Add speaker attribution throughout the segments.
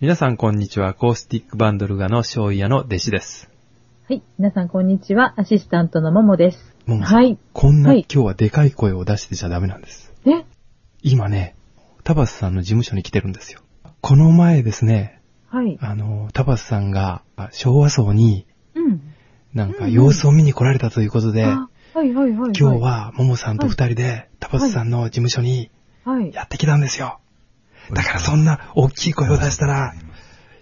Speaker 1: 皆さんこんにちは、コースティックバンドルガの醤油屋の弟子です。
Speaker 2: はい。皆さん、こんにちは。アシスタントのももです。
Speaker 1: ももさん、
Speaker 2: はい。
Speaker 1: こんな、
Speaker 2: はい
Speaker 1: 今日はでかい声を出してちゃダメなんです。
Speaker 2: え
Speaker 1: 今ね、タバスさんの事務所に来てるんですよ。この前ですね、
Speaker 2: はい。
Speaker 1: あの、タバスさんがあ昭和層に
Speaker 2: うん。
Speaker 1: なんか
Speaker 2: うんうん
Speaker 1: 様子を見に来られたということで、
Speaker 2: あはいはいはい、はい。
Speaker 1: 今日、はももさんと二人でタバスさんの事務所に
Speaker 2: はい。
Speaker 1: やってきたんですよ。だからそんな大きい声を出したら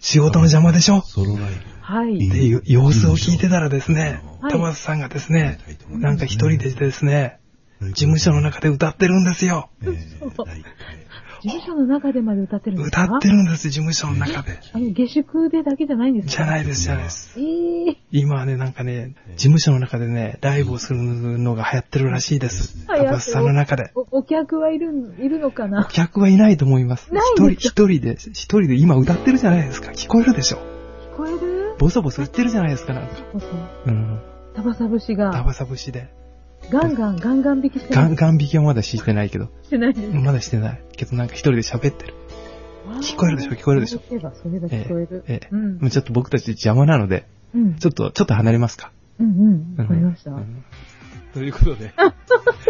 Speaker 1: 仕事の邪魔でしょっ
Speaker 3: ソロライ
Speaker 2: は
Speaker 1: て
Speaker 2: い。
Speaker 1: いう様子を聞いてたらですね、
Speaker 2: はい
Speaker 1: タバスさんがですね、
Speaker 3: ブ。
Speaker 1: なんか一人でですね、事務所の中で歌ってるんですよ。
Speaker 3: えー
Speaker 2: そう
Speaker 3: 第一
Speaker 2: 事務所の中でまで歌ってるんですか
Speaker 1: 歌ってるんです、事務所の中で。
Speaker 2: あの、下宿でだけじゃないんです
Speaker 1: じ
Speaker 2: か。
Speaker 1: ゃないいです、じゃないです。
Speaker 2: えー、
Speaker 1: 今はね、なんかね、事務所の中でね、ライブをするのが流行ってるらしいです。タ
Speaker 2: 流行ってる
Speaker 1: バスさんの中で。
Speaker 2: お、お客はいるん、いるのかな
Speaker 1: 客はいないと思います。
Speaker 2: ない
Speaker 1: 一人、
Speaker 2: んで
Speaker 1: 一人で、
Speaker 2: す
Speaker 1: 一人で今歌ってるじゃないですか。聞こえるでしょ。
Speaker 2: 聞こえる
Speaker 1: ボソボソ言ってるじゃないですか、なんか。
Speaker 2: おそう
Speaker 1: うん。
Speaker 2: タバサブ
Speaker 1: タ
Speaker 2: シが、
Speaker 1: バサ節で。
Speaker 2: ガンガン、ガンガン引きして
Speaker 1: ガ
Speaker 2: な
Speaker 1: ン
Speaker 2: い。
Speaker 1: ガン引きはまだしてないけど。
Speaker 2: してないです。
Speaker 1: まだしてない。けどなんか一人で喋ってる。聞
Speaker 2: 聞
Speaker 1: こえるでしょ聞こえるでしょ
Speaker 2: 聞こえば、それだけ聞こえる。
Speaker 1: ええええ
Speaker 2: うん。
Speaker 1: もうちょっと僕たち邪魔なので、
Speaker 2: うん。
Speaker 1: ちょっと、ちょっと離れますか。
Speaker 2: うんうん。わかりました。
Speaker 1: うんということで、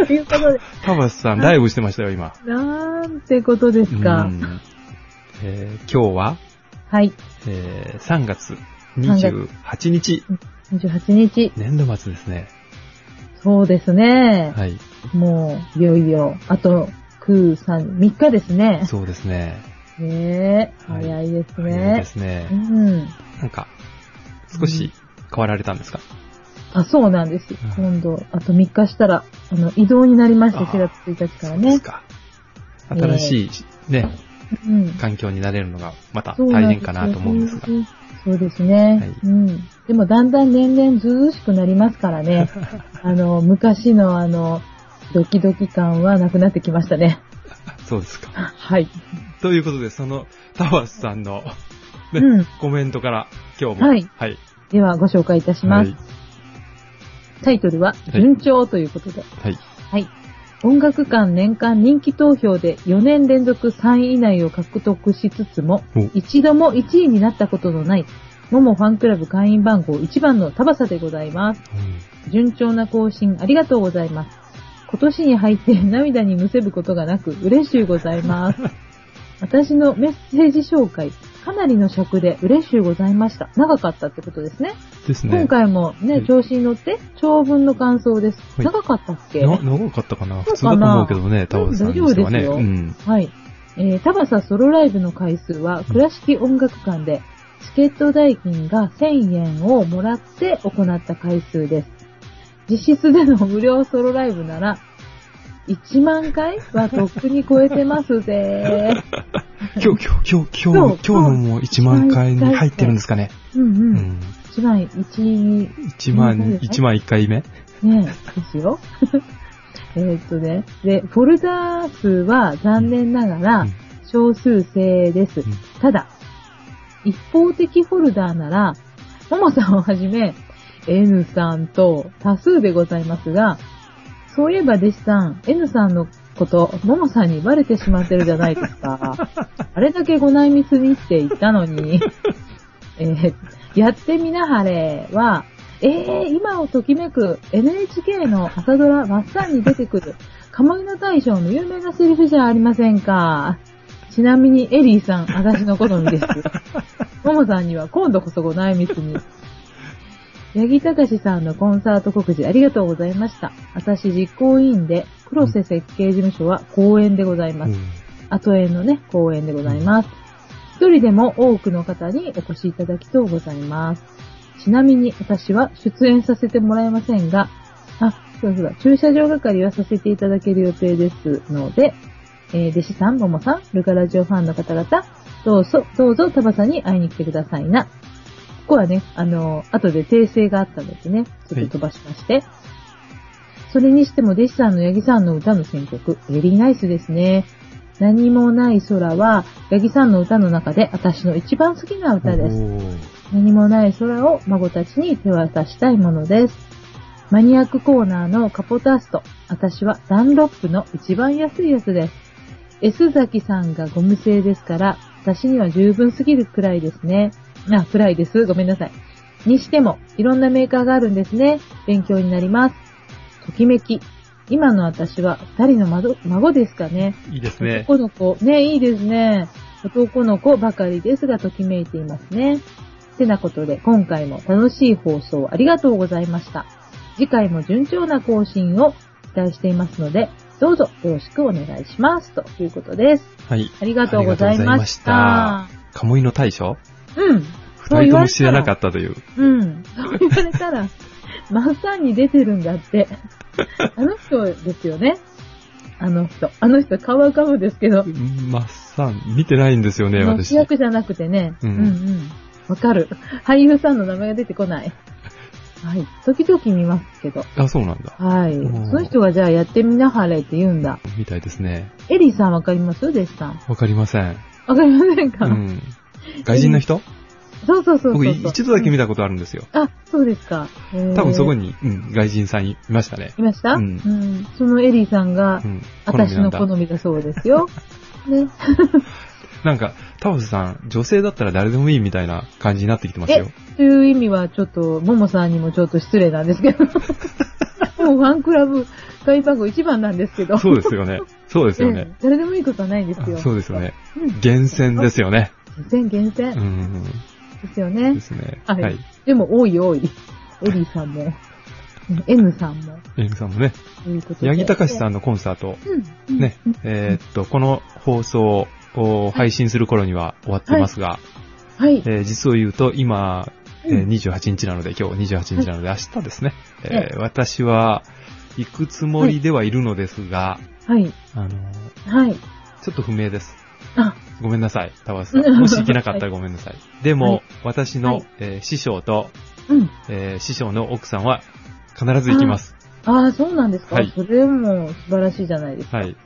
Speaker 2: ということで、
Speaker 1: タバスさんライブしてましたよ、今。
Speaker 2: なんてことですか。
Speaker 1: うんえー今日は、
Speaker 2: はい。
Speaker 1: えー3月28日、
Speaker 2: 28日。
Speaker 1: 年度末ですね。
Speaker 2: そうですね。
Speaker 1: はい。
Speaker 2: もう、いよいよ、あと、9、3、3日ですね。
Speaker 1: そうですね。
Speaker 2: ねえ、
Speaker 1: はい
Speaker 2: 早いです
Speaker 1: 早いで
Speaker 2: ね。
Speaker 1: す
Speaker 2: う
Speaker 1: ね。
Speaker 2: ん。
Speaker 1: なんか、少し変わられたんですか
Speaker 2: あ、そうなんです
Speaker 1: ん。
Speaker 2: 今度、あと3日したら、あの、移動になりまして、
Speaker 1: あー
Speaker 2: 4月1日か
Speaker 1: そ
Speaker 2: ら
Speaker 1: うです
Speaker 2: ね。
Speaker 1: か。新しい、ね、
Speaker 2: うん。
Speaker 1: 環境になれるのがまた
Speaker 2: そうな
Speaker 1: 大
Speaker 2: ん
Speaker 1: 変かなと思うんですが。
Speaker 2: よね。そうですね。
Speaker 1: はい
Speaker 2: うん。でもだんだん年々ずうずうしくなりますか らね。あの、昔のあの、ドキドキ感はなくなってきましたね。
Speaker 1: そうですか。
Speaker 2: はい。
Speaker 1: ということで、その、タバスさんの、ね
Speaker 2: うん
Speaker 1: コメントから、今日も、
Speaker 2: はい
Speaker 1: はい。
Speaker 2: ではご紹介いたします。
Speaker 1: はい
Speaker 2: タイトルは、
Speaker 1: い
Speaker 2: 順調ということで。
Speaker 1: はい。
Speaker 2: はい。音楽館年間人気投票で4年連続3位以内を獲得しつつも
Speaker 1: お、
Speaker 2: 一度も1位になったことのない、ももファンクラブ会員番号1番のタバサでございます。順調な更新ありがとうございます。今年に入って涙にむせぶことがなく嬉しゅうござ います。私のメッセージ紹介、かなりの尺で嬉しゅうございました。長かったってことですね。
Speaker 1: ですね。
Speaker 2: 今回も
Speaker 1: は
Speaker 2: ね、
Speaker 1: い
Speaker 2: 調子に乗って長文の感想です。
Speaker 1: はい
Speaker 2: 長かったっけ
Speaker 1: な、長かったかな
Speaker 2: そ
Speaker 1: 普
Speaker 2: う
Speaker 1: 通だと
Speaker 2: かな
Speaker 1: 思うけどね、タバスさんにしてはね。
Speaker 2: うん大丈夫です
Speaker 1: ん。
Speaker 2: よはい。えー、タバサソロライブの回数は、倉敷音楽館で、チケット代金が1000円をもらって行った回数です。実質での無料ソロライブなら、1万回はとっくに超えてます ぜ。
Speaker 1: 今日、今日、今日、今日、今日のもう1万回に入ってるんですかね。
Speaker 2: うん
Speaker 1: う
Speaker 2: うん。
Speaker 1: ん。
Speaker 2: 1万1に、
Speaker 1: 1万、
Speaker 2: うん
Speaker 1: 一万1回目
Speaker 2: ねえ、ですよ。 えーっとね。で、フォルダ数は残念なが
Speaker 1: う
Speaker 2: ら
Speaker 1: ん
Speaker 2: 少数制です。
Speaker 1: ん
Speaker 2: ただ、一方的フォルダなら、ももさんをはじめ、N さんと多数でございますが、そういえば弟子さん、N さんのこと、ももさんにバレてしまってるじゃないですか。 あれだけご内密にって言ったのに、えーやってみなはれは、えー、今をときめく NHK の朝ドラ、マッサンに出てくる、鴨居の大将の有名なセリフじゃありませんか。ちなみに、エリーさん、私の好みです。ももさんには今度こそご内密に。八木隆さんのコンサート告示ありがとうございました。私実行委員で、黒瀬設計事務所は公演でございます。後園のね、公演でございます。一人でも多くの方にお越しいただきとうございます。ちなみに私は出演させてもらえませんが、あ、そうそうだ、駐車場係はさせていただける予定ですので、えー弟子さん、ももさん、ルカラジオファンの方々、どうぞ、どうぞ、タバさんに会いに来てくださいな。ここはね、あの、後で訂正があったのでね、ちょっと飛ばしまして。それにしても、弟子さんの八木さんの歌の選曲、ベリーナイスですね。何もない空は、八木さんの歌の中で私の一番好きな歌です。
Speaker 1: おー
Speaker 2: 何もない空を孫たちに手渡したいものです。マニアックコーナーのカポタースト。私はダンロップの一番安いやつです。S 崎さんがゴム製ですから、私には十分すぎるくらいですね。あ、くらいです。ごめんなさい。にしても、いろんなメーカーがあるんですね。勉強になります。ときめき。今の私は二人の孫孫ですかね。
Speaker 1: いいですね。
Speaker 2: 男の子、ね、いいですね。男の子ばかりですが、ときめいていますね。てなことで、今回も楽しい放送ありがとうございました。次回も順調な更新を期待していますので、どうぞよろしくお願いします。ということです。
Speaker 1: はい。
Speaker 2: ありがとうございました。
Speaker 1: カモイの大将
Speaker 2: うん。
Speaker 1: 二人とも知らなかったという。
Speaker 2: うん。 そう言われたら、まさに出てるんだ って。あの人ですよね。あの人。あの人、顔は顔ですけど。
Speaker 1: まっさん、見てないんですよね、
Speaker 2: まあ主
Speaker 1: 私。
Speaker 2: 役じゃなくてね。
Speaker 1: う
Speaker 2: うんん、うん、わかる。 俳優さんの名前が出て こない。はい。時々見ますけど。
Speaker 1: あ、そうなんだ。
Speaker 2: はい。
Speaker 1: うん
Speaker 2: その人がじゃあやってみなはれって言うんだ。
Speaker 1: みたいですね。
Speaker 2: エリーさんわかります弟子さん。
Speaker 1: わかりません。
Speaker 2: わかりませんか、
Speaker 1: うん。 外人の人
Speaker 2: そうそうそうそうそう。
Speaker 1: 僕一度だけ見
Speaker 2: た。
Speaker 1: たことあるんですよ。
Speaker 2: あ、そうですか。
Speaker 1: 多分そこ
Speaker 2: に。
Speaker 1: に、うん、外人さんいましたね。
Speaker 2: いました、
Speaker 1: う
Speaker 2: うんん、そのエリーさんが
Speaker 1: う、ん。
Speaker 2: 私
Speaker 1: なん
Speaker 2: の
Speaker 1: だ
Speaker 2: 好みだそうで すよ。ね。
Speaker 1: なんか、タオスさん、女性だったら誰でもいいみたいな感じになってきてますよ。
Speaker 2: という意味は、ちょっと、ももさんにもちょっと失礼なんですけ ど。でもファンクラブ会員番号1番なんですけど。
Speaker 1: そうですよね。そうですよ
Speaker 2: え
Speaker 1: ね
Speaker 2: え。誰でもいいことはないんですよ。
Speaker 1: あそうですよね。
Speaker 2: うん。
Speaker 1: 厳選ですよね。
Speaker 2: 全厳
Speaker 1: う
Speaker 2: 選
Speaker 1: ん。
Speaker 2: ですよ
Speaker 1: で
Speaker 2: ね。
Speaker 1: すね。は
Speaker 2: はいい。。でも、多い多い。エリーさんも、うん N さんも、
Speaker 1: エグさんもね、
Speaker 2: ということで。
Speaker 1: 八木隆さ
Speaker 2: ん。
Speaker 1: んのコンサート、
Speaker 2: うん。
Speaker 1: ね、えーっと、この放送を配信する頃には終わってますが、
Speaker 2: はい。
Speaker 1: えー実を言うと、今、えー
Speaker 2: うん
Speaker 1: 28日なので、今日28日なので、明日ですね、
Speaker 2: え
Speaker 1: えー私は、行くつもりではいるのですが、
Speaker 2: はい。
Speaker 1: あのー、
Speaker 2: はい。
Speaker 1: ちょっと不明です。
Speaker 2: あ、
Speaker 1: ごめんなさい、タワスさん。もし行けなかったらごめんなさい。でも、
Speaker 2: はい
Speaker 1: 私の、
Speaker 2: はい
Speaker 1: えー師匠と、
Speaker 2: うん。
Speaker 1: えー師匠の奥さんは、必ず行きます。
Speaker 2: ああ、そうなんですか、
Speaker 1: はい
Speaker 2: それも素晴らしいじゃないですか。
Speaker 1: はい。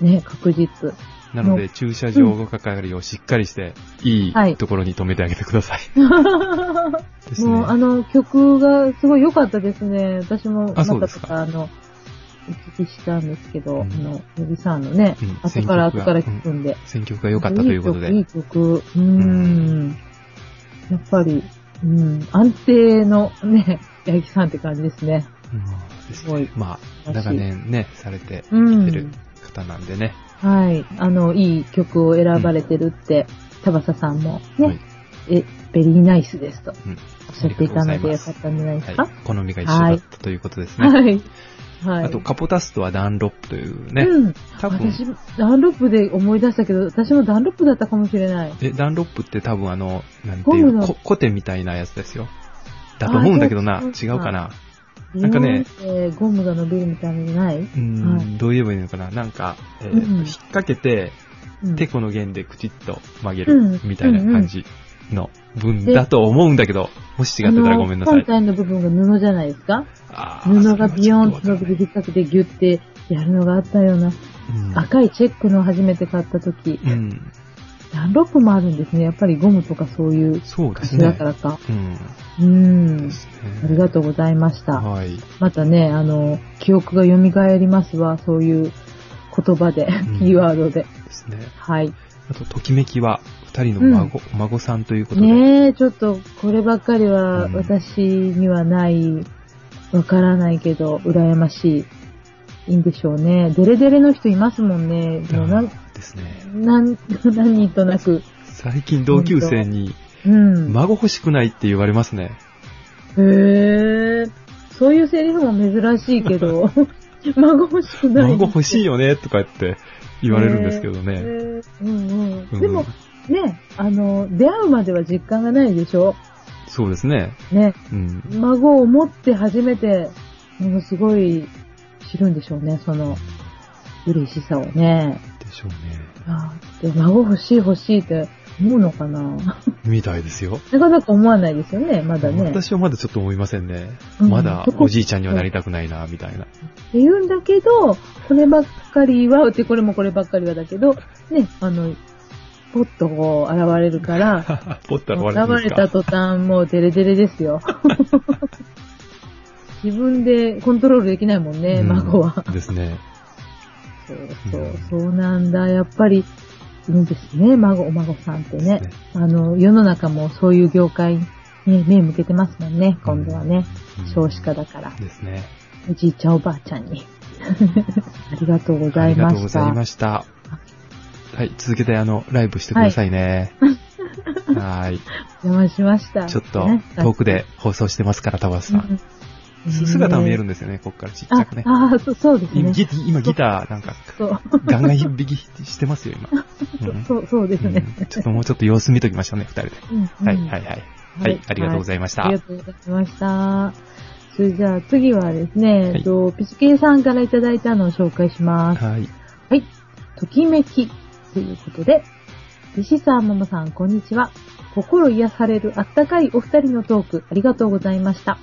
Speaker 2: ね、確実。
Speaker 1: なの
Speaker 2: う
Speaker 1: で、駐車場がかかりをしっかりして、い
Speaker 2: はいい
Speaker 1: ところに止めてあげてください。ですね
Speaker 2: もう、。あの、曲がすごい良かったですね。私も、
Speaker 1: あ
Speaker 2: な
Speaker 1: そうんで
Speaker 2: か
Speaker 1: す
Speaker 2: と
Speaker 1: か
Speaker 2: か、あの、お聞きしたんですけど、
Speaker 1: うん
Speaker 2: あの、エビさんのね、
Speaker 1: うん
Speaker 2: 後から
Speaker 1: 選曲が
Speaker 2: 後から聞くんで。
Speaker 1: 選曲が良かったということで。
Speaker 2: いい曲、いい曲。うーん。やっぱり、うん、安定のね、八木さんって感じですね。
Speaker 1: うんです
Speaker 2: すごい
Speaker 1: ね。まあ、長年ね、されて
Speaker 2: う
Speaker 1: きてる
Speaker 2: ん。
Speaker 1: 方なんでね。
Speaker 2: はい。あの、いい曲を選ばれてるって、田バサさんもね、
Speaker 1: はい
Speaker 2: え、ベリーナイスですと
Speaker 1: うん
Speaker 2: おっしゃっていたのでよかったんじゃないですか
Speaker 1: はい。好みが一緒だったということですね。
Speaker 2: はい。はい。
Speaker 1: あと、カポタスとはダンロップというね。
Speaker 2: うん。
Speaker 1: 多分
Speaker 2: 私、ダンロップで思い出したけど、私もダンロップだったかもしれない。
Speaker 1: え、ダンロップって多分あの、なんてい
Speaker 2: ゴム
Speaker 1: う、
Speaker 2: の
Speaker 1: こコテみたいなやつですよ。だと思うんだけどな
Speaker 2: あ。
Speaker 1: 違
Speaker 2: ー
Speaker 1: うかな。なんかね
Speaker 2: ビヨーンってゴムが伸びるみたいなのじゃないう
Speaker 1: ー
Speaker 2: は
Speaker 1: ん、
Speaker 2: い
Speaker 1: どう言えばいいのかな。なんか、えー
Speaker 2: うん
Speaker 1: 引っ掛けて、
Speaker 2: うん
Speaker 1: てこの弦でくちっと曲げ
Speaker 2: う
Speaker 1: る
Speaker 2: ん
Speaker 1: みたいな感じの分だと思うんだけど、もし違ってたらごめんな
Speaker 2: あ
Speaker 1: さ
Speaker 2: の本
Speaker 1: い。
Speaker 2: 体の部分が布じゃないですか
Speaker 1: あー
Speaker 2: 布がビヨーンと伸びて
Speaker 1: それはちょっとわかんない
Speaker 2: 引っ掛けてギュってやるのがあったような、
Speaker 1: うん
Speaker 2: 赤いチェックのを初めて買った時、
Speaker 1: うん。
Speaker 2: ダンロップもあるんですね。やっぱりゴムとかそういう
Speaker 1: そうで
Speaker 2: 歌
Speaker 1: す
Speaker 2: 詞だ
Speaker 1: ね
Speaker 2: か。らか。
Speaker 1: うん。
Speaker 2: うん
Speaker 1: で。すね
Speaker 2: ありがとうございました。
Speaker 1: はい。
Speaker 2: またね、あの、記憶が蘇りますわ、そういう言葉で、
Speaker 1: ん
Speaker 2: キーワードで。
Speaker 1: ですね。
Speaker 2: はい。
Speaker 1: あと、ときめきは、二人の孫、孫さんということで。
Speaker 2: ねえ、ちょっと、こればっかりは
Speaker 1: うん
Speaker 2: 私にはない、わからないけど、羨ましい。いいんでしょうね。デレデレの人いますもんね。
Speaker 1: あ
Speaker 2: もうなん
Speaker 1: ーですね。
Speaker 2: なん、 何人となく。
Speaker 1: 最近同級生に、
Speaker 2: うん。
Speaker 1: 孫欲しくないって言われますね。
Speaker 2: へえ。そういうセリフも珍しい けど、孫欲しくない。
Speaker 1: 孫欲しいよね、とかって言われるんですけど
Speaker 2: へ
Speaker 1: ね。
Speaker 2: えうん
Speaker 1: う
Speaker 2: うんん。でも、ね、あの、出会うまでは実感がないでしょ
Speaker 1: そうですね。
Speaker 2: ね、
Speaker 1: うん。
Speaker 2: 孫を持って初めて、ものすごい知るんでしょうね、その、嬉しさをね。
Speaker 1: でしょうね。
Speaker 2: あーで孫欲しい欲しいって思うのかな
Speaker 1: みたいですよ。
Speaker 2: なかなか思わないですよね、まだね。
Speaker 1: 私はまだちょっと思いませんね。
Speaker 2: うん
Speaker 1: まだおじいちゃんにはなりたくないな、みた いな。
Speaker 2: って言うんだけど、こればっかりは、ってこれもこればっかりはだけど、ね、あの、ポッとこう現れるから、
Speaker 1: ポッタ現れたん
Speaker 2: 現
Speaker 1: です
Speaker 2: れ
Speaker 1: か
Speaker 2: た途端、もうデレデレで すよ。自分でコントロールできないもんね、
Speaker 1: うん
Speaker 2: 孫は。
Speaker 1: ですね。
Speaker 2: そうそう、そうなんだ。やっぱり、いいですね。孫、お孫さんって
Speaker 1: で
Speaker 2: ね。
Speaker 1: すね
Speaker 2: あの、世の中もそういう業界に、ね、目向けてますもんね。今度はね
Speaker 1: うん。
Speaker 2: 少子化だから。
Speaker 1: ですね。
Speaker 2: おじいちゃんおばあちゃんに。 ありがとうござ
Speaker 1: あ
Speaker 2: い
Speaker 1: りが
Speaker 2: ま
Speaker 1: とうご
Speaker 2: し
Speaker 1: ざいま
Speaker 2: た。
Speaker 1: した。はい、続けてあの、ライブしてくださいね。はー い。
Speaker 2: お邪魔しました。
Speaker 1: ちょっと
Speaker 2: ね
Speaker 1: 遠くで放送してますから、タバスさん。
Speaker 2: うん
Speaker 1: す姿は見えるんですよね、こっからちっちゃくね。
Speaker 2: ああ、そうそうです
Speaker 1: 今
Speaker 2: ね。
Speaker 1: ギ今ギターなんか、
Speaker 2: そう、
Speaker 1: ガンガン引きしてますよ、今。うん
Speaker 2: そう、そうですね。
Speaker 1: うんちょっともうちょっと様子見ときましょうね、二人で。
Speaker 2: うんうん
Speaker 1: はい、はい、はい。はい、ありがとうございました。
Speaker 2: ありがとうございました。それじゃあ次はですね、
Speaker 1: い
Speaker 2: えっとピチケイさんからいただいたのを紹介します。
Speaker 1: はい。
Speaker 2: はい。ときめきということで、西さん、ももさん、こんにちは。心癒されるあったかいお二人のトーク、ありがとうございました。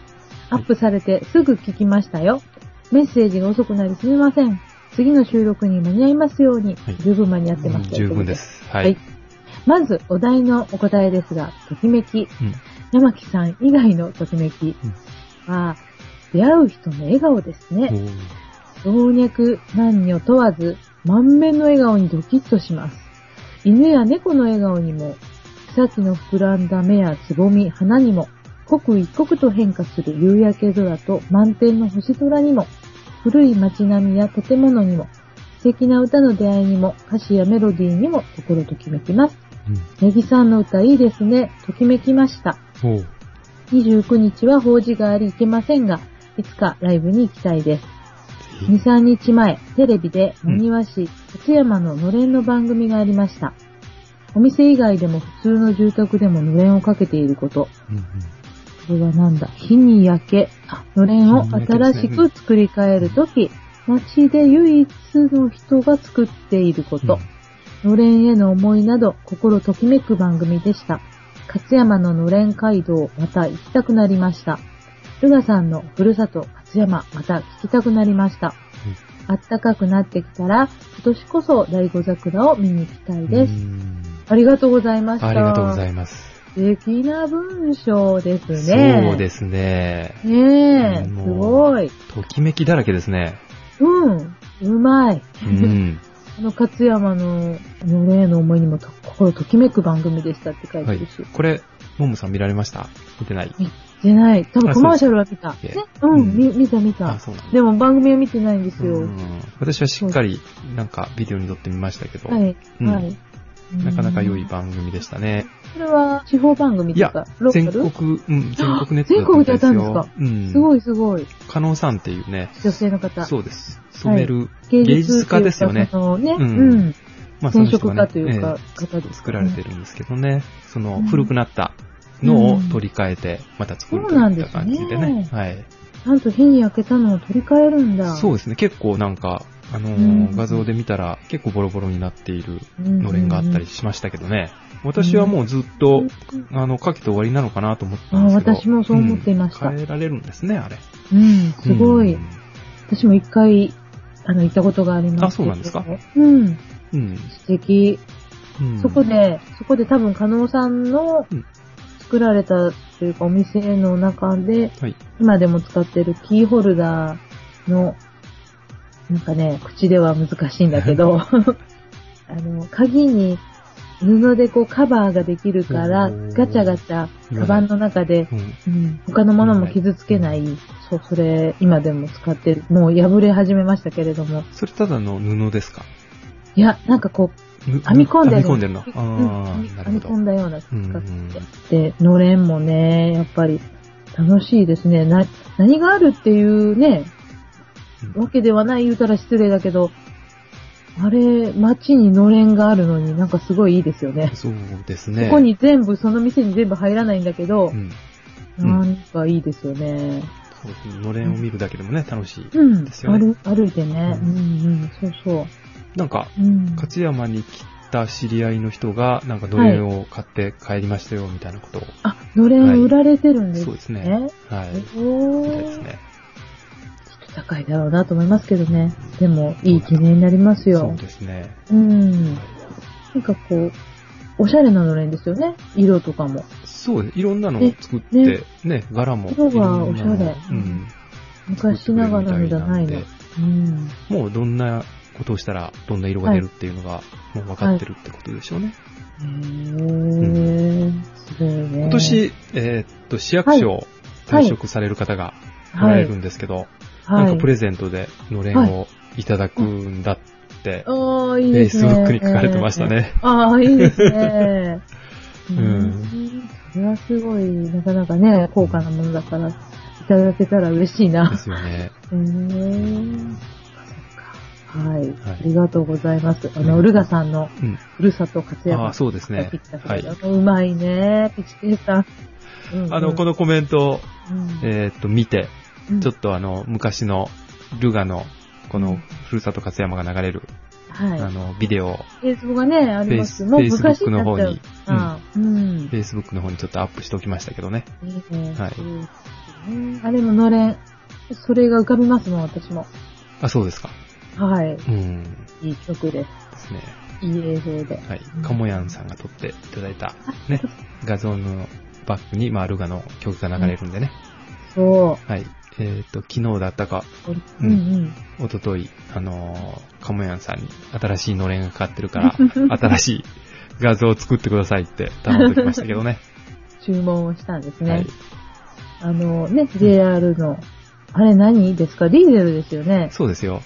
Speaker 2: アップされてすぐ聞きましたよ。メッセージが遅くなりすみません。次の収録に間に合いますように、
Speaker 1: はい
Speaker 2: 十分間に合ってます、
Speaker 1: 十分で。す。は
Speaker 2: はいい。。まず、お題のお答えですが、ときめき。
Speaker 1: うん
Speaker 2: 山木さん以外のときめきは、出会う人の笑顔ですね。
Speaker 1: おー
Speaker 2: 老若男女問わず、満面の笑顔にドキッとします。犬や猫の笑顔にも、草木の膨らんだ目やつぼみ、花にも、刻一刻と変化する夕焼け空と満天の星空にも、古い街並みや建物にも、素敵な歌の出会いにも、歌詞やメロディーにも心ときめきます。ネギさんの歌いいですね。ときめきました。
Speaker 1: うん。おー
Speaker 2: 29日は法事があり行けませんが、いつかライブに行きたいです。
Speaker 1: ぜひ
Speaker 2: 2、3日前、テレビで、
Speaker 1: うん
Speaker 2: 真庭市、勝山ののれんの番組がありました。お店以外でも普通の住宅でものれんをかけていること。
Speaker 1: うんうん
Speaker 2: これはなんだ火に焼け。あのれんを
Speaker 1: 火に焼けですね
Speaker 2: 新しく作り変えるとき、街で唯一の人が作っていること。のれんへの思いなど、心ときめく番組でした。勝山ののれん街道、また行きたくなりました。ルガさんのふるさと、勝山、また聞きたくなりました。あったかくなってきたら、今年こそ醍醐桜を見に行きたいです。
Speaker 1: うん
Speaker 2: ありがとうございました。
Speaker 1: ありがとうござ
Speaker 2: ま
Speaker 1: います。
Speaker 2: す。素敵な文章ですね。
Speaker 1: そうですね。
Speaker 2: す。ねえ、す
Speaker 1: も
Speaker 2: ごい。
Speaker 1: ときめきだらけですね。
Speaker 2: うん、うまい。
Speaker 1: うん。
Speaker 2: あの、勝山の、のれんの思いにもと心ときめく番組でしたって書いて
Speaker 1: は
Speaker 2: る
Speaker 1: い
Speaker 2: し。。
Speaker 1: これ、ももさん見られました見てない。
Speaker 2: じゃない。多分
Speaker 1: あ
Speaker 2: コマーシャルは見た。
Speaker 1: そうです
Speaker 2: ね
Speaker 1: ね、
Speaker 2: う
Speaker 1: うん
Speaker 2: ん、み見た見
Speaker 1: あ、
Speaker 2: た。
Speaker 1: そうなんだ
Speaker 2: でも番組は見てないんですよ。
Speaker 1: う
Speaker 2: は
Speaker 1: ん私はしっかり、なんか、ビデオに撮ってみましたけど、
Speaker 2: い、
Speaker 1: うん
Speaker 2: はい。
Speaker 1: なかなか良い番組でしたね。
Speaker 2: これは地方番組
Speaker 1: い
Speaker 2: と
Speaker 1: や
Speaker 2: か、ロ、ー
Speaker 1: 全
Speaker 2: カル
Speaker 1: 国、うん、全国ネット
Speaker 2: 全国でやったんです
Speaker 1: だ
Speaker 2: か
Speaker 1: ったみたいです
Speaker 2: す
Speaker 1: よ。うん。
Speaker 2: ごいすごい。
Speaker 1: 加納さんっていうね、
Speaker 2: 女性の方。
Speaker 1: そうです。染める、
Speaker 2: 芸
Speaker 1: 芸術家ですよね
Speaker 2: っていうかそのね、う
Speaker 1: うんん。ま
Speaker 2: 染色家という
Speaker 1: その人が
Speaker 2: か
Speaker 1: ね、え
Speaker 2: 方ですか
Speaker 1: え
Speaker 2: ね
Speaker 1: 作られてるんですけどね、その
Speaker 2: うん
Speaker 1: 古くなったのを取り替えて、また作るといった感じで
Speaker 2: そうなんで
Speaker 1: ね。
Speaker 2: す
Speaker 1: はい。
Speaker 2: なんと火に焼けたのを取り替えるんだ。
Speaker 1: そう
Speaker 2: う。
Speaker 1: ですね、結構なんか、あの
Speaker 2: う
Speaker 1: ー、
Speaker 2: ん
Speaker 1: 画像で見たら結構ボロボロになっている
Speaker 2: の
Speaker 1: のれんがあったり。しましたけどね。私はもうずっと、あの、かけて終わりなのかなと思ってたんですけど。
Speaker 2: あ私もそう思っていました
Speaker 1: うん変えられるんですね、あれ。
Speaker 2: うん、すごい。
Speaker 1: うん
Speaker 2: 私も一回、あの、行ったことがあります。
Speaker 1: あそうなんですか
Speaker 2: うん。
Speaker 1: うん。
Speaker 2: 素敵。
Speaker 1: うん
Speaker 2: そこで、そこで多分、加納さんの
Speaker 1: うん
Speaker 2: 作られたというか、お店の中で、
Speaker 1: はい。
Speaker 2: 今でも使ってるキーホルダーの、なんかね、口では難しいんだけ ど、あの、鍵に布でこうカバーができるから、
Speaker 1: おー
Speaker 2: ガチャガチャ、
Speaker 1: いらない
Speaker 2: カバンの中で、
Speaker 1: うん
Speaker 2: うん、他のものも傷つけない、そう、それ、今でも使ってる。もう破れ始めましたけれども。
Speaker 1: それただの布ですか
Speaker 2: いや、なんかこう、
Speaker 1: ぬ
Speaker 2: 編み込んでる。
Speaker 1: 編み込んでるの。あ
Speaker 2: う
Speaker 1: あ
Speaker 2: ん編み
Speaker 1: ー、な
Speaker 2: 編み
Speaker 1: るほど。
Speaker 2: 込んだような使
Speaker 1: うん
Speaker 2: って。で、のれんもね、やっぱり楽しいですね。な、何があるっていうね、
Speaker 1: うん
Speaker 2: わけではない言うたら失礼だけど、あれ、街にのれんがあるのになんかすごいいいですよね。
Speaker 1: そうですね。
Speaker 2: そこに全部、その店に全部入らないんだけど
Speaker 1: う、ん。うん
Speaker 2: なんかいいですよね。
Speaker 1: そうですね。のれんを見るだけでもね、楽しい。
Speaker 2: うん、
Speaker 1: ですよね
Speaker 2: 歩歩いてね。う
Speaker 1: うん
Speaker 2: ん、うん、そうそう。
Speaker 1: なんか、
Speaker 2: うん。
Speaker 1: 勝山に来た知り合いの人が、なんかのれんを買って帰りましたよ、みたいなことを。
Speaker 2: あ、のれん売られてるんですね。
Speaker 1: そうですね。はい。
Speaker 2: お
Speaker 1: みたい
Speaker 2: ー
Speaker 1: ですね。
Speaker 2: ちょっと高いだろうなと思いますけどね。でも、いい記念になります
Speaker 1: そ
Speaker 2: よ
Speaker 1: う。ですね。
Speaker 2: うん。な
Speaker 1: はい
Speaker 2: んかこう、おしゃれなのれんですよね。色とかも。
Speaker 1: そうです。いろんなのを作っ
Speaker 2: ね
Speaker 1: て、ね、柄も。
Speaker 2: 色が
Speaker 1: いろんなの
Speaker 2: おしゃれ
Speaker 1: うん。
Speaker 2: 昔ながらのじゃないの。
Speaker 1: 作ってくれるみ
Speaker 2: うん。
Speaker 1: もうどんなことをしたらどんな色が出るっていうのがもう分かってるってことでしょうね。
Speaker 2: へー。すごいね。
Speaker 1: 今、年、えーっと、市役所を退職される方がおら
Speaker 2: は
Speaker 1: れ
Speaker 2: い
Speaker 1: る。んですけど、
Speaker 2: はい。
Speaker 1: なんかプレゼントでのれんをいただくんだって、
Speaker 2: ああ、いい
Speaker 1: フェイ
Speaker 2: です
Speaker 1: スブ
Speaker 2: ね。
Speaker 1: ックに書かれてました。ね。
Speaker 2: ああ、いいですね。 うんん。それはすごい、なかなかね、高価なものだから、いただけたら嬉しいな
Speaker 1: で。すよね。
Speaker 2: へーはい。
Speaker 1: はい
Speaker 2: ありがとうございます。あの、
Speaker 1: うん
Speaker 2: ルガさんの
Speaker 1: うん。
Speaker 2: ふるさと活躍。
Speaker 1: ああ、そうですね
Speaker 2: ピッチャ。ー
Speaker 1: はい。
Speaker 2: あのうまいね。ピチケイさん。
Speaker 1: あの、こ
Speaker 2: の、
Speaker 1: のコメントを、
Speaker 2: うん
Speaker 1: えーっと、見て、ちょっ
Speaker 2: と、
Speaker 1: とあの、昔のルガの、こ
Speaker 2: う
Speaker 1: の
Speaker 2: ん、
Speaker 1: ふるさと勝山が流れる、あ
Speaker 2: は
Speaker 1: の、ビデオを、
Speaker 2: い。映像がね、あります。
Speaker 1: フェイス
Speaker 2: もう
Speaker 1: フェイスブ
Speaker 2: 昔
Speaker 1: ックの方に
Speaker 2: になっちゃう。うん。
Speaker 1: Facebook の方にちょっとアップしておきましたけどね。
Speaker 2: いいね。
Speaker 1: はい
Speaker 2: い。あれののれん。それが浮かびますもん、私も。
Speaker 1: あ、そうですか。
Speaker 2: はい。
Speaker 1: うん。で
Speaker 2: いい曲です
Speaker 1: ね。
Speaker 2: す。いい映像で。
Speaker 1: はい。カモヤンさんが撮っていただいた、ね、画像のバックに、まあ、ルガの曲が流れるんでね。
Speaker 2: そ
Speaker 1: はい。えっ、と、昨日だったか、
Speaker 2: う。
Speaker 1: う
Speaker 2: うんんうん。
Speaker 1: 一昨日あのーカモヤンさんに新しいのれんがかかってる から、新しい画像を作ってくださいって頼んできましたけどね。
Speaker 2: 注文をしたん ですね。
Speaker 1: はい。
Speaker 2: あのね、JR の、あれ何ですかディーゼルですよね。
Speaker 1: そうですよ。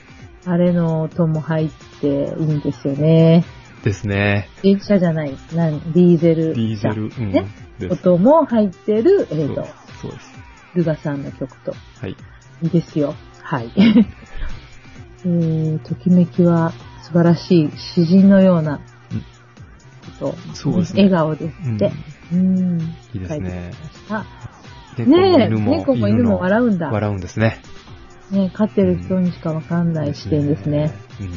Speaker 2: あれの音も入っていいんですよね。
Speaker 1: ですね。
Speaker 2: 電車じゃない、なんディーゼ
Speaker 1: デ
Speaker 2: ル車。
Speaker 1: ィーゼル、うん。
Speaker 2: ね
Speaker 1: です。
Speaker 2: 音も入ってる映
Speaker 1: そう
Speaker 2: 像。
Speaker 1: そうです。
Speaker 2: ルガさんの曲と。
Speaker 1: はい。
Speaker 2: いいですよ。はい。 えー、ときめきは素晴らしい詩人のようなこと。
Speaker 1: そうですね
Speaker 2: 笑顔ですって。うん。
Speaker 1: いいですね
Speaker 2: 書い
Speaker 1: うん。
Speaker 2: てくれました。ねえ、
Speaker 1: 猫も
Speaker 2: 猫も
Speaker 1: 犬
Speaker 2: 犬も
Speaker 1: も
Speaker 2: 笑うんだ。
Speaker 1: 笑うんですね。
Speaker 2: ね、飼ってる人にしかわかんない視点ですね。
Speaker 1: うん。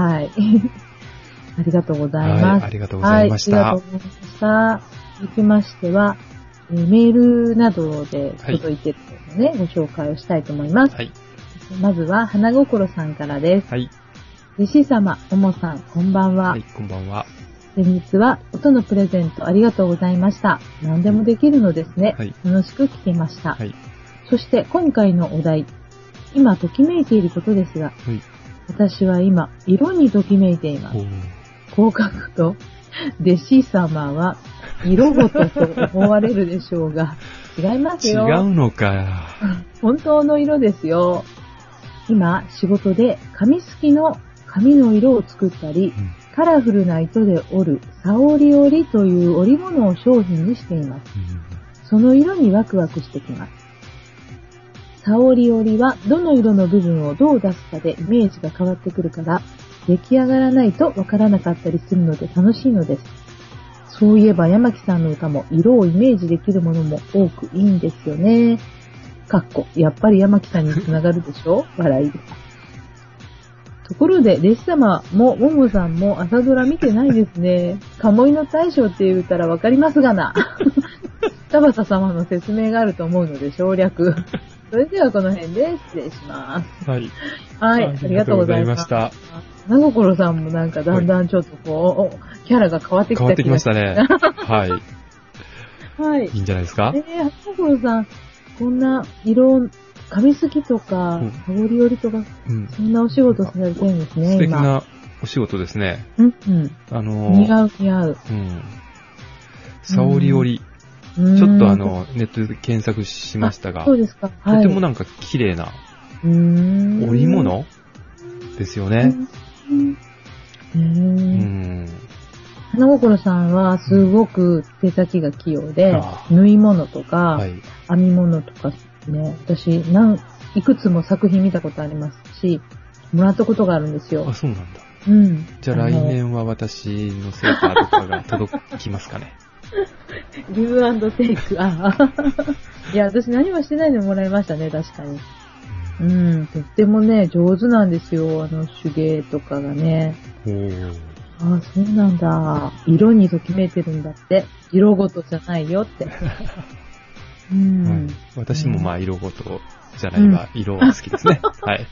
Speaker 2: はい。 ありがとうござい
Speaker 1: は
Speaker 2: ま
Speaker 1: い。
Speaker 2: す。
Speaker 1: ありがとうございまし
Speaker 2: はい、あ
Speaker 1: た
Speaker 2: り。がとうございました。続きましては、えーメールなどで届いてるので、ご紹介をしたいと思います。
Speaker 1: はい。
Speaker 2: まずは、花心さんからです。
Speaker 1: はい。
Speaker 2: 弟子様、おもさん、こんばんは。
Speaker 1: はい、こんばんは。
Speaker 2: 先日は、音のプレゼントありがとうございました。何でもできるのですね。
Speaker 1: はい
Speaker 2: 楽しく聞けました。
Speaker 1: はい。
Speaker 2: そして、今回のお題、今ときめいていることですが、
Speaker 1: はい。
Speaker 2: 私は今、色にときめいています
Speaker 1: お。ー
Speaker 2: 合格と、弟子様は、色ごとと思われるでしょうが、違います
Speaker 1: 違
Speaker 2: よ。
Speaker 1: うのか。
Speaker 2: 本当の色ですよ。今、仕事で紙すきの紙の色を作ったり、
Speaker 1: うん
Speaker 2: カラフルな糸で織る、サオリ織りという織物を商品にしています。その色にワクワクしてきます。サオリ織りはどの色の部分をどう出すかでイメージが変わってくるから、出来上がらないとわからなかったりするので楽しいのです。そういえば山木さんの歌も色をイメージできるものも多くいいんですよね。かっこ、やっぱり山木さんにつながるでしょ笑い。ところで、弟子様も、ももさんも朝ドラ見てないですね。カモイの大将って言うたらわかりますがな。田畑様の説明があると思うので省 略。それではこの辺で失礼します。
Speaker 1: うんはい。
Speaker 2: はい、ありがとうございまし
Speaker 1: あ
Speaker 2: た。
Speaker 1: りがとうございまし
Speaker 2: 名心さんもなんかだんだんちょっとこう、おキャラが変わってきた
Speaker 1: 変わってきました
Speaker 2: ね。
Speaker 1: ね。は
Speaker 2: はい
Speaker 1: い。。いいんじゃないですか
Speaker 2: えー、花心さん、こんな色、髪すきとか
Speaker 1: うん、
Speaker 2: 羽織織りとか、
Speaker 1: うん。
Speaker 2: そんなお仕事されてるんですね、
Speaker 1: 素敵
Speaker 2: 今。
Speaker 1: なお仕事ですね。
Speaker 2: うんうん。
Speaker 1: あのー
Speaker 2: 似合う似合う。
Speaker 1: うん。沙織織。
Speaker 2: うん
Speaker 1: ちょっとあ、の、ネットで検索しましたが、
Speaker 2: そう
Speaker 1: と
Speaker 2: ですか。はい。
Speaker 1: てもなん
Speaker 2: か、
Speaker 1: んか綺麗な
Speaker 2: 織
Speaker 1: 織物ですよね。
Speaker 2: うんう
Speaker 1: うんん。
Speaker 2: 花心さんはすごく手先が器用で、
Speaker 1: あ
Speaker 2: 縫い物とか、
Speaker 1: はい。
Speaker 2: 編み物とかね、私、なん、いくつも作品見たことありますし、もらったことがあるんですよ
Speaker 1: あ、。そうなんだ。
Speaker 2: うん。
Speaker 1: じゃあ来年は私のセーターとかが届きますかね。
Speaker 2: あの。ギブアンドテイク。ああいや、私何もしてないのもらいましたね、確かに。うん、とってもね、上手なんですよ、あの手芸とかがね。
Speaker 1: おー
Speaker 2: ああ、そうなんだ。色にときめいてるんだって。色ごとじゃない よって。うん。
Speaker 1: はい私もまあ色ごとじゃないわ、色は好き ですね。はい。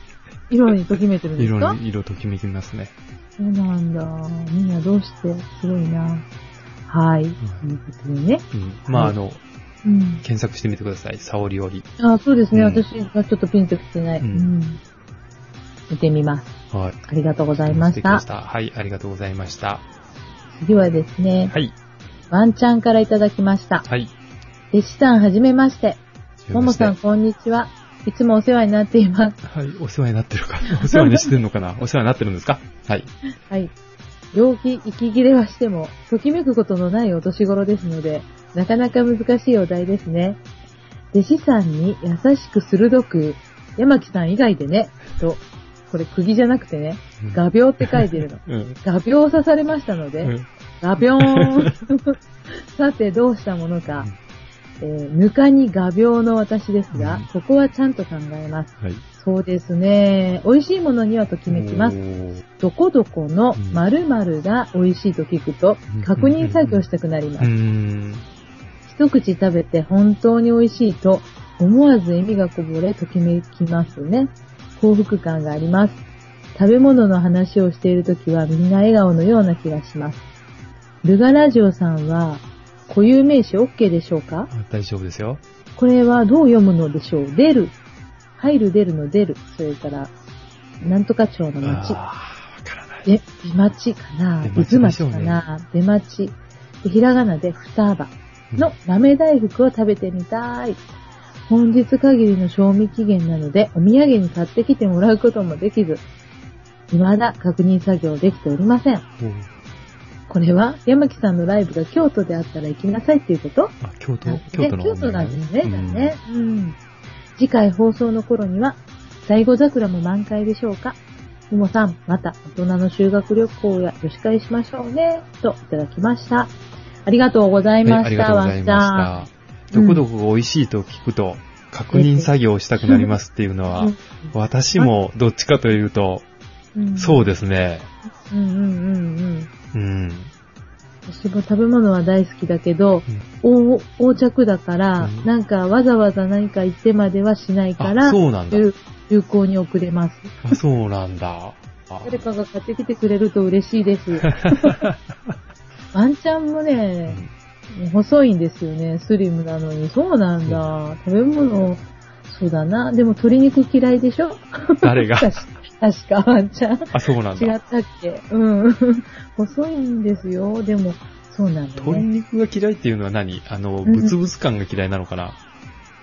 Speaker 2: 色にときめいてるんです
Speaker 1: 色
Speaker 2: か
Speaker 1: に、色ときめきますね。
Speaker 2: そうなんだ。みんなどうしてすごいな。はい。ということでね。
Speaker 1: うん。まああの、
Speaker 2: うん。
Speaker 1: 検索してみてください。沙織織。
Speaker 2: あそうですね。
Speaker 1: うん
Speaker 2: 私がちょっとピンときてない。
Speaker 1: う
Speaker 2: うんん。見てみます。
Speaker 1: はい。
Speaker 2: ありがとうございま
Speaker 1: 素
Speaker 2: し
Speaker 1: 敵で
Speaker 2: た。
Speaker 1: はい、ありがとうございました。
Speaker 2: 次はですね、
Speaker 1: はい。
Speaker 2: ワンちゃんからいただきました。
Speaker 1: はい。
Speaker 2: 弟子さんはじめまして。
Speaker 1: はじめまして
Speaker 2: ももさんこんにちは。いつもお世話になっています。
Speaker 1: はい、お世話になってるか。お世話にしてるのか なお世話になってるんですかはい。
Speaker 2: はい。病気、息切れはしても、ときめくことのないお年頃ですので、なかなか難しいお題ですね。弟子さんに優しく鋭く、山木さん以外でね、と、これ釘じゃなくてね、画鋲って書いてる の。
Speaker 1: うん。
Speaker 2: 画鋲を刺されましたので、
Speaker 1: うん
Speaker 2: 画鋲ーン さて、どうしたものか。えーぬかに画鋲の私ですが、
Speaker 1: うん
Speaker 2: ここはちゃんと考えます。
Speaker 1: はい。
Speaker 2: そうですね。美味しいものにはときめきます
Speaker 1: お。ー
Speaker 2: どこどこの〇〇が美味しいと聞くと
Speaker 1: うん、
Speaker 2: 確認作業したくなりま
Speaker 1: うー
Speaker 2: す。
Speaker 1: ん。
Speaker 2: 一口食べて本当に美味しいと、思わず笑みがこぼれときめきますね。幸福感があります。食べ物の話をしているときはみんな笑顔のような気がします。ルガラジオさんは、固有名詞 OK でしょうか
Speaker 1: あ大丈夫ですよ。
Speaker 2: これはどう読むのでしょう出る。入る出るの出る。それから、なんとか町の
Speaker 1: あ
Speaker 2: 町。
Speaker 1: ーわからない。
Speaker 2: で、出待ちかな
Speaker 1: 出待ちで
Speaker 2: 出津町
Speaker 1: しょうね
Speaker 2: かな出待ち。でひらがなで双葉の豆大福を食べてみたい。本日限りの賞味期限なので、お土産に買ってきてもらうこともできず、未だ確認作業できておりません。
Speaker 1: おー
Speaker 2: これは、山木さんのライブが京都であったら行きなさいっていうこと
Speaker 1: あ、京都
Speaker 2: ね、
Speaker 1: 京都の
Speaker 2: 京
Speaker 1: 方
Speaker 2: 都
Speaker 1: 面だ
Speaker 2: な
Speaker 1: ね。
Speaker 2: んですね、だね。うん。次回放送の頃には、醍醐桜も満開でしょうか。ももさん、また大人の修学旅行や女子会しましょうね、といただきました。ありがとうござい
Speaker 1: うん。は
Speaker 2: ま
Speaker 1: い、あり
Speaker 2: し
Speaker 1: が
Speaker 2: た、
Speaker 1: とうご
Speaker 2: ワ
Speaker 1: ざい
Speaker 2: ンちゃん。
Speaker 1: ました。どこどこが美味しいと聞くと、確認作業をしたくなりますっていうのは、私もどっちかというと、そう
Speaker 2: で
Speaker 1: ですね。
Speaker 2: す。うんうんうんうん。
Speaker 1: うん。
Speaker 2: 私も食べ物は大好きだけど、横横着だから、
Speaker 1: うん
Speaker 2: なんかわざわざ何か行ってまではしないか
Speaker 1: あ、
Speaker 2: ら、
Speaker 1: そうなんだ。
Speaker 2: 有有効に遅れます。
Speaker 1: あ、そうなんだ。あ
Speaker 2: 誰かが買ってきてくれると嬉しいです。 ワンちゃんもね、細いんですよね、スリムなのに。そうなんだ。食べ物、そうだな。でも鶏肉嫌いでしょ
Speaker 1: 誰 が
Speaker 2: 確か確かワンちゃん。
Speaker 1: あ、そうなん
Speaker 2: 違
Speaker 1: だ
Speaker 2: っ。たっけうん。細いんですよ。でも、そうなんだ
Speaker 1: 鶏
Speaker 2: ね。
Speaker 1: 肉が嫌いっていうのは何あの、
Speaker 2: ん
Speaker 1: ブツブツ感が嫌いなのかな、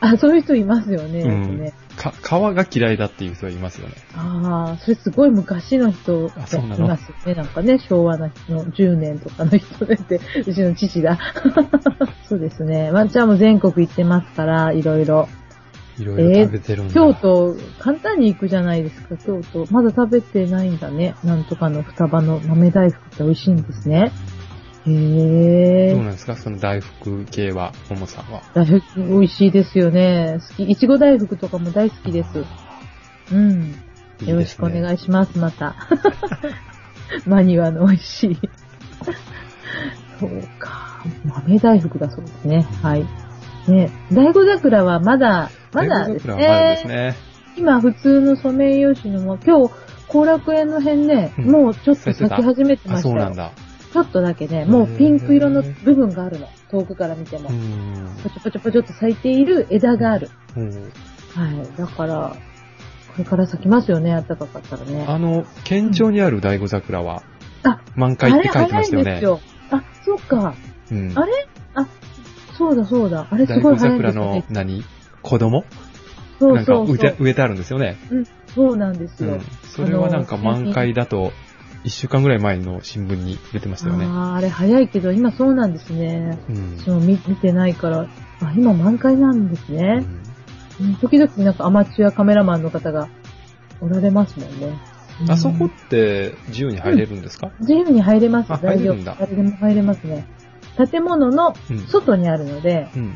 Speaker 2: あ、そういう人いますよ
Speaker 1: う
Speaker 2: ね。よく
Speaker 1: ん
Speaker 2: ね
Speaker 1: か、皮が嫌いだっていう人はいますよね。
Speaker 2: ああ、それすごい昔の人い
Speaker 1: あ
Speaker 2: ま
Speaker 1: そ
Speaker 2: すよ
Speaker 1: うなの
Speaker 2: ね。なんかね、昭和の人の10年とかの人でって、 うちの父だ。そうですね。ワンちゃんも全国行ってますから、いろいろ。
Speaker 1: いろいろ食べてるんだ。
Speaker 2: 京都、簡単に行くじゃないですか、京都。まだ食べてないんだね。なんとかの双葉の豆大福って美味しいんですね。へ
Speaker 1: どう
Speaker 2: え。
Speaker 1: なんですかその大福系は、ももさんは。
Speaker 2: 大福美味しいですよね。好き。いちご大福とかも大好きです。うん。
Speaker 1: いいですね
Speaker 2: よろしくお願いします、また。マニュアの美味しい。そうか。豆大福だそうですね。はい。ね、大五桜はまだ、まだ
Speaker 1: 大福
Speaker 2: です
Speaker 1: 桜はまだ
Speaker 2: ね
Speaker 1: です。ね。
Speaker 2: 今普通のソメイヨシノも、今日、後楽園の辺ね、
Speaker 1: うん
Speaker 2: もうちょっと咲き始めてま
Speaker 1: あ、
Speaker 2: した
Speaker 1: そう
Speaker 2: よ。
Speaker 1: なんだ。
Speaker 2: ちょっとだけね、もうピンク色の部分があるの。遠くから見ても
Speaker 1: う。ん。
Speaker 2: ポチョポチョポチョっと咲いている枝がある。
Speaker 1: うん
Speaker 2: はい。だから、これから咲きますよね、暖かかったらね。
Speaker 1: あの、県庁にある大五桜は、
Speaker 2: あ、
Speaker 1: 満
Speaker 2: あ
Speaker 1: 開っ
Speaker 2: れ
Speaker 1: て書いてま
Speaker 2: 早い
Speaker 1: し
Speaker 2: ん
Speaker 1: たよ
Speaker 2: です
Speaker 1: ね。
Speaker 2: よ。あ、そっか。
Speaker 1: うん
Speaker 2: あ。れあ、そうだそうだ。あれす
Speaker 1: 大
Speaker 2: ご
Speaker 1: 五
Speaker 2: い早いんで
Speaker 1: 桜
Speaker 2: すよ
Speaker 1: の
Speaker 2: ね。
Speaker 1: 何子供
Speaker 2: そ
Speaker 1: な
Speaker 2: うん
Speaker 1: か
Speaker 2: そう
Speaker 1: 植え
Speaker 2: そ
Speaker 1: て
Speaker 2: う。
Speaker 1: 植えてあるんですよね。
Speaker 2: うん、そうなんです
Speaker 1: う
Speaker 2: よ
Speaker 1: ん。。それはなんか満開だと、一週間ぐらい前の新聞に出てましたよね。
Speaker 2: あーあれ早いけど、今そうなんですね。
Speaker 1: うん。
Speaker 2: 私も見見てないから、あ、今満開なんです
Speaker 1: う
Speaker 2: ね。
Speaker 1: ん
Speaker 2: うん時々なんかアマチュアカメラマンの方がおられますもんね。
Speaker 1: あそこっ
Speaker 2: うん
Speaker 1: て自由に入れるんですか、
Speaker 2: 自由に入れます。
Speaker 1: あ
Speaker 2: 大丈
Speaker 1: 入れるん
Speaker 2: 夫。
Speaker 1: だ
Speaker 2: 誰でも入れますね。建物の
Speaker 1: うん
Speaker 2: 外にあるので、
Speaker 1: うん、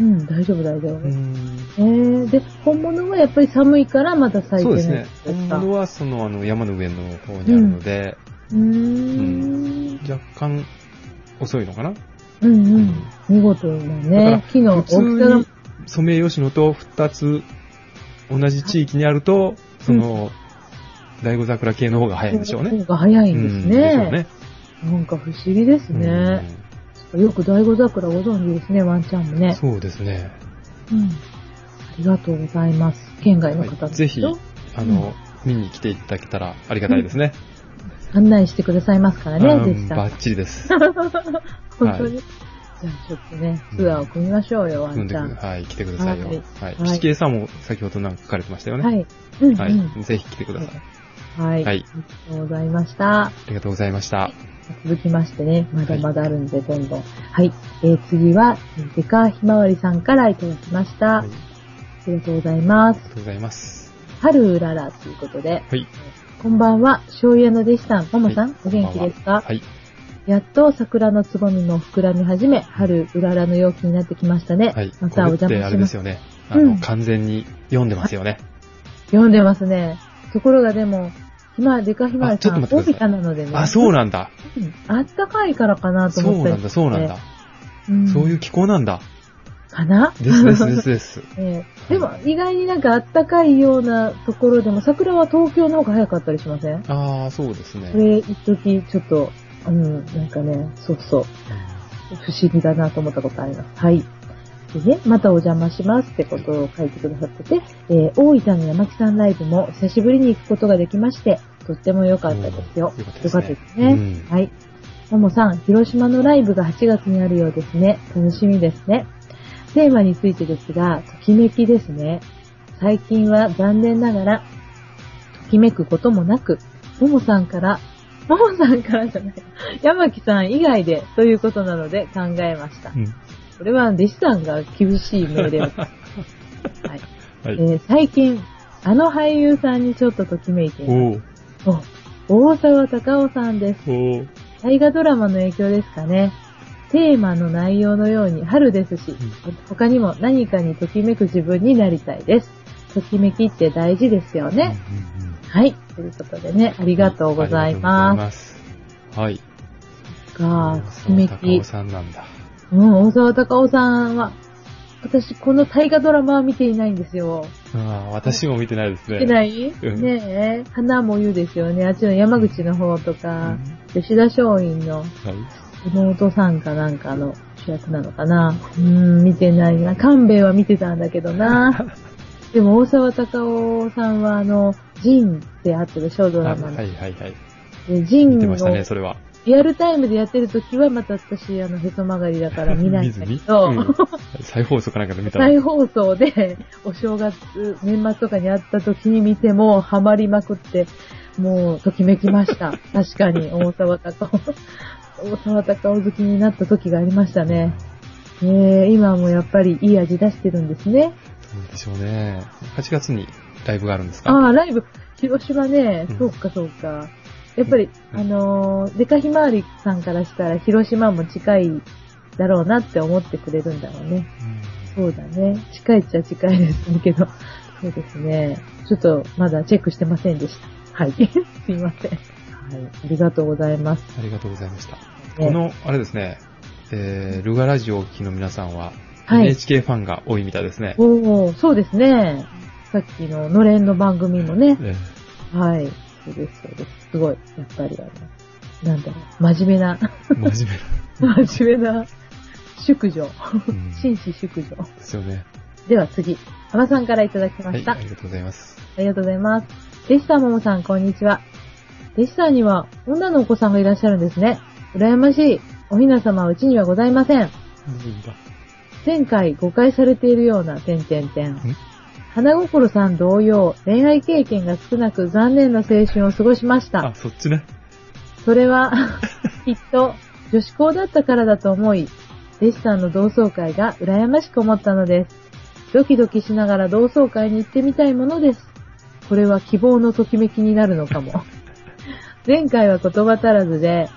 Speaker 2: うん、大丈夫、大丈夫。
Speaker 1: うん
Speaker 2: えー、で、本物はやっぱり寒いからまだ咲い
Speaker 1: そうで
Speaker 2: て
Speaker 1: す
Speaker 2: ない
Speaker 1: ね
Speaker 2: ん。です
Speaker 1: 本
Speaker 2: か。
Speaker 1: 物はそのあの山の上の方にあるので、
Speaker 2: うーん。
Speaker 1: 若干遅いのかな、
Speaker 2: うんうん。見事だね。木の大
Speaker 1: 普
Speaker 2: きさ
Speaker 1: 通
Speaker 2: が
Speaker 1: に、ソメイヨシノと2つ同じ地域にあると、その、大五桜系の方が早いんでしょうね。
Speaker 2: が早い
Speaker 1: うん
Speaker 2: ですね。
Speaker 1: でしょうね。
Speaker 2: なんか不思議ですね。よく醍醐桜ご存知ですね、ワンちゃんも
Speaker 1: うん
Speaker 2: ね。
Speaker 1: そうですね。
Speaker 2: うん。ありがとうございます。県外の方
Speaker 1: は
Speaker 2: で
Speaker 1: い
Speaker 2: す
Speaker 1: ぜひ、
Speaker 2: よ
Speaker 1: あの、見に来ていただけたらありがたいですね。
Speaker 2: 案内してくださいますから
Speaker 1: う
Speaker 2: ね、ぜひ
Speaker 1: ん、
Speaker 2: さん
Speaker 1: バ。ッチリ です。
Speaker 2: 本当に。じゃあちょっとね、ツアーを組みましょうよ、ワ
Speaker 1: 組ん
Speaker 2: ン
Speaker 1: で
Speaker 2: ち
Speaker 1: く
Speaker 2: ゃ
Speaker 1: る
Speaker 2: ん。
Speaker 1: はい、来てくださいよ。
Speaker 2: はい
Speaker 1: はい。
Speaker 2: はい
Speaker 1: ピチケイさんも先ほどなんか書かれてましたよね。
Speaker 2: はい。うん、うん。
Speaker 1: は。
Speaker 2: はいい。
Speaker 1: ぜひ来てください。
Speaker 2: はい。あ
Speaker 1: は
Speaker 2: り
Speaker 1: い
Speaker 2: がとうございました。
Speaker 1: ありがとうございました。
Speaker 2: 続きましてね、まだまだあるんで、どんどん。はい。えー、次は、デカひまわりさんからいただきました。
Speaker 1: はい。あり
Speaker 2: ありがとうございます
Speaker 1: が。とうございます。
Speaker 2: 春うららということで、
Speaker 1: はい。
Speaker 2: こんばんは、醤油屋の弟子さん、ももさん、
Speaker 1: はい
Speaker 2: お元気ですか、
Speaker 1: はい。
Speaker 2: やっと桜のつぼみも膨らみ始め、春うららの陽気になってきましたね。
Speaker 1: はい。
Speaker 2: またお
Speaker 1: こ
Speaker 2: 邪
Speaker 1: れって
Speaker 2: 魔
Speaker 1: あ
Speaker 2: し
Speaker 1: れ
Speaker 2: ま。
Speaker 1: ですすよね。あの、
Speaker 2: うん
Speaker 1: 完全に読んでますよね。
Speaker 2: 読んでますね。ところがでも、ひま、でかひまわりさ
Speaker 1: あち
Speaker 2: ん
Speaker 1: ょっ、と待って
Speaker 2: 帯
Speaker 1: くださ
Speaker 2: 田
Speaker 1: い
Speaker 2: なのでね。
Speaker 1: あ、そう
Speaker 2: う
Speaker 1: なんだ。
Speaker 2: んあったかいからかなと
Speaker 1: そ
Speaker 2: 思
Speaker 1: う
Speaker 2: ったり
Speaker 1: なんだ、そうなんだ。。
Speaker 2: うん、。
Speaker 1: そういうう気候なんだ。
Speaker 2: かな
Speaker 1: ですですです です。
Speaker 2: ええでも、意外になんかあったかいようなところでも、桜は東京の方が早かったりしません
Speaker 1: ああ、そうですね
Speaker 2: そ。れ、一時ちょっと、うん、なんかね、そうそう、不思議だなと思ったことあります。はい。でね、またお邪魔しますってことを書いてくださってて、えー大分の山木さんライブも久しぶりに行くことができまして、とっても良かったですよ。
Speaker 1: うん良かったで
Speaker 2: 良
Speaker 1: す
Speaker 2: か
Speaker 1: ね
Speaker 2: ったですね。
Speaker 1: うん
Speaker 2: はい。ももさん、広島のライブが8月にあるようですね。楽しみですね。テーマについてですが、ときめきですね。最近は残念ながら、ときめくこともなく、ももさんから、ももさんからじゃない、山木さん以外でということなので考えました。
Speaker 1: うん。
Speaker 2: これは弟子さんが厳しい 命令を。はい
Speaker 1: は
Speaker 2: え
Speaker 1: い。
Speaker 2: ー最近、あの俳優さんにちょっとときめいています
Speaker 1: おー
Speaker 2: お大沢たかおさんです。
Speaker 1: おー
Speaker 2: 大河ドラマの影響ですかね。テーマの内容のように春ですし、他にも何かにときめく自分になりたいです。ときめきって大事ですよね。
Speaker 1: うんうんうん
Speaker 2: はい。ということでね、ありがとうございます。
Speaker 1: す。はい。
Speaker 2: が、ときめ
Speaker 1: 高尾
Speaker 2: き。
Speaker 1: さんなんだ。
Speaker 2: うん、大沢たかおさんは、私、この大河ドラマは見ていないんですよ。
Speaker 1: ああ、私も見てないですね。
Speaker 2: 見てない、
Speaker 1: うん
Speaker 2: ねえ、花も言うですよね。あっちの山口の方とか、吉田松陰の
Speaker 1: はい。
Speaker 2: 妹さんかなんかの主役なのかな。うーん、見てないな。勘兵衛は見てたんだけ どな。でも大沢たかおさんはあの、ジンってあったでしょ、ド
Speaker 1: あ
Speaker 2: ラマの。
Speaker 1: はいはいはい。
Speaker 2: でジ
Speaker 1: 見て
Speaker 2: ン
Speaker 1: ま
Speaker 2: を
Speaker 1: したね、それは。
Speaker 2: リアルタイムでやってる時はまた私、あの、へそ曲がりだから見ないんだけ
Speaker 1: 見ずに
Speaker 2: ど、
Speaker 1: うん再放送かなんかで見たら。
Speaker 2: 再放送で、お正月、年末とかにあった時に見ても、ハマりまくって、もう、ときめきました。確かに、大沢たかお、大沢たかお好きになった時がありましたね。えー、今もやっぱりいい味出してるんですね。
Speaker 1: そうでしょうね。8月にライブがあるんですか
Speaker 2: ああ、ライブ、広島ね
Speaker 1: うん、
Speaker 2: そうかそうか。やっぱり、
Speaker 1: うん
Speaker 2: あのー、デカひまわりさんからしたら、広島も近いだろうなって思ってくれるんだろうね。
Speaker 1: うん
Speaker 2: そうだね。近いっちゃ近いですけど。そうですね。ちょっとまだチェックしてませんでした。はい。 すいません。はい。ありがとうございます。
Speaker 1: ありがとうございました。
Speaker 2: ね
Speaker 1: この、あれですね、えー、ルガラジオをお聞きの皆さんは、
Speaker 2: はい
Speaker 1: NHK ファンが多いみたいですね。
Speaker 2: おおそうですね。さっきののれんの番組もね。
Speaker 1: えー
Speaker 2: はい。そうです、そうです。すごい。やっぱりあの、なんだろう。真面目な、
Speaker 1: 真面
Speaker 2: 真面目な、宿女。
Speaker 1: 目。うん
Speaker 2: 紳士宿女。
Speaker 1: ですよね。
Speaker 2: では次。浜さんからいただきま
Speaker 1: はい、
Speaker 2: した。
Speaker 1: ありがとうございます。
Speaker 2: ありがとうございます。弟子さん、ももさん、こんにちは。弟子さんには女のお子さんがいらっしゃるんですね。羨ましい。おひな様はうちにはございません。前回誤解されているような点々点。花心さん同様、恋愛経験が少なく残念な青春を過ごしました
Speaker 1: あ、。そっちね。
Speaker 2: それは、きっと、女子校だったからだと思い、弟子さんの同窓会が羨ましく思ったのです。ドキドキしながら同窓会に行ってみたいものです。これは希望のときめきになるのかも。前回は言葉足らずで、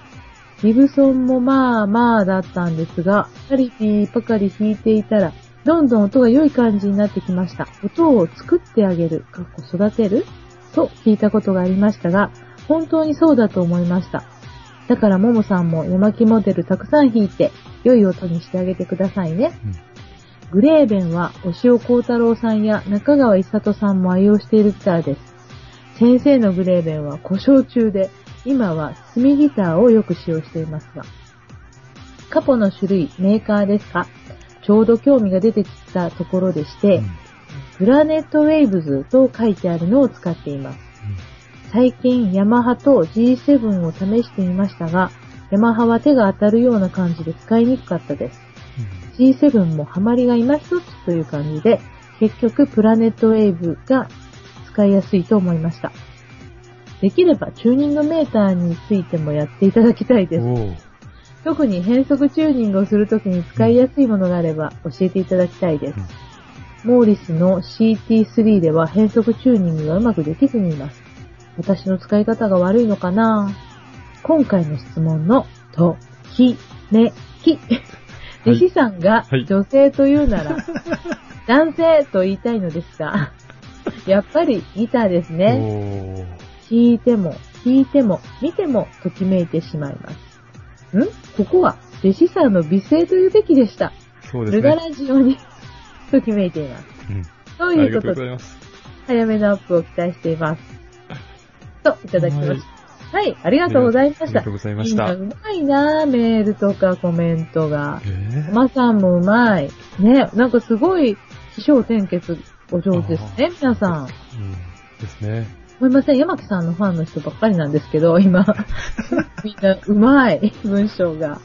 Speaker 2: ギブソンもまあまあだったんですが、パリピパカリ弾いていたら、どんどん音が良い感じになってきました。音を作ってあげる、かっこ育てると聞いたことがありましたが、本当にそうだと思いました。だからももさんも山木モデルたくさん弾いて、良い音にしてあげてくださいね。
Speaker 1: うん
Speaker 2: グレーベンは、押尾幸太郎さんや中川一里さんも愛用しているギターです。先生のグレーベンは故障中で、今は炭ギターをよく使用していますが。カポの種類、メーカーですかちょうど興味が出てきたところでして、
Speaker 1: うん
Speaker 2: プラネットウェイブズと書いてあるのを使っています。
Speaker 1: うん
Speaker 2: 最近ヤマハと G7 を試してみましたが、ヤマハは手が当たるような感じで使いにくかったです。G7 もハマりが今一つという感じで、結局プラネットウェーブが使いやすいと思いました。できればチューニングメーターについてもやっていただきたいです。
Speaker 1: おー
Speaker 2: 特に変速チューニングをするときに使いやすいものがあれば教えていただきたいです。モーリスの CT3 では変速チューニングがうまくできずにいます。私の使い方が悪いのかな今回の質問のと、ひ、ね、き。弟子さんが
Speaker 1: はい
Speaker 2: 女性という なら、男性と言いたいのですが、やっぱりギターですね。
Speaker 1: おー
Speaker 2: 聞いても、聞いても、見ても、ときめいてしまいます。んここは、弟子さんの美声というべきでした。
Speaker 1: そうです
Speaker 2: ルガ
Speaker 1: ね。
Speaker 2: ラジオに、 ときめいています。
Speaker 1: うん
Speaker 2: と
Speaker 1: あ
Speaker 2: い
Speaker 1: り
Speaker 2: うこ
Speaker 1: がとう
Speaker 2: と
Speaker 1: ござ
Speaker 2: で、
Speaker 1: います。
Speaker 2: 早めのアップを期待して います。と、いただきました。はい、ありがとうございま
Speaker 1: あ
Speaker 2: し
Speaker 1: り
Speaker 2: た。
Speaker 1: がとうございま
Speaker 2: み
Speaker 1: し
Speaker 2: んな
Speaker 1: た。
Speaker 2: うまいなぁ、メールとかコメントが。
Speaker 1: えー
Speaker 2: まさんもうまい。ね、なんかすごい、気象転結お上手ですね、皆さん。
Speaker 1: うんですね。
Speaker 2: 思いません。山木さんのファンの人ばっかりなんですけど、 今。みんな、うまい、文章が。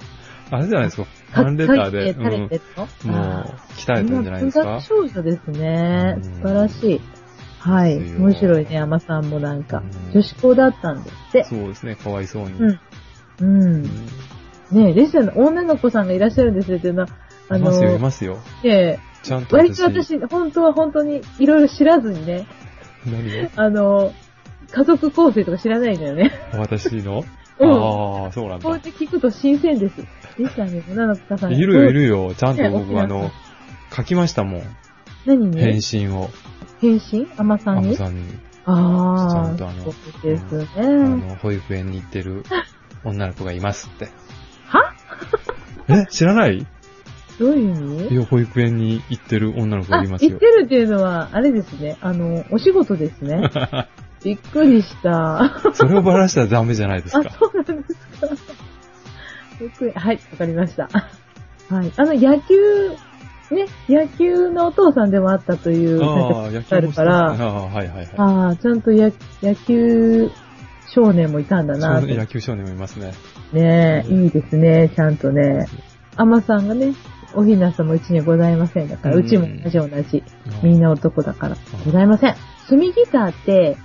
Speaker 1: あれじゃないですか。ファンレターで、
Speaker 2: 書いて垂れてる
Speaker 1: うん
Speaker 2: の
Speaker 1: もう鍛
Speaker 2: あー
Speaker 1: えたんじゃないです
Speaker 2: みな
Speaker 1: か
Speaker 2: 文。学少女ですね
Speaker 1: うん。
Speaker 2: 素晴らしい。はい。
Speaker 1: ですよ
Speaker 2: 面白いね、山さんもなんか
Speaker 1: うん。
Speaker 2: 女子校だったんですって。
Speaker 1: そうですね、かわいそうに。
Speaker 2: うん。うん。ねえ、レッスンの女の子さんがいらっしゃるんですっていうのは、あ
Speaker 1: いますよ、い
Speaker 2: の、
Speaker 1: ますよ。
Speaker 2: ええ
Speaker 1: ちゃんと
Speaker 2: 割と私、本当は本当にいろいろ知らずにね、
Speaker 1: 何を
Speaker 2: あの、家族構成とか知らないんだよね。
Speaker 1: 私の、
Speaker 2: うん
Speaker 1: ああ、そうなん
Speaker 2: こうや
Speaker 1: だ
Speaker 2: っ。て聞くと新鮮です。リスナーに女の子さんが。
Speaker 1: いるよ、いるよ。ちゃんと
Speaker 2: ね
Speaker 1: 僕、あの、書きましたもん。
Speaker 2: 何に
Speaker 1: 返信を、
Speaker 2: 返信アマさ
Speaker 1: ア
Speaker 2: ん
Speaker 1: ム
Speaker 2: に
Speaker 1: さんに。ち
Speaker 2: あ
Speaker 1: ゃ
Speaker 2: あ
Speaker 1: んとあの
Speaker 2: そうですね。
Speaker 1: あの、保育園に行ってる女の子がいますって。
Speaker 2: は
Speaker 1: え知らない
Speaker 2: どういう意
Speaker 1: い
Speaker 2: 味
Speaker 1: や、保育園に行ってる女の子
Speaker 2: あ、
Speaker 1: がい
Speaker 2: 言
Speaker 1: ま
Speaker 2: っ
Speaker 1: す
Speaker 2: て
Speaker 1: よ。
Speaker 2: るっていうのは、あれですね。あの、お仕事で すね。びっくりした。
Speaker 1: それをばらしたらダメじゃない ですか。
Speaker 2: そうなんですか。 よくはい、わかりました。はい。あの、野球、ね、野球のお父さんでもあったという、
Speaker 1: ああ、
Speaker 2: なん
Speaker 1: 野
Speaker 2: かあ
Speaker 1: 球
Speaker 2: る
Speaker 1: もして
Speaker 2: か
Speaker 1: る
Speaker 2: ら、
Speaker 1: ああ、はいはいはい。
Speaker 2: ああ、ちゃんとや野球少年もいたんだな
Speaker 1: そ
Speaker 2: と。
Speaker 1: う野球少年もいますね。
Speaker 2: ねえ、
Speaker 1: うん
Speaker 2: いいですね、ちゃんとね。アマさんがね、おひなさまうちにはございませんだから、
Speaker 1: う
Speaker 2: うんちも同じ同じ。みん
Speaker 1: な。
Speaker 2: な男だから、ございません。炭ギターって、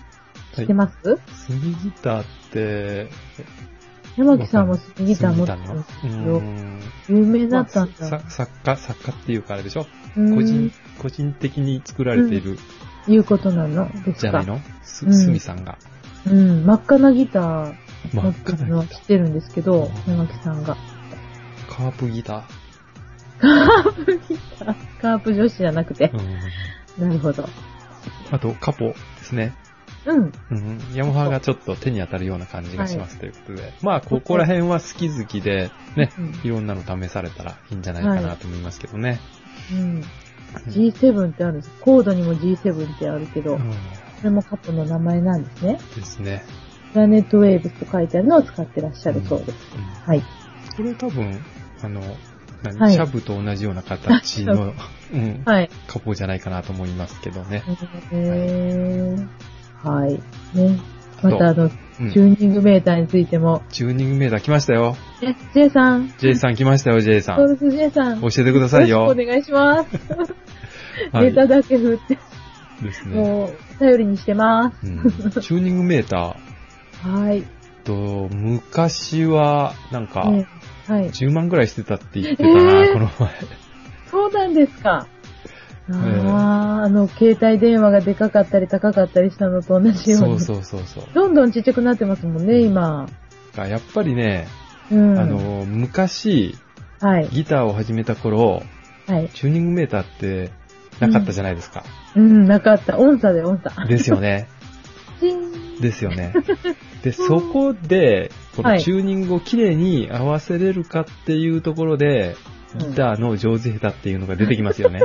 Speaker 2: 知ってます、
Speaker 1: スギターって、
Speaker 2: 山木さんも炭ギター持って
Speaker 1: た
Speaker 2: るん
Speaker 1: の
Speaker 2: です
Speaker 1: う
Speaker 2: けど、
Speaker 1: ん。
Speaker 2: 有名だったんだ。
Speaker 1: さ作家、作家っていうかあれでしょ
Speaker 2: うん
Speaker 1: 個人、個人的に作られている
Speaker 2: いうことなので
Speaker 1: じ
Speaker 2: す
Speaker 1: ゃな
Speaker 2: か
Speaker 1: い。のす、
Speaker 2: うん
Speaker 1: すみさんが。
Speaker 2: うん、真っ赤なギター
Speaker 1: 真
Speaker 2: 持
Speaker 1: っ
Speaker 2: って
Speaker 1: 赤
Speaker 2: るの
Speaker 1: な
Speaker 2: は
Speaker 1: ギ
Speaker 2: 知ってるんですけど、
Speaker 1: うん
Speaker 2: 山木さんが。
Speaker 1: ター。カープギタ
Speaker 2: カープ女子じゃなくて
Speaker 1: ー。う。ん。
Speaker 2: なるほど。
Speaker 1: あと、カポですね。
Speaker 2: うん。
Speaker 1: うん。ヤマハがちょっと手に当たるような感じがしますということで。まあ、ここら辺は好き好きで、ね、
Speaker 2: うん
Speaker 1: いろんなの試されたらいいんじゃないかなと思いますけどね。
Speaker 2: うん。G7 ってあるんです。コードにも G7 ってあるけ
Speaker 1: う
Speaker 2: ど、
Speaker 1: ん。
Speaker 2: それもカップの名前なんですね。
Speaker 1: ですね。
Speaker 2: プラネットウェーブスと書いてあるのを使ってらっしゃるそうです。
Speaker 1: うん
Speaker 2: はい。
Speaker 1: これ多分、あの、何、
Speaker 2: はい
Speaker 1: シャブと同じような形の、うん、
Speaker 2: はい。
Speaker 1: カポじゃないかなと思いますけどね。
Speaker 2: えー、はい。ね。
Speaker 1: あ
Speaker 2: ま
Speaker 1: と
Speaker 2: たあの、
Speaker 1: うん
Speaker 2: チューニングメーターについても、
Speaker 1: チューニングメーター来ましたよ。
Speaker 2: ね、J さん、
Speaker 1: J さん来ましたよ、J さ
Speaker 2: ソウ
Speaker 1: ん。
Speaker 2: ルス J さ
Speaker 1: 教
Speaker 2: ん、よ
Speaker 1: えてくださ
Speaker 2: ろ
Speaker 1: い
Speaker 2: しく
Speaker 1: よ。
Speaker 2: お願いします。
Speaker 1: はい
Speaker 2: ネタだけ振って、
Speaker 1: ですね。
Speaker 2: もう、頼りにしてます。
Speaker 1: うんチューニングメータ
Speaker 2: はい。
Speaker 1: ーと、昔は、なんか、
Speaker 2: ねはい。
Speaker 1: 10万ぐらいしてたって言ってたな、
Speaker 2: えー
Speaker 1: この前。
Speaker 2: そうなんですか。
Speaker 1: え
Speaker 2: ああ
Speaker 1: え
Speaker 2: あの、携帯電話がでかかったり高かったりしたのと同じように。
Speaker 1: そうそうそうそう。
Speaker 2: どんどんちっちゃくなってますもんね、今。
Speaker 1: がやっぱりね、
Speaker 2: うん。
Speaker 1: あ、の、昔、
Speaker 2: はい。
Speaker 1: ギターを始めた頃、
Speaker 2: はい。
Speaker 1: チューニングメーターってなかったじゃないですか。
Speaker 2: うん、なかった。音差で音差。
Speaker 1: ですよね。
Speaker 2: チーン
Speaker 1: ですよね。で、そこで、こ
Speaker 2: は
Speaker 1: の
Speaker 2: い
Speaker 1: チューニングをきれいに合わせれるかっていうところで、ギターの上手下手っていうのが出てきますよね。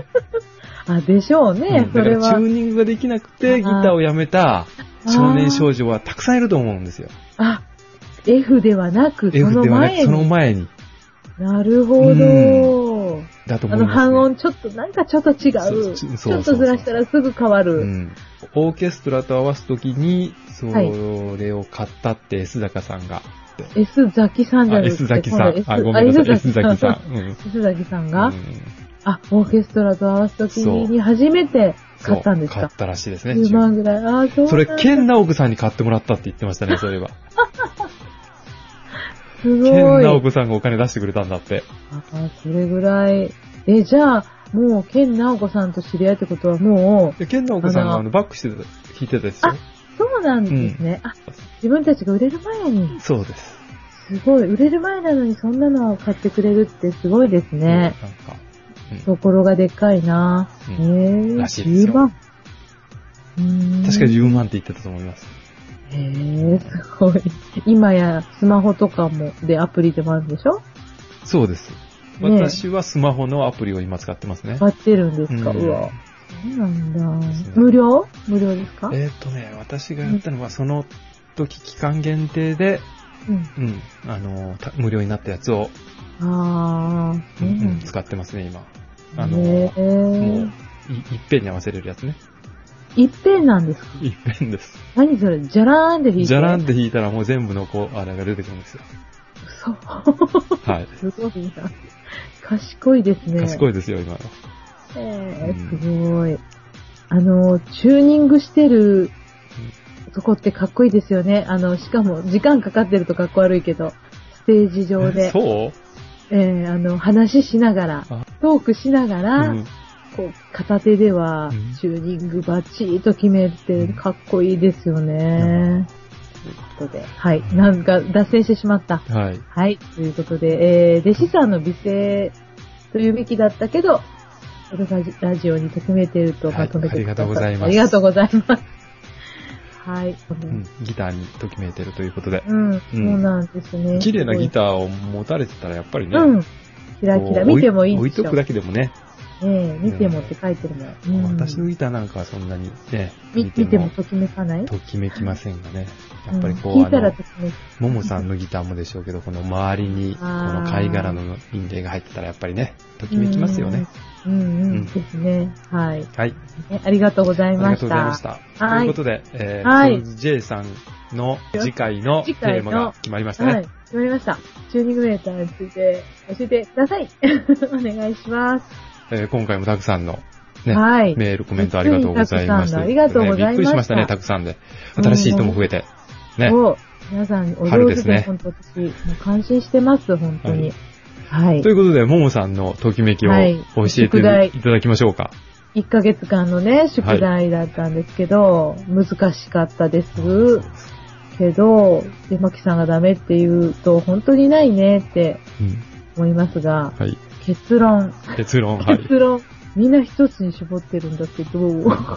Speaker 2: あ、でしょうね、
Speaker 1: うん
Speaker 2: そ
Speaker 1: だか
Speaker 2: れ
Speaker 1: らチ
Speaker 2: は
Speaker 1: ュー。ニングができなくてギターをやめた少年少女はたくさんいると思うんですよ。
Speaker 2: あ、F ではなく、そ
Speaker 1: F
Speaker 2: の
Speaker 1: では
Speaker 2: 前
Speaker 1: ね、
Speaker 2: に。
Speaker 1: その前に。
Speaker 2: なるほど。
Speaker 1: だと
Speaker 2: あ
Speaker 1: 思います、ね。
Speaker 2: の半音ちょっと、なんかちょっと違
Speaker 1: そ
Speaker 2: う。ち
Speaker 1: うそう
Speaker 2: ょっとずらしたらすぐ変わ
Speaker 1: う
Speaker 2: る。
Speaker 1: ん。オーケストラと合わすときに、そ
Speaker 2: はい
Speaker 1: れを買ったって、S 坂さんが。
Speaker 2: S ザキさんじゃ
Speaker 1: あ、
Speaker 2: なくて
Speaker 1: S 崎さ
Speaker 2: 今度
Speaker 1: ん。
Speaker 2: S-
Speaker 1: あ、ごめんなさい、
Speaker 2: あ
Speaker 1: S 崎さん。うん。
Speaker 2: S ザキさんが、
Speaker 1: うん
Speaker 2: あ、オーケストラと合わせた時に初めて買ったんです
Speaker 1: そう買
Speaker 2: か
Speaker 1: ったらしいですね。
Speaker 2: 10万ぐらい。あー、そうなんだ。
Speaker 1: それ、ケンナオグさんに買ってもらったって言ってましたね、そうい えば。
Speaker 2: すごい。
Speaker 1: ケンナオグさんがお金出してくれたんだって。
Speaker 2: あーそれぐらい。え、じゃあ、もう、ケンナオコさんと知り合いってことはもう、
Speaker 1: で、ケンナオグさんが
Speaker 2: あの
Speaker 1: あのバックしてた、弾いてたですよ。
Speaker 2: そうなんですね。あ、自分たちが売れる前に、
Speaker 1: そうです。
Speaker 2: すごい、売れる前なのにそんなのを買ってくれるってすごいですね。
Speaker 1: なんか、
Speaker 2: 心がでっかいな
Speaker 1: う
Speaker 2: え
Speaker 1: ん
Speaker 2: ぇ、
Speaker 1: らしいですよ
Speaker 2: 10万。うーん
Speaker 1: 確かに10万って言ってたと思います。
Speaker 2: へえ、すごい。今やスマホとかも、で、アプリでもあるんでしょ
Speaker 1: そうです。
Speaker 2: ねえ
Speaker 1: 私はスマホのアプリを今使ってますね。
Speaker 2: 買ってるんですか、
Speaker 1: う
Speaker 2: うんわ。そうなんだ
Speaker 1: すね。
Speaker 2: 無料無料ですか
Speaker 1: えーっ、とね、私がやったのは、その時期間限定で、
Speaker 2: うん。
Speaker 1: うん、あの、た無料になったやつを、う
Speaker 2: あー、そうんなんだ
Speaker 1: うん使ってますね、今。あの、
Speaker 2: へ
Speaker 1: もうい、
Speaker 2: ー、
Speaker 1: いっぺんに合わせれるや つね。
Speaker 2: 一平なんですか
Speaker 1: いっぺんです。
Speaker 2: 何それじゃらーんで弾いて
Speaker 1: じゃらんって弾いたらもう全部のこう、あれが出てくるんです よ。
Speaker 2: 嘘。
Speaker 1: はい。
Speaker 2: すごいな。賢いですね。
Speaker 1: 賢
Speaker 2: い。
Speaker 1: いですよ、今の。
Speaker 2: え
Speaker 1: う
Speaker 2: ー、すごい。あの、チューニングしてるとこってかっこいいですよね。あの、しかも時間かかってるとかっこ悪いけど、ステージ上で、
Speaker 1: そう
Speaker 2: えー、あの、話しながら
Speaker 1: あ、
Speaker 2: トークしながら、
Speaker 1: うん
Speaker 2: こう、片手では
Speaker 1: うん、
Speaker 2: チューニングバッチリと決めて
Speaker 1: うん、
Speaker 2: かっこいいですよね。ということで、はい。
Speaker 1: うん
Speaker 2: なんか、脱線してしまった。
Speaker 1: はい。
Speaker 2: はい。ということで、えー、弟子さんの美声というべきだったけど、これがラジオに特めているとまとめてくださっ
Speaker 1: はいありがとうございます
Speaker 2: ありがとうございます。はい。
Speaker 1: うん、ギターにときめいてるということで。
Speaker 2: うん、そうなんですね。
Speaker 1: 綺麗なギ
Speaker 2: ー
Speaker 1: ターを持たれてたらやっぱりね、
Speaker 2: うん。キラキラ。見てもいい
Speaker 1: 置
Speaker 2: で
Speaker 1: い
Speaker 2: し
Speaker 1: と
Speaker 2: ょ。
Speaker 1: くだけでもね、
Speaker 2: ええ見てもって書いてるもん。うん
Speaker 1: 私のギターなんかはそんなにね、
Speaker 2: み見てもときめかない
Speaker 1: ときめきませんがね。やっぱりこう、
Speaker 2: うん聞い
Speaker 1: あ
Speaker 2: たら
Speaker 1: の
Speaker 2: と、きめく。
Speaker 1: ももさんのギターもでしょうけど、この周りに、こ
Speaker 2: あー
Speaker 1: の貝殻の印影が入ってたらやっぱりね、ときめきますよね。
Speaker 2: うんうん、
Speaker 1: うん
Speaker 2: ですね。はい、
Speaker 1: はい。
Speaker 2: ねありがとうござ
Speaker 1: あ
Speaker 2: い
Speaker 1: りが
Speaker 2: ま
Speaker 1: と
Speaker 2: し
Speaker 1: うございま
Speaker 2: た
Speaker 1: し。た。
Speaker 2: はい
Speaker 1: ということで、えー、
Speaker 2: は
Speaker 1: ソ
Speaker 2: い
Speaker 1: ウル J さんの次回のテ
Speaker 2: 次回
Speaker 1: ーマ
Speaker 2: の
Speaker 1: が決まりましたね。
Speaker 2: はい。決まりました。チューニングメーターについて教えてください。 お願いします。
Speaker 1: えー今回もたくさんの、ね、
Speaker 2: はい
Speaker 1: メール、コメントありがとうございました。
Speaker 2: たくさんのありがとうございました
Speaker 1: ねびっくりしましたね、たくさんで。新しい人も増えて。ね。
Speaker 2: を皆さんお
Speaker 1: 春で
Speaker 2: 上手
Speaker 1: す
Speaker 2: で、
Speaker 1: ね
Speaker 2: 本当私、もう感心してます、本当に。はい。
Speaker 1: ということで、ももさんのときめきを
Speaker 2: はい
Speaker 1: 教えて
Speaker 2: 宿題
Speaker 1: いただきましょうか。
Speaker 2: 1ヶ月間のね、宿題だったんですけど、難しかったです。けど、で、まきさんがダメって言うと、本当にないねって
Speaker 1: うん
Speaker 2: 思いますが、
Speaker 1: はい。
Speaker 2: 結論。
Speaker 1: 結論、はい。
Speaker 2: 結論。みんな一つに絞ってるんだけど、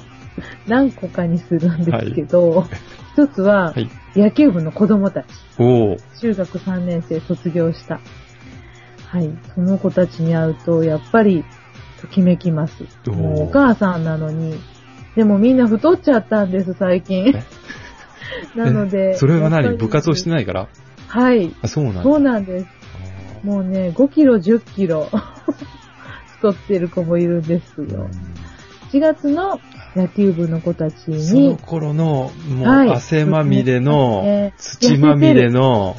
Speaker 2: 何個かにするんですけど、一つは
Speaker 1: は、い。
Speaker 2: 野球部の子供たち。
Speaker 1: おー。
Speaker 2: 中学3年生卒業した。はい。その子たちに会うと、やっぱり、ときめきます。
Speaker 1: おー
Speaker 2: もうお母さんなのに。でもみんな太っちゃったんです、最近
Speaker 1: え。
Speaker 2: なので。
Speaker 1: えそれは何部活をして
Speaker 2: ない
Speaker 1: ないから
Speaker 2: はい。
Speaker 1: あ、そうなん
Speaker 2: そう
Speaker 1: だ。
Speaker 2: なんです。
Speaker 1: あ
Speaker 2: もうね、5キロ、10キロ、 太ってる子もいるんです
Speaker 1: ーう
Speaker 2: よ
Speaker 1: ん。
Speaker 2: 7月の野球部の子たち
Speaker 1: その
Speaker 2: に、
Speaker 1: 頃の、もう、
Speaker 2: はい
Speaker 1: 汗まみれの
Speaker 2: え、
Speaker 1: 土まみれの、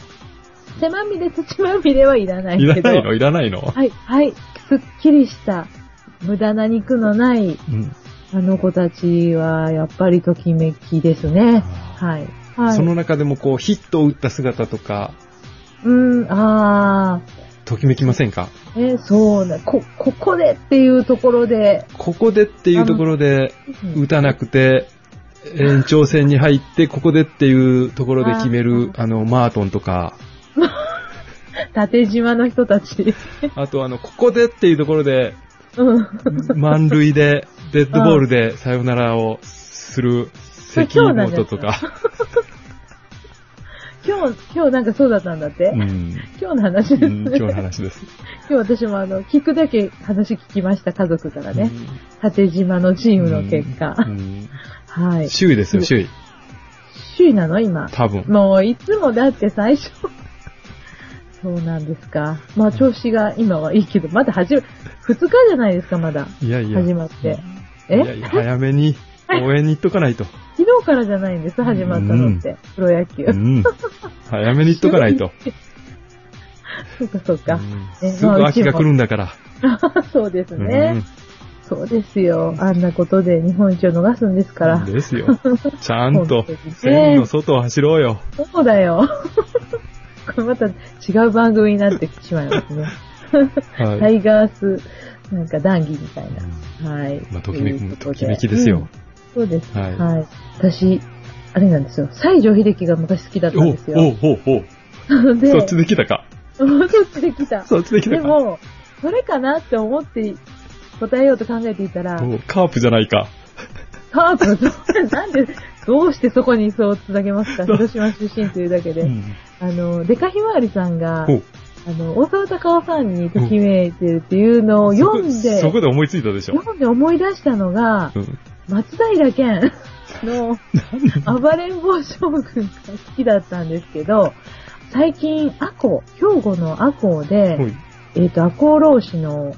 Speaker 2: 手まみれ、土まみれはいらない
Speaker 1: いら
Speaker 2: けど。
Speaker 1: ないのいらないの
Speaker 2: はい、はい、すっきりした、無駄な肉のない、
Speaker 1: うん。
Speaker 2: あの子たちは、やっぱりときめきですね。はい。はい。
Speaker 1: その中でもこう、ヒットを打った姿とか、
Speaker 2: うん、あ
Speaker 1: ときめきませんか
Speaker 2: ー、え、そうな、こ、ここでっていうところで、
Speaker 1: ここでっていうところで、
Speaker 2: うん
Speaker 1: 打たなくて、延長戦に入って、ここでっていうところで決める、あの、マートンとか、
Speaker 2: 縦島の人たち。
Speaker 1: あとあの、ここでっていうところで、
Speaker 2: うん。
Speaker 1: 満塁 で、デッドボールでサヨナラをする関本とか。
Speaker 2: 今日、今日なんかそうだったんだって。
Speaker 1: うん。
Speaker 2: 今日の話
Speaker 1: う
Speaker 2: です
Speaker 1: ん
Speaker 2: ね。
Speaker 1: 今日の話です。
Speaker 2: 今日私もあの、聞くだけ話聞きました、家族からね。
Speaker 1: う
Speaker 2: 縦島のチー
Speaker 1: ん
Speaker 2: ムの結果。
Speaker 1: うん
Speaker 2: はい。
Speaker 1: 首位ですよ、首位。
Speaker 2: 首位なの今。
Speaker 1: 多分。
Speaker 2: もういつもだって最初。そうなんですか。まあ調子が今はいいけど、まだ始め、2日じゃないですか、まだ。
Speaker 1: いやいや。
Speaker 2: 始まって。
Speaker 1: いや
Speaker 2: え
Speaker 1: いや、早めに応援に行っとかないと。
Speaker 2: 昨日からじゃないんです、始まったのって。プロ野球
Speaker 1: う。ん。早めに行っとかないと。
Speaker 2: そうか、そうか。
Speaker 1: うん
Speaker 2: ね
Speaker 1: すぐ秋が来る。んだから。
Speaker 2: まあうちも そうです
Speaker 1: う
Speaker 2: ね
Speaker 1: ん。
Speaker 2: そうですよ。あんなことで日本一を逃すんですから。
Speaker 1: です よ。ちゃんと
Speaker 2: 本当にね、
Speaker 1: 線の外を走ろうよ。
Speaker 2: そうだよ。 これまた違う番組になってしまいますね。
Speaker 1: はい
Speaker 2: タイガース、なんか談義みたいな。はい。
Speaker 1: まあ、ときめ
Speaker 2: いう
Speaker 1: き、
Speaker 2: こと
Speaker 1: ときめきです
Speaker 2: うん
Speaker 1: よ。
Speaker 2: そうです。
Speaker 1: は
Speaker 2: はいい。私、あれなんですよ。西城秀樹が昔好きだったん
Speaker 1: お
Speaker 2: です
Speaker 1: お
Speaker 2: よ。
Speaker 1: おお
Speaker 2: で、
Speaker 1: そっちで来たか。
Speaker 2: もうそっちで来た。
Speaker 1: そっちで来
Speaker 2: で
Speaker 1: たか。
Speaker 2: も、それかなって思って答えようと考えていたら、
Speaker 1: おカープじゃないか。
Speaker 2: カープのどう、 なんで、どうしてそこにそうつなげますか広島出身というだけで。
Speaker 1: うん
Speaker 2: あの、デカヒマワリさんが、
Speaker 1: お
Speaker 2: あの、大沢たかおさんにときめいてるっていうのを読んで、
Speaker 1: そこそこで思いついたでしょ。
Speaker 2: 読んで思い出したのが
Speaker 1: う、ん
Speaker 2: 松平健の暴れん坊将軍が好きだったんですけど、最近、アコ、兵庫のアコで、
Speaker 1: はい
Speaker 2: えっ、と、アコ老子の、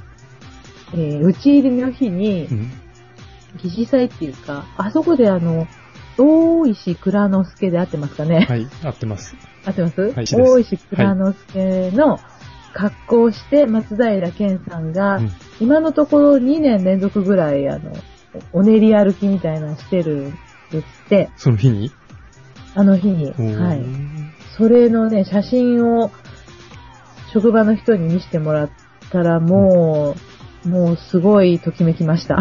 Speaker 2: えー打ち入りの日に
Speaker 1: う、ん
Speaker 2: 疑似祭っていうか、あそこであの、大石倉之助で合ってますかね、
Speaker 1: はい、合ってます。
Speaker 2: 合ってます、
Speaker 1: いです
Speaker 2: 大石倉之助の格好をして、松平健さんが、
Speaker 1: うん
Speaker 2: 今のところ2年連続ぐらい、あの、お練り歩きみたいなのしてるんですって、
Speaker 1: その日に
Speaker 2: あの日に。
Speaker 1: おー
Speaker 2: はい。それのね、写真を職場の人に見せてもらったらもう、もうすごいときめきました。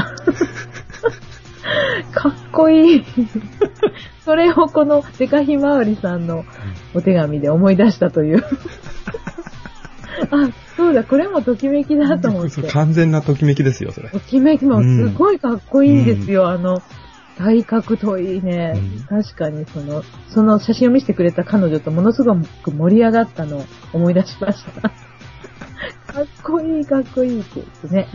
Speaker 2: かっこいい。それをこのデカヒマワリさんのお手紙で思い出したと いう。あ、そうだ、これもときめきだと思っ
Speaker 1: そ
Speaker 2: て
Speaker 1: れ。完全なときめきですよ、そ れ。
Speaker 2: ときめきもすごいかっこいいんですよ、あの、体格といいね。
Speaker 1: う
Speaker 2: 確かにその、その写真を見せてくれた彼女とものすごく盛り上がったのを思い出しました。 かっこいい、かっこいいって言ってね。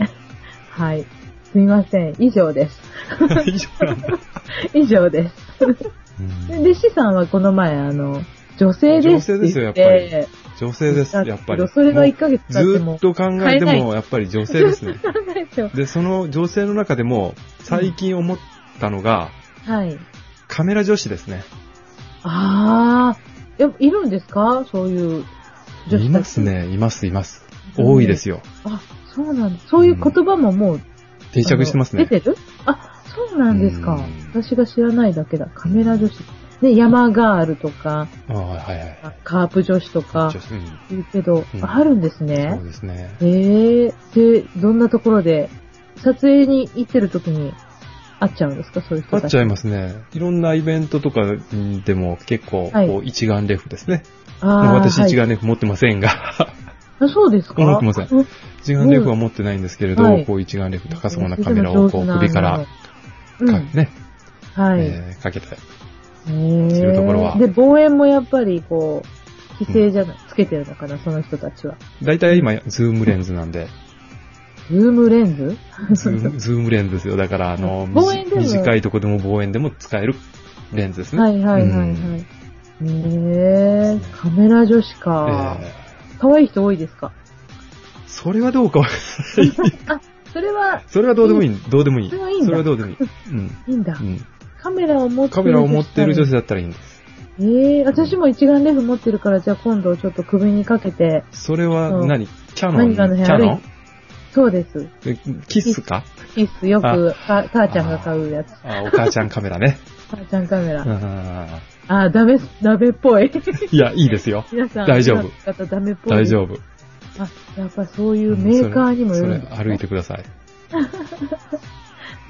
Speaker 2: はい。すみません。以上です。
Speaker 1: 以上なんだ。
Speaker 2: 以上です。
Speaker 1: うん
Speaker 2: で、弟子さんはこの前、あの、女性ですって言って。
Speaker 1: 女性ですよやっぱり女性です、やっぱり。
Speaker 2: それが
Speaker 1: もう
Speaker 2: 1ヶ月
Speaker 1: ず
Speaker 2: 経って
Speaker 1: ー
Speaker 2: も
Speaker 1: っ。と考えて
Speaker 2: 変えな
Speaker 1: も、やっぱり女性ですね。
Speaker 2: 考えても
Speaker 1: で、その女性の中でも、最近思ったのが、
Speaker 2: はい。
Speaker 1: カメラ女子ですね。
Speaker 2: ああ、やっぱいるんですかそういう女子たち
Speaker 1: います。ね、います、います。多いですよ。
Speaker 2: あ、そうなんだ。そういう言葉ももう、
Speaker 1: 定着してます
Speaker 2: あの
Speaker 1: ね。
Speaker 2: 出てるあ、そうなんですか
Speaker 1: うん。
Speaker 2: 私が知らないだけだ。カメラ女子。ね、山ガールとか、
Speaker 1: ああ、はいはい。
Speaker 2: カープ女子とか
Speaker 1: 女、子うん
Speaker 2: 言うけど、
Speaker 1: うん
Speaker 2: あるんです
Speaker 1: そ
Speaker 2: ね
Speaker 1: う。ですね。
Speaker 2: へえー、で、どんなところで、撮影に行ってる時に会っちゃうんですかそういう人
Speaker 1: 会
Speaker 2: た
Speaker 1: っちゃい
Speaker 2: ま
Speaker 1: ますね。いろんなイベントとかうんでも結構、
Speaker 2: はい
Speaker 1: こう一眼レフですね。
Speaker 2: す。ああ、
Speaker 1: 私一
Speaker 2: はい
Speaker 1: 眼レフ持ってませんが、
Speaker 2: あそうですか
Speaker 1: 持ってません
Speaker 2: うん
Speaker 1: 一眼レフは持ってないんですけれど、
Speaker 2: はい
Speaker 1: こう一眼レフ高そうなカメラをこう首から、
Speaker 2: うん、
Speaker 1: かね、
Speaker 2: はい。
Speaker 1: えーかけて。
Speaker 2: へー
Speaker 1: するところは
Speaker 2: で、望遠もやっぱりこう、規制じゃない、つけてるのかな、その人たちは。
Speaker 1: だいたい今、ズームレンズなんで、
Speaker 2: ズームレンズ
Speaker 1: ズームズームレンズですよ。だから、あの、
Speaker 2: 望遠でも
Speaker 1: 短いとこでも望遠でも使えるレンズですね。
Speaker 2: はいはいはいはい。
Speaker 1: うん
Speaker 2: ねえ、カメラ女子か。
Speaker 1: え
Speaker 2: 可愛い人多いですか
Speaker 1: ーそれは どうかわかんない。
Speaker 2: あ、それは、
Speaker 1: それはどうでもいい。どうでもいい。
Speaker 2: それはいいんだ
Speaker 1: それはどうでもいい。 うん。
Speaker 2: いいんだ。
Speaker 1: うん。
Speaker 2: カメラを持ってる
Speaker 1: カメラを持っている女
Speaker 2: 子
Speaker 1: 性だったらいいんです。
Speaker 2: ええ私も一眼レフ持ってるから、じゃあ今度ちょっと首にかけて、
Speaker 1: それは
Speaker 2: そう
Speaker 1: 何、キャノン
Speaker 2: 何かの部
Speaker 1: キ
Speaker 2: 屋
Speaker 1: ャノン
Speaker 2: そうです。
Speaker 1: えキスか
Speaker 2: キスよく、か母ちゃんが買うやつ。
Speaker 1: あ、お母ちゃんカメラ ね。
Speaker 2: 母ちゃんカメラ。
Speaker 1: あ
Speaker 2: あ、ダメ、ダメっぽい。
Speaker 1: ーいや、いいですよ。
Speaker 2: 皆さん、
Speaker 1: 大丈夫
Speaker 2: 今の方ダメっぽいで
Speaker 1: 大
Speaker 2: す。
Speaker 1: 丈夫。
Speaker 2: あ、やっぱそういうメーカーにも
Speaker 1: そ
Speaker 2: よる
Speaker 1: れ
Speaker 2: んです
Speaker 1: そ
Speaker 2: ね
Speaker 1: れ歩いてください。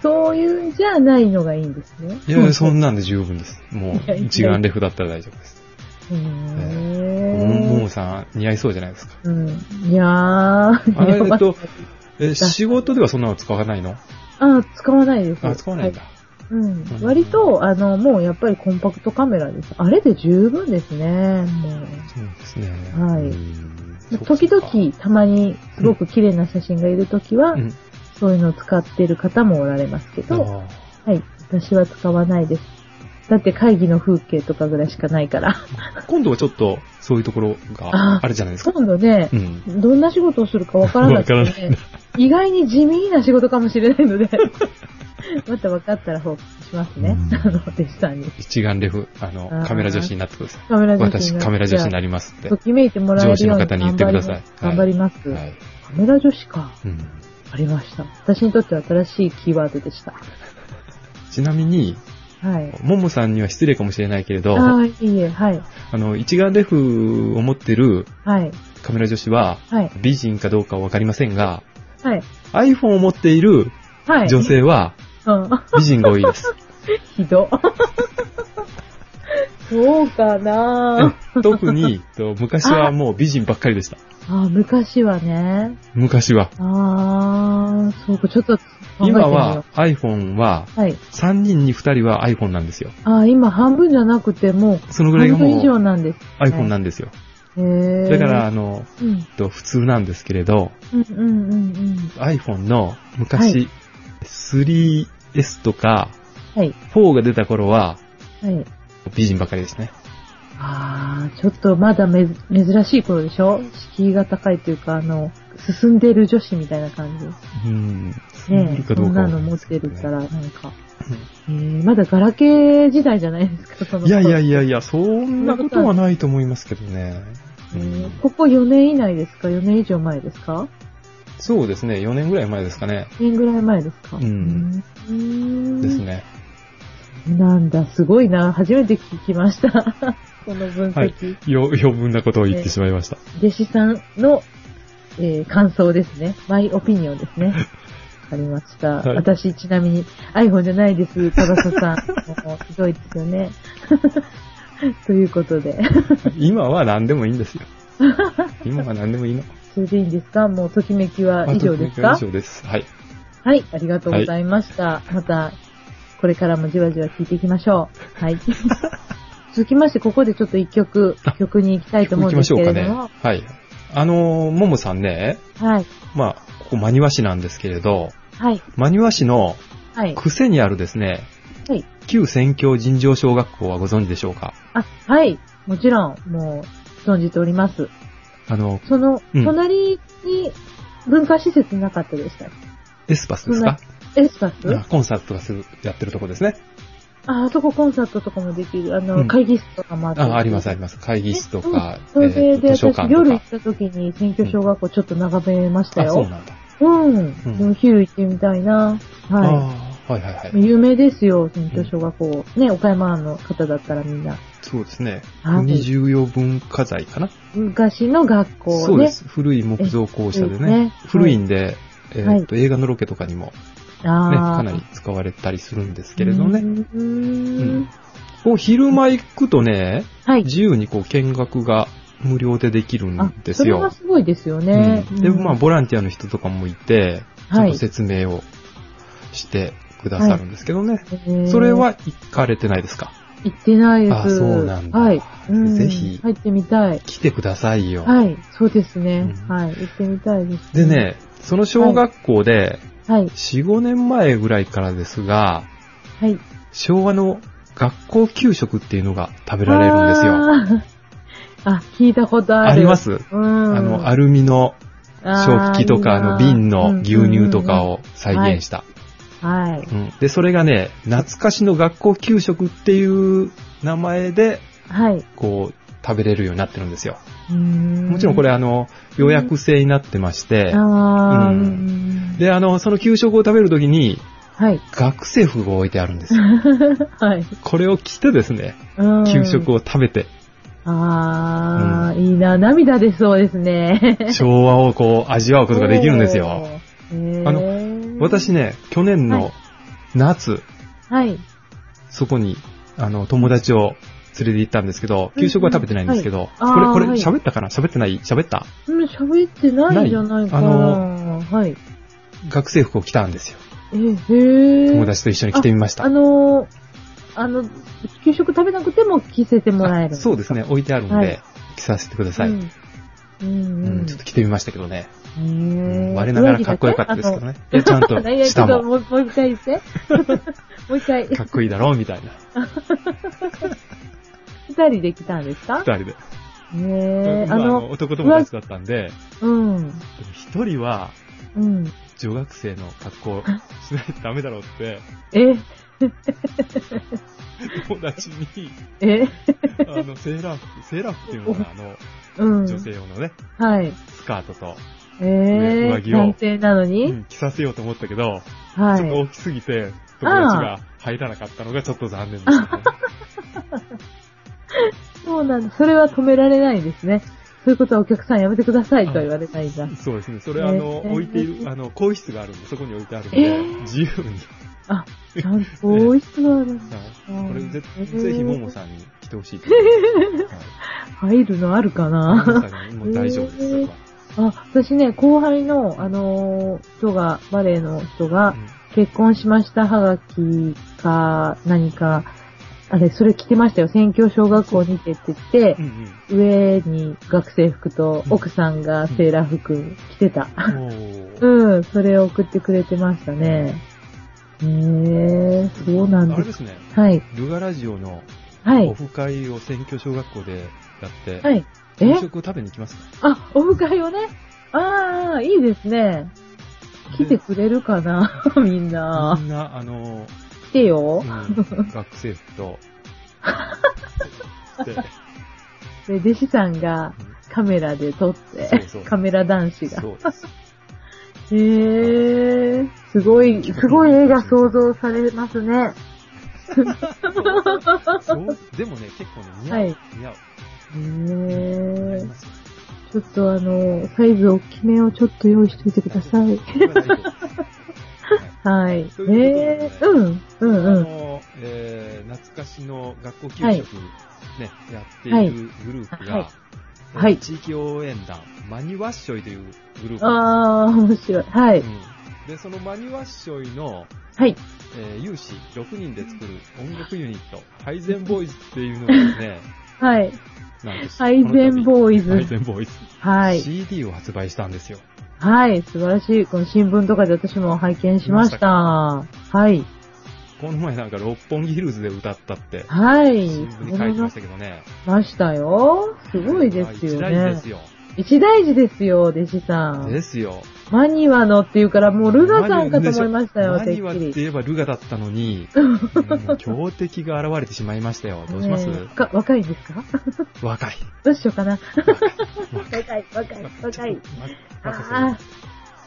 Speaker 2: そういうんじゃないのがいいんですね。
Speaker 1: いや、そんなんで十分です。も
Speaker 2: いや
Speaker 1: う、
Speaker 2: いや
Speaker 1: 一眼レフだったら大丈夫です。
Speaker 2: へ
Speaker 1: もも
Speaker 2: ー
Speaker 1: もさん、似合いそうじゃないですか。
Speaker 2: うん。いやー。、
Speaker 1: あ れえっと え、仕事ではそんなの使わないの
Speaker 2: あ、使わないです。
Speaker 1: あ、使わないんだ
Speaker 2: は。うん。割と、あの、もうやっぱりコンパクトカメラです。あれで十分ですね。も
Speaker 1: そ
Speaker 2: う。
Speaker 1: うですね。
Speaker 2: はい
Speaker 1: うん
Speaker 2: 時々、たまに、すごく綺麗な写真がいるときは、
Speaker 1: うん。
Speaker 2: そういうのを使ってる方もおられますけど、
Speaker 1: あー
Speaker 2: はい。私は使わないです。だって会議の風景とかぐらいしかないから。
Speaker 1: 今度はちょっと、そういうところがあるじゃないですか。
Speaker 2: 今度ね
Speaker 1: う、ん。
Speaker 2: どんな仕事をするかわからなくて、
Speaker 1: わからないん
Speaker 2: ね
Speaker 1: だ、
Speaker 2: 意外に地味な仕事かもしれないので、 また分かったら報告しますね。
Speaker 4: うん
Speaker 2: あの、弟子さんに。
Speaker 1: 一眼レフ、あの
Speaker 2: あ、ー
Speaker 1: カメラ女子になってください。
Speaker 2: カメラ女子に
Speaker 1: 私、
Speaker 2: な
Speaker 1: カメラ女子になりますって。
Speaker 2: ときめいてもらえるよう
Speaker 1: 上
Speaker 2: に
Speaker 1: 司の方に言ってください
Speaker 2: 頑張ります。頑張ります
Speaker 1: はい。
Speaker 2: カメラ女子か。
Speaker 1: うん。
Speaker 2: ありました。私にとっては新しいキーワードでした。
Speaker 1: ちなみに、
Speaker 2: はい。
Speaker 1: ももさんには失礼かもしれないけれど、
Speaker 2: あ
Speaker 1: あ
Speaker 2: あ、いいえ、はい。
Speaker 1: の、一眼レフを持ってる
Speaker 2: はい。
Speaker 1: カメラ女子は、
Speaker 2: はい。
Speaker 1: 美人かどうかはわかりませんが、
Speaker 2: はい。
Speaker 1: iPhone を持っている
Speaker 2: はい。
Speaker 1: 女。性は
Speaker 2: うん。
Speaker 1: 美人が多いです。
Speaker 2: ひど。 そうかな
Speaker 1: 特に、えっと昔はもう美人ばっかりでした。
Speaker 2: ああ、昔はね。
Speaker 1: 昔は。
Speaker 2: ああ、そうか、ちょっと考えてみよう
Speaker 1: 今は、iPhone は、
Speaker 2: はい。
Speaker 1: 3人に2人は iPhone なんですよ。
Speaker 2: ああ、今半分じゃなくてもう、
Speaker 1: そのぐらい
Speaker 2: 半
Speaker 1: が
Speaker 2: 分
Speaker 1: も
Speaker 2: 以上
Speaker 1: う
Speaker 2: なんです。
Speaker 1: iPhone なんですよ。
Speaker 2: へえ。
Speaker 1: だから、、あの、
Speaker 2: うん
Speaker 1: えっ、と普通なんですけれど、
Speaker 2: うん、うん、うん、うん。
Speaker 1: iPhone の
Speaker 2: は
Speaker 1: 昔、3S とか
Speaker 2: はい、
Speaker 1: 4が出た頃は、
Speaker 2: はい。
Speaker 1: 美人ばかりですね。
Speaker 2: ああ、ちょっとまだめず、珍しい頃でしょ敷居が高いというか、あの、進んでる女子みたいな感じ。
Speaker 1: うん。
Speaker 2: ねえ、そんなの持ってるから、なんか。えー、まだガラケー時代じゃないですか、その
Speaker 1: いやいやいやいや、そんなことはないと思いますけどね。う
Speaker 2: え
Speaker 1: ん
Speaker 2: ーここ4年以内ですか ?4 年以上前ですか
Speaker 1: そうですね、4年ぐらい前ですかね。
Speaker 2: ?4 年ぐらい前ですか
Speaker 1: うん。
Speaker 2: うーん
Speaker 1: ですね。
Speaker 2: なんだ、すごいな。初めて聞きました。 この分析、
Speaker 1: はい。 よ、余分なことを言ってしまいました。
Speaker 2: 弟子さんの、えー感想ですね。マイオピニオンですね。わかりました。
Speaker 1: はい
Speaker 2: 私、ちなみに iPhone じゃないです。タバサさん。 もうひどいですよね。 ということで。
Speaker 1: 今は何でもいいん ですよ。今は何でもいいの。
Speaker 2: それでいいんですかもう、ときめきは以上です
Speaker 1: あ
Speaker 2: か
Speaker 1: と以上です。はい。
Speaker 2: はい、ありがとうございました。また、これからもじわじわ聞いていきましょ う。はい。続きまして、ここでちょっと一曲、曲に行きたいと
Speaker 1: 行
Speaker 2: 思うん
Speaker 1: き
Speaker 2: で
Speaker 1: ますしょ
Speaker 2: け
Speaker 1: う
Speaker 2: れ
Speaker 1: か
Speaker 2: ど
Speaker 1: ね。
Speaker 2: も。
Speaker 1: はい。あのー、ももさんね、
Speaker 2: はい。
Speaker 1: まあ、ここ真庭市なんですけれど、
Speaker 2: はい。
Speaker 1: 真庭市の
Speaker 2: はい。
Speaker 1: 癖にあるですね、
Speaker 2: はい。
Speaker 1: 旧選挙尋常小学校はご存知でしょうか
Speaker 2: あ、はい。もちろん、もう、存じております。
Speaker 1: あの、
Speaker 2: その、
Speaker 1: うん
Speaker 2: 隣に、文化施設なかったでしたっ
Speaker 1: エスパスですか
Speaker 2: け。エスパス、
Speaker 1: あコンサートがする、やってるとこですね。
Speaker 2: あ、あそこコンサートとかもできる。あの、
Speaker 1: うん
Speaker 2: 会議室とかもあって。
Speaker 1: あ、ありますあ
Speaker 2: ね
Speaker 1: ります。会議室とか、
Speaker 2: それで、
Speaker 1: えー
Speaker 2: で
Speaker 1: 図書
Speaker 2: 私、
Speaker 1: 館と
Speaker 2: 夜行
Speaker 1: か
Speaker 2: っ。た時に、選挙小学校ちょっと眺めました
Speaker 1: あ、
Speaker 2: よ。
Speaker 1: そうなんだ。
Speaker 2: うん。
Speaker 1: うん
Speaker 2: でも昼行ってみたいな。は。
Speaker 1: あーはいはいはいい。
Speaker 2: 有名ですよ、選挙小学校。ね、岡山の方だったらみんな。
Speaker 1: そうですね。
Speaker 2: はい
Speaker 1: 国重要文化財かな
Speaker 2: 昔の学校ね。
Speaker 1: そうです。古い木造校舎で
Speaker 2: ええね
Speaker 1: ね。古いんで、え
Speaker 2: はい
Speaker 1: ーっと、映画のロケとかにもね、
Speaker 2: あー
Speaker 1: かなり使われたりするんですけれど
Speaker 2: う
Speaker 1: ね。
Speaker 2: ー
Speaker 1: うんん。こう、昼間行くとね、
Speaker 2: はい。
Speaker 1: 自由にこう、見学が無料でできる
Speaker 2: あ
Speaker 1: ん、です
Speaker 2: それは
Speaker 1: よ。
Speaker 2: すごいですよね
Speaker 1: う。んで、まあ、ボランティアの人とかもいて、ちゃ
Speaker 2: は
Speaker 1: ん
Speaker 2: い
Speaker 1: と説明をしてくださるんですけどね。
Speaker 2: あ
Speaker 1: それ、は行かれてないですか
Speaker 2: 行ってないです。
Speaker 1: あそうなんだ
Speaker 2: はい。うん
Speaker 1: ぜひ
Speaker 2: 入ってみたい。
Speaker 1: 来てくださいよ。
Speaker 2: はい。そうですね。
Speaker 1: うん
Speaker 2: はい。行ってみたいです。
Speaker 1: で。ね、その小学校で、
Speaker 2: はい。
Speaker 1: 4、5年前ぐらいからですが、
Speaker 2: はい。
Speaker 1: 昭和の学校給食っていうのが食べられるんですよ。
Speaker 2: よ。あ、聞いたことある。
Speaker 1: ありま。す
Speaker 2: うん。
Speaker 1: あの、アルミの食器とか、あの、瓶の牛乳とか
Speaker 2: を。
Speaker 1: を再現した。
Speaker 2: はい。
Speaker 1: うんで、それがね、懐かしの学校給食っていう名前で、
Speaker 2: はい。
Speaker 1: こう、食べれるようになってるんですよ。も
Speaker 2: も
Speaker 1: ちろんこれ、あの、予約制になってまして、
Speaker 2: あー
Speaker 1: うん
Speaker 2: うん
Speaker 1: で、あの、その給食を食べるときに、
Speaker 2: はい。
Speaker 1: 学生服が置いてあるんですよ。
Speaker 2: はい。
Speaker 1: これを着てですね、
Speaker 2: うん
Speaker 1: 給食。を食べて、
Speaker 2: ああ、いいな。涙出そうですね。
Speaker 1: 昭和をこう、味わうことができるんですよ。
Speaker 2: おー。
Speaker 1: あ
Speaker 2: の
Speaker 1: 私。ね、去年
Speaker 2: はい
Speaker 1: の夏、
Speaker 2: はい。
Speaker 1: そこに、あの、友達を連れて行ったんですけど、給食は食べてないんですけど、
Speaker 2: うんうんはいあー
Speaker 1: これ、こ
Speaker 2: は
Speaker 1: れ、
Speaker 2: い
Speaker 1: 喋ったかな喋ってない喋った
Speaker 2: うん喋ってないじゃないかな。はい。
Speaker 1: 学生服を着たんですよ。
Speaker 2: え、へえ。
Speaker 1: 友達と一緒に着てみました。
Speaker 2: あのー、あの、給食食べなくても着せてもらえる。
Speaker 1: あそううですね、置いてあるんで、
Speaker 2: はい
Speaker 1: 着させてください、
Speaker 2: う
Speaker 1: うんん。
Speaker 2: うんうん。
Speaker 1: ちょっと着てみましたけどね。
Speaker 2: へ
Speaker 1: うん
Speaker 2: ー
Speaker 1: 我ながらかっこよかったですけどね。いやちゃんと
Speaker 2: あのいや、ちょ
Speaker 1: 下
Speaker 2: っと
Speaker 1: も
Speaker 2: もうもう一回言って。もう一回。
Speaker 1: かっこいいだろうみたいな。
Speaker 2: 二人で来たんですか
Speaker 1: 二人で。
Speaker 2: ねえ、
Speaker 1: ま
Speaker 2: あ
Speaker 1: あ
Speaker 2: の、
Speaker 1: 男友達だったんで、
Speaker 2: うん、
Speaker 1: でも一人は
Speaker 2: うん。
Speaker 1: 女学生の格好しないとダメだろうって、
Speaker 2: え、
Speaker 1: 友達に、
Speaker 2: え、
Speaker 1: あの、セーラー服、セーラー服っていうのかな、あの、
Speaker 2: うん。
Speaker 1: 女性用のね、
Speaker 2: はい。
Speaker 1: スカートと、
Speaker 2: ええ
Speaker 1: 上着を
Speaker 2: 男性なのに、
Speaker 1: うん着させようと思ったけど、
Speaker 2: は
Speaker 1: ちょっと
Speaker 2: い。
Speaker 1: 大きすぎて、友達が入らなかったのがちょっと残念でした ね。
Speaker 2: そうなんだ。それは止められないですね。そういうことはお客さんやめてくださいとは言われないんだ。
Speaker 1: そうですね。それあの、
Speaker 2: えー
Speaker 1: 置いている、あの、更衣室があるんで、そこに置いてあるん
Speaker 2: え
Speaker 1: で、
Speaker 2: ー
Speaker 1: 自由に。
Speaker 2: あ、ちゃんと多い人があるんだ。
Speaker 1: はい。これぜ
Speaker 2: え、ー
Speaker 1: ぜひ、ももさんに来てほしいと思います。
Speaker 2: 入るのあるか
Speaker 1: はい。もも
Speaker 2: な
Speaker 1: さんにもう大丈夫です、そこは。
Speaker 2: あ、私ね、後輩の、あのー人が、バレエの人が
Speaker 1: う、ん
Speaker 2: 結婚しましたはがきか、何か、あれ、それ来てましたよ。選挙小学校にてって言って
Speaker 1: う、ん
Speaker 2: 上に学生服と
Speaker 1: うん
Speaker 2: 奥さんがセーラー服着てた。
Speaker 1: うん。おー
Speaker 2: うん、それを送ってくれてましたね。へえー、そうなん
Speaker 1: あ
Speaker 2: で
Speaker 1: れ
Speaker 2: す。
Speaker 1: ですね。
Speaker 2: はい、
Speaker 1: ルガラジオの
Speaker 2: は
Speaker 1: オ
Speaker 2: い、
Speaker 1: フ会を選挙小学校でやって、
Speaker 2: はい。え
Speaker 1: 夕食を食べに行きますか
Speaker 2: あ、オフ会をね。ああ、いいですね。来
Speaker 1: で
Speaker 2: てくれるかなみんな。
Speaker 1: みんな、あの、
Speaker 2: 来てよ。
Speaker 1: うん 学生服と、で
Speaker 2: で、弟子さんがカメラで撮って
Speaker 1: そうそう、
Speaker 2: カメラ男子が。
Speaker 1: そうです。
Speaker 2: へえー、すごい、すごい絵が想像されますね。
Speaker 1: そうでもね、結構ね、似合う。
Speaker 2: はい
Speaker 1: 似合う。
Speaker 2: へ
Speaker 1: 似合い
Speaker 2: ー
Speaker 1: ますよ
Speaker 2: ちょっとあの、サイズ大きめをちょっと用意しといてくださ い。はい。
Speaker 1: という
Speaker 2: え
Speaker 1: こ
Speaker 2: ー、
Speaker 1: とで
Speaker 2: うん、うん、
Speaker 1: あ
Speaker 2: うん。
Speaker 1: の、えー、懐かしの学校給食、
Speaker 2: はい
Speaker 1: ね、やって
Speaker 2: はいい
Speaker 1: るグループが、
Speaker 2: は
Speaker 1: え
Speaker 2: い
Speaker 1: ー
Speaker 2: はい
Speaker 1: 地域応援団、マニワッショイというグループなん
Speaker 2: あー、面白い。は
Speaker 1: で
Speaker 2: い
Speaker 1: す。よ、うんで、そのマニワッショイの、
Speaker 2: はい。
Speaker 1: えー有志6人で作る音楽ユニット、ハイゼンボーイズっていうのがです ね、
Speaker 2: はい。
Speaker 1: なんと
Speaker 2: ハイゼンボーイズ
Speaker 1: この度ハイゼンボーイズ。
Speaker 2: はい。
Speaker 1: CD を発売したんですよ。
Speaker 2: はい、素晴らしい。この新聞とかで私も拝見しました。はい。
Speaker 1: この前なんか六本木ヒルズで歌ったって、
Speaker 2: はい。
Speaker 1: 新聞に書いてましたけどね。
Speaker 2: ましたよ。すごいですよ
Speaker 1: 一大事
Speaker 2: ね
Speaker 1: で。すよ。
Speaker 2: 一大事ですよ、弟子さん
Speaker 1: で。すよ。
Speaker 2: マニワのっていうから、もうルガさんかと思いましたよ、
Speaker 1: マ
Speaker 2: てっ
Speaker 1: ニ
Speaker 2: き
Speaker 1: ワって
Speaker 2: り。
Speaker 1: 言えばルガだったの に、うん強敵が現れてしまいましたよ。どうします
Speaker 2: ねえか若いんですか
Speaker 1: 若い。
Speaker 2: どうしようかな。
Speaker 1: 若い。
Speaker 2: 若い、若い、若い。あ
Speaker 1: 若
Speaker 2: あ、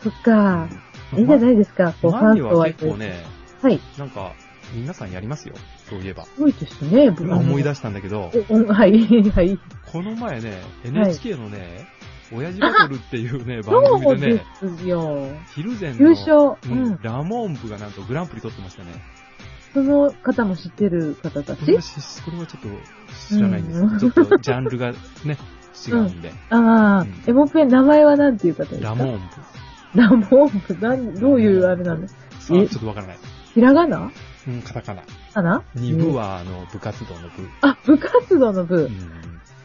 Speaker 2: そっか。いいんじゃないですか、こう、フ
Speaker 1: マ
Speaker 2: ァン
Speaker 1: ニ
Speaker 2: と
Speaker 1: ワ
Speaker 2: は。
Speaker 1: 結構ね、
Speaker 2: はい。
Speaker 1: なんか、皆さんやりますよ。そういえば。
Speaker 2: すごいですね、
Speaker 1: 今思い出
Speaker 2: し
Speaker 1: したんだけど、
Speaker 2: おおはい、はい。
Speaker 1: この前ね、NHK のね、親父バトルっていうね、番
Speaker 2: そう
Speaker 1: 組で
Speaker 2: で
Speaker 1: ね、
Speaker 2: すよ。
Speaker 1: ヒルゼン
Speaker 2: 優
Speaker 1: の
Speaker 2: 勝。
Speaker 1: う
Speaker 2: うん
Speaker 1: ん。ラモーン部がなんかグランプリ取ってましたね。
Speaker 2: その方も知ってる方た
Speaker 1: これ
Speaker 2: ち
Speaker 1: はしこれはちょっと知らないんです
Speaker 2: うん
Speaker 1: けど、ちょっとジャンルがね、違うんで。
Speaker 2: ああ、
Speaker 1: うん
Speaker 2: エモペン、名前は何ていう方ですか
Speaker 1: ラモーン部。
Speaker 2: ラモンプ、何、どういうあれなの
Speaker 1: さあ、
Speaker 2: え
Speaker 1: ちょっとわからない。
Speaker 2: ひらがな
Speaker 1: うん、カタカナ。
Speaker 2: かな
Speaker 1: 二部。は、あの、部活動の部。
Speaker 2: あ、部活動の
Speaker 1: う
Speaker 2: 部。
Speaker 1: ん。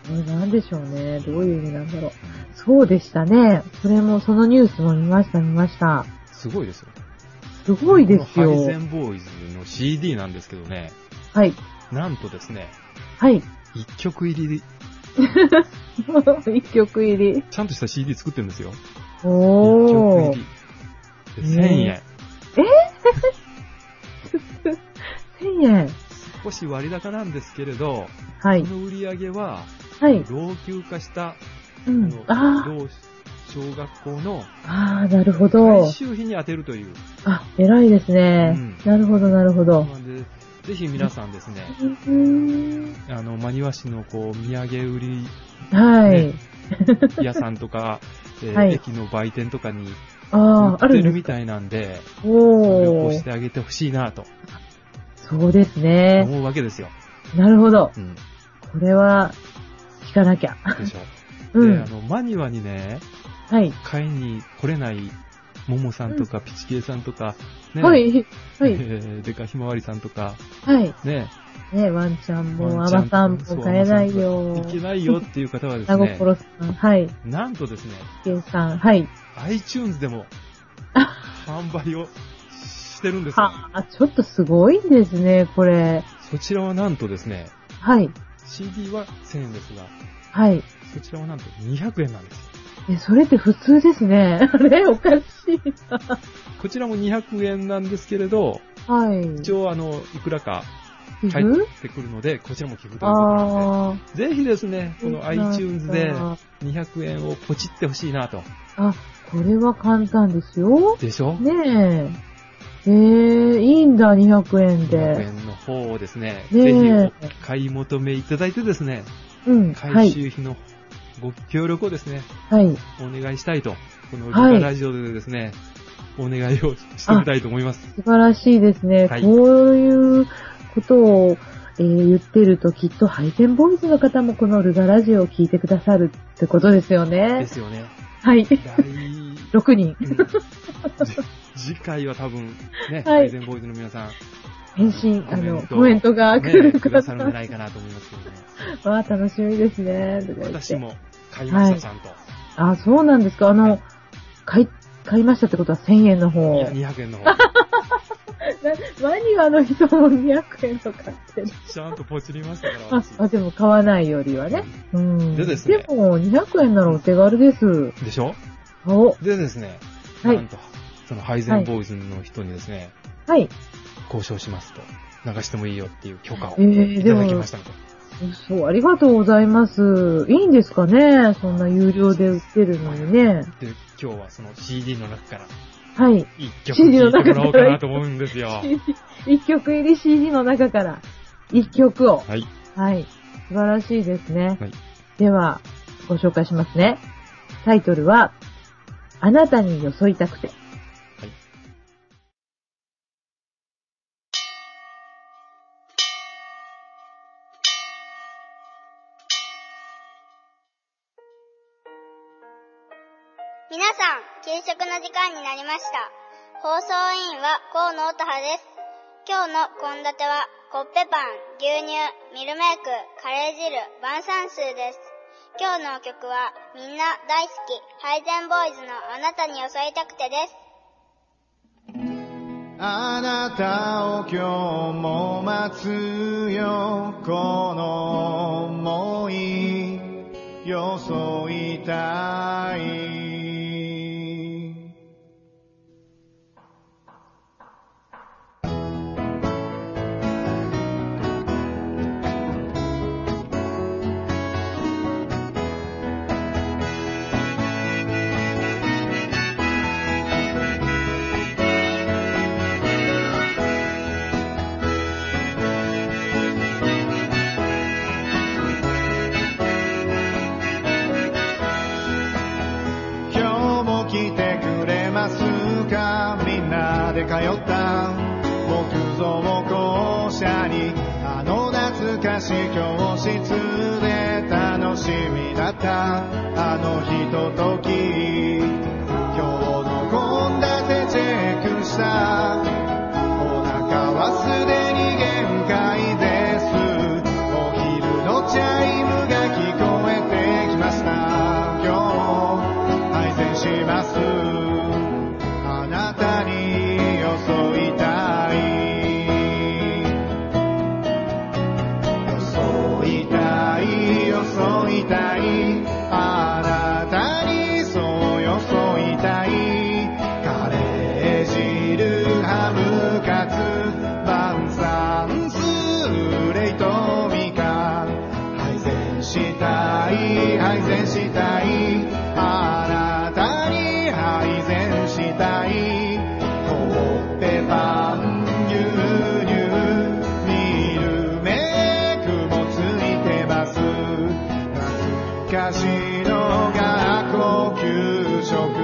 Speaker 2: え、なんでしょうね。どういう意味なんだろう。そうでしたね。それも、そのニュースも見ました、見ました。
Speaker 1: すごいですよ。
Speaker 2: すごいです
Speaker 1: こ
Speaker 2: よ
Speaker 1: の。ハイゼンボーイズの CD なんですけどね、
Speaker 2: はい。
Speaker 1: なんとですね、
Speaker 2: はい。
Speaker 1: 一曲入りで、
Speaker 2: 一曲入り。
Speaker 1: ちゃんとした CD 作ってるんですよ。一曲
Speaker 2: お
Speaker 1: 入
Speaker 2: ー。
Speaker 1: り。で1000円。
Speaker 2: 1000円。
Speaker 1: 少し割高なんですけれど、
Speaker 2: はい
Speaker 1: そ。の売り上げは、
Speaker 2: はい。
Speaker 1: 老朽化した、あ
Speaker 2: うん。
Speaker 1: の
Speaker 2: あ
Speaker 1: 老小学校の
Speaker 2: あ、ああ、なるほど
Speaker 1: 改。修費に充てるという。
Speaker 2: あ、偉いですね。
Speaker 1: うん
Speaker 2: なるほど、なるほど。
Speaker 1: なんで、ぜひ皆さんですね、
Speaker 2: うん
Speaker 1: あの、マニワ市のこう、土産売り
Speaker 2: はい。
Speaker 1: ね屋さんと か、えー
Speaker 2: はい
Speaker 1: 駅の売店とかに売
Speaker 2: ああ、あ
Speaker 1: って
Speaker 2: る
Speaker 1: る
Speaker 2: んで
Speaker 1: み
Speaker 2: すか
Speaker 1: たいなんで、協力
Speaker 2: お
Speaker 1: を
Speaker 2: お
Speaker 1: し。てあげてほしいなと
Speaker 2: そうですね。
Speaker 1: 思うわけですよ。
Speaker 2: なるほど。
Speaker 1: うん。で
Speaker 2: これは、聞かなきゃ。
Speaker 1: しょ。
Speaker 2: う
Speaker 1: で、
Speaker 2: ん
Speaker 1: あ。の、マニワにね、
Speaker 2: はい。
Speaker 1: 買いに来れない、ももさんとか、ピチケイさんとか、ね、
Speaker 2: は、い。は
Speaker 1: え
Speaker 2: い。
Speaker 1: ーでかひまわりさんとか、
Speaker 2: はい。
Speaker 1: ね、
Speaker 2: ね、ワンちゃんも、
Speaker 1: ワン
Speaker 2: ア
Speaker 1: ちゃん
Speaker 2: バさんも買えないよ
Speaker 1: い。けないよっていう方はで
Speaker 2: 名
Speaker 1: すね、
Speaker 2: 心さん、はい。
Speaker 1: なんとですね、
Speaker 2: ゲンさん、はい。
Speaker 1: iTunes でも、販売をしてるんですよ。
Speaker 2: はあ、ちょっとすごいんですね、これ。
Speaker 1: そちらはなんとですね、
Speaker 2: はい。
Speaker 1: CD は1000円ですが、
Speaker 2: はい。
Speaker 1: そちらはなんと200円なんです。
Speaker 2: え、それって普通ですね。 あれおかしい
Speaker 1: こちらも200円なんですけれど、
Speaker 2: な。はい。
Speaker 1: 一応あの、いくらか
Speaker 2: 寄付
Speaker 1: 返ってくるので、こちらも寄付ということなの
Speaker 2: ああ。
Speaker 1: で、ぜひですね、この iTunes で
Speaker 2: あ、
Speaker 1: 200円をポチってほしいなと。
Speaker 2: これは簡単ですよ。
Speaker 1: でしょ
Speaker 2: ねえ。えー、いいんだ、200円
Speaker 1: ?200
Speaker 2: で。
Speaker 1: 円の方をですね、
Speaker 2: ねえ
Speaker 1: ぜひお買い求めいただいてですね、
Speaker 2: うん、は
Speaker 1: 回
Speaker 2: い。
Speaker 1: 収費のご協力をですね、
Speaker 2: はい。
Speaker 1: お願いしたいと、このル
Speaker 2: はい
Speaker 1: カラジオでですね、お願いをしてみたいと思います。
Speaker 2: 素晴らしいですね。
Speaker 1: はい
Speaker 2: こういうことを、えー言ってるときっとハイテンボーイズの方もこのルガラジオを聞いてくださるってことですよ
Speaker 1: で
Speaker 2: ね。
Speaker 1: す よね。
Speaker 2: はい。
Speaker 1: 来、うんじ
Speaker 2: 6人。
Speaker 1: 次回は多分ね、
Speaker 2: はい
Speaker 1: ハイゼンボーイズの皆さん、
Speaker 2: 返信、あ
Speaker 1: コメ
Speaker 2: の、
Speaker 1: ント
Speaker 2: コメントが来
Speaker 1: ね、
Speaker 2: る
Speaker 1: く
Speaker 2: か
Speaker 1: ださるんじゃ
Speaker 2: ら。
Speaker 1: ないかなと思いますけどね。
Speaker 2: わあ、楽しみですね。とか言って
Speaker 1: 私。も買いまし
Speaker 2: は
Speaker 1: た、
Speaker 2: い
Speaker 1: ちゃんと。
Speaker 2: あ、そうなんですか。あの、買い、買いましたってことは1000円の方。
Speaker 1: いや、
Speaker 2: な
Speaker 1: 200円の方。
Speaker 2: マニアの人も200円とかってる。
Speaker 1: ちゃんとポチりましたから、
Speaker 2: あ
Speaker 1: 私、。
Speaker 2: あでも買わないよりはね。うん。
Speaker 1: でですね
Speaker 2: でも、200円ならお手軽です。
Speaker 1: でしょ
Speaker 2: お、
Speaker 1: でですね、
Speaker 2: はい
Speaker 1: なんと、そのハイゼンボーイズの人にですね、
Speaker 2: はい。
Speaker 1: 交渉しますと、流してもいいよっていう許可を
Speaker 2: えー
Speaker 1: いただきましたので、
Speaker 2: そう、ありがとうございます。いいんですかねそんな有料で売ってるのにね。
Speaker 1: で、今日はその CD の中から
Speaker 2: はい。
Speaker 1: 一曲
Speaker 2: CD
Speaker 1: 聴
Speaker 2: の
Speaker 1: いて
Speaker 2: 中
Speaker 1: も
Speaker 2: から
Speaker 1: らおうかなと思うんですよ。は
Speaker 2: 一曲入り CD の中から、一曲を。
Speaker 1: い。
Speaker 2: はい。素晴らしいですね。
Speaker 1: はい
Speaker 2: では、ご紹介しますね。タイトルは、あなたによそいたくて。
Speaker 5: 皆さん、給食の時間になりました。放送委員は河野乙葉です。今日の献立は、コッペパン、牛乳、ミルメイク、カレー汁、晩餐数です。今日の曲は、みんな大好き、ハイゼンボーイズのあなたに襲いたくてです。
Speaker 6: あなたを今日も待つよこの想いよそいたい今日も来てくれますかみんなで通った木造校舎にあの懐かしい教室で楽しみだったあのひととき今日の献立チェックしたお腹はすでに限界ですお昼のチャイムが聞こえてきました今日も配膳しますあなたによそいたいよそいたいよそいたいあなたにそうよそいたいカレー汁ハムカツ晩餐スーレイトミカ配膳したい配膳したいあなたに配膳したいコッペパン牛乳ミルメイクもついてます懐かしの学校給食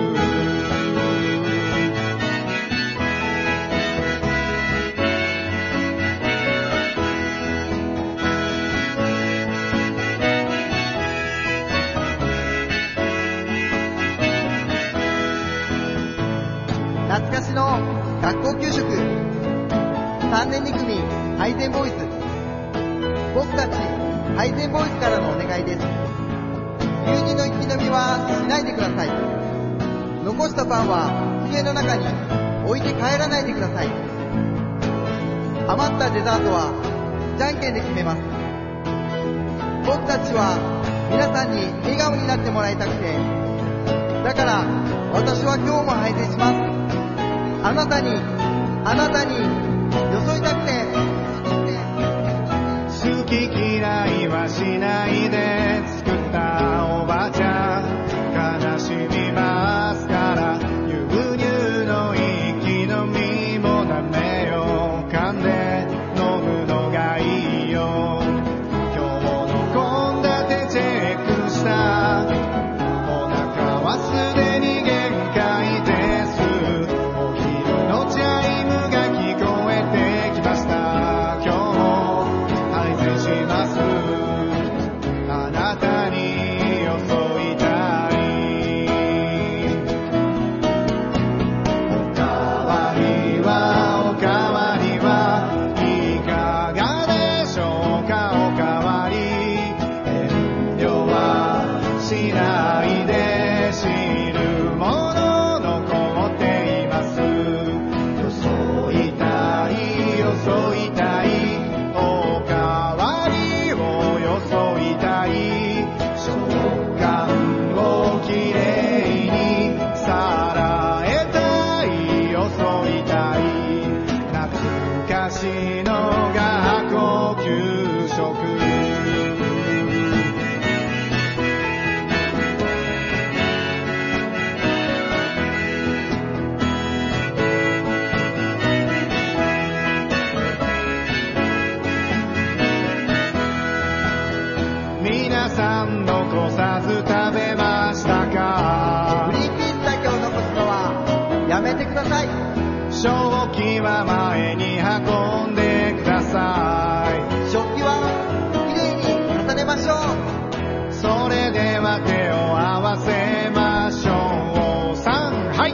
Speaker 7: 懐かしの学校給食3年2組ハイゼンボーイズ僕たちハイゼンボーイズからのお願いです牛乳の一気飲みはしないでください残したパンは机の中に置いて帰らないでください余ったデザートはじゃんけんで決めます僕たちは皆さんに笑顔になってもらいたくてだから私は今日も配膳しますあなたにあなたによそいたくて
Speaker 6: 好き嫌いはしないで作ったおばちゃん悲しみますから牛乳の息のみもなめよう噛んで飲むのがいいよ今日の献立チェックしたお腹はすでに限界ですお昼のチャイムが聞こえてきました今日も配膳しますあなたによそいたいおかわりはおかわりはいかがでしょうかおかわり遠慮はしないで知るもの残っていますよそいたいよそいたいおかわりをよそいたい食感をきれいにさらえたいよそいたい懐かしの学校給食皆さん残さず食べましたか
Speaker 7: グリーンピースだけを残すのはやめてください
Speaker 6: 正気は前に運んでください
Speaker 7: 食器はきれいに重ねましょう
Speaker 6: それでは手を合わせましょうさんはい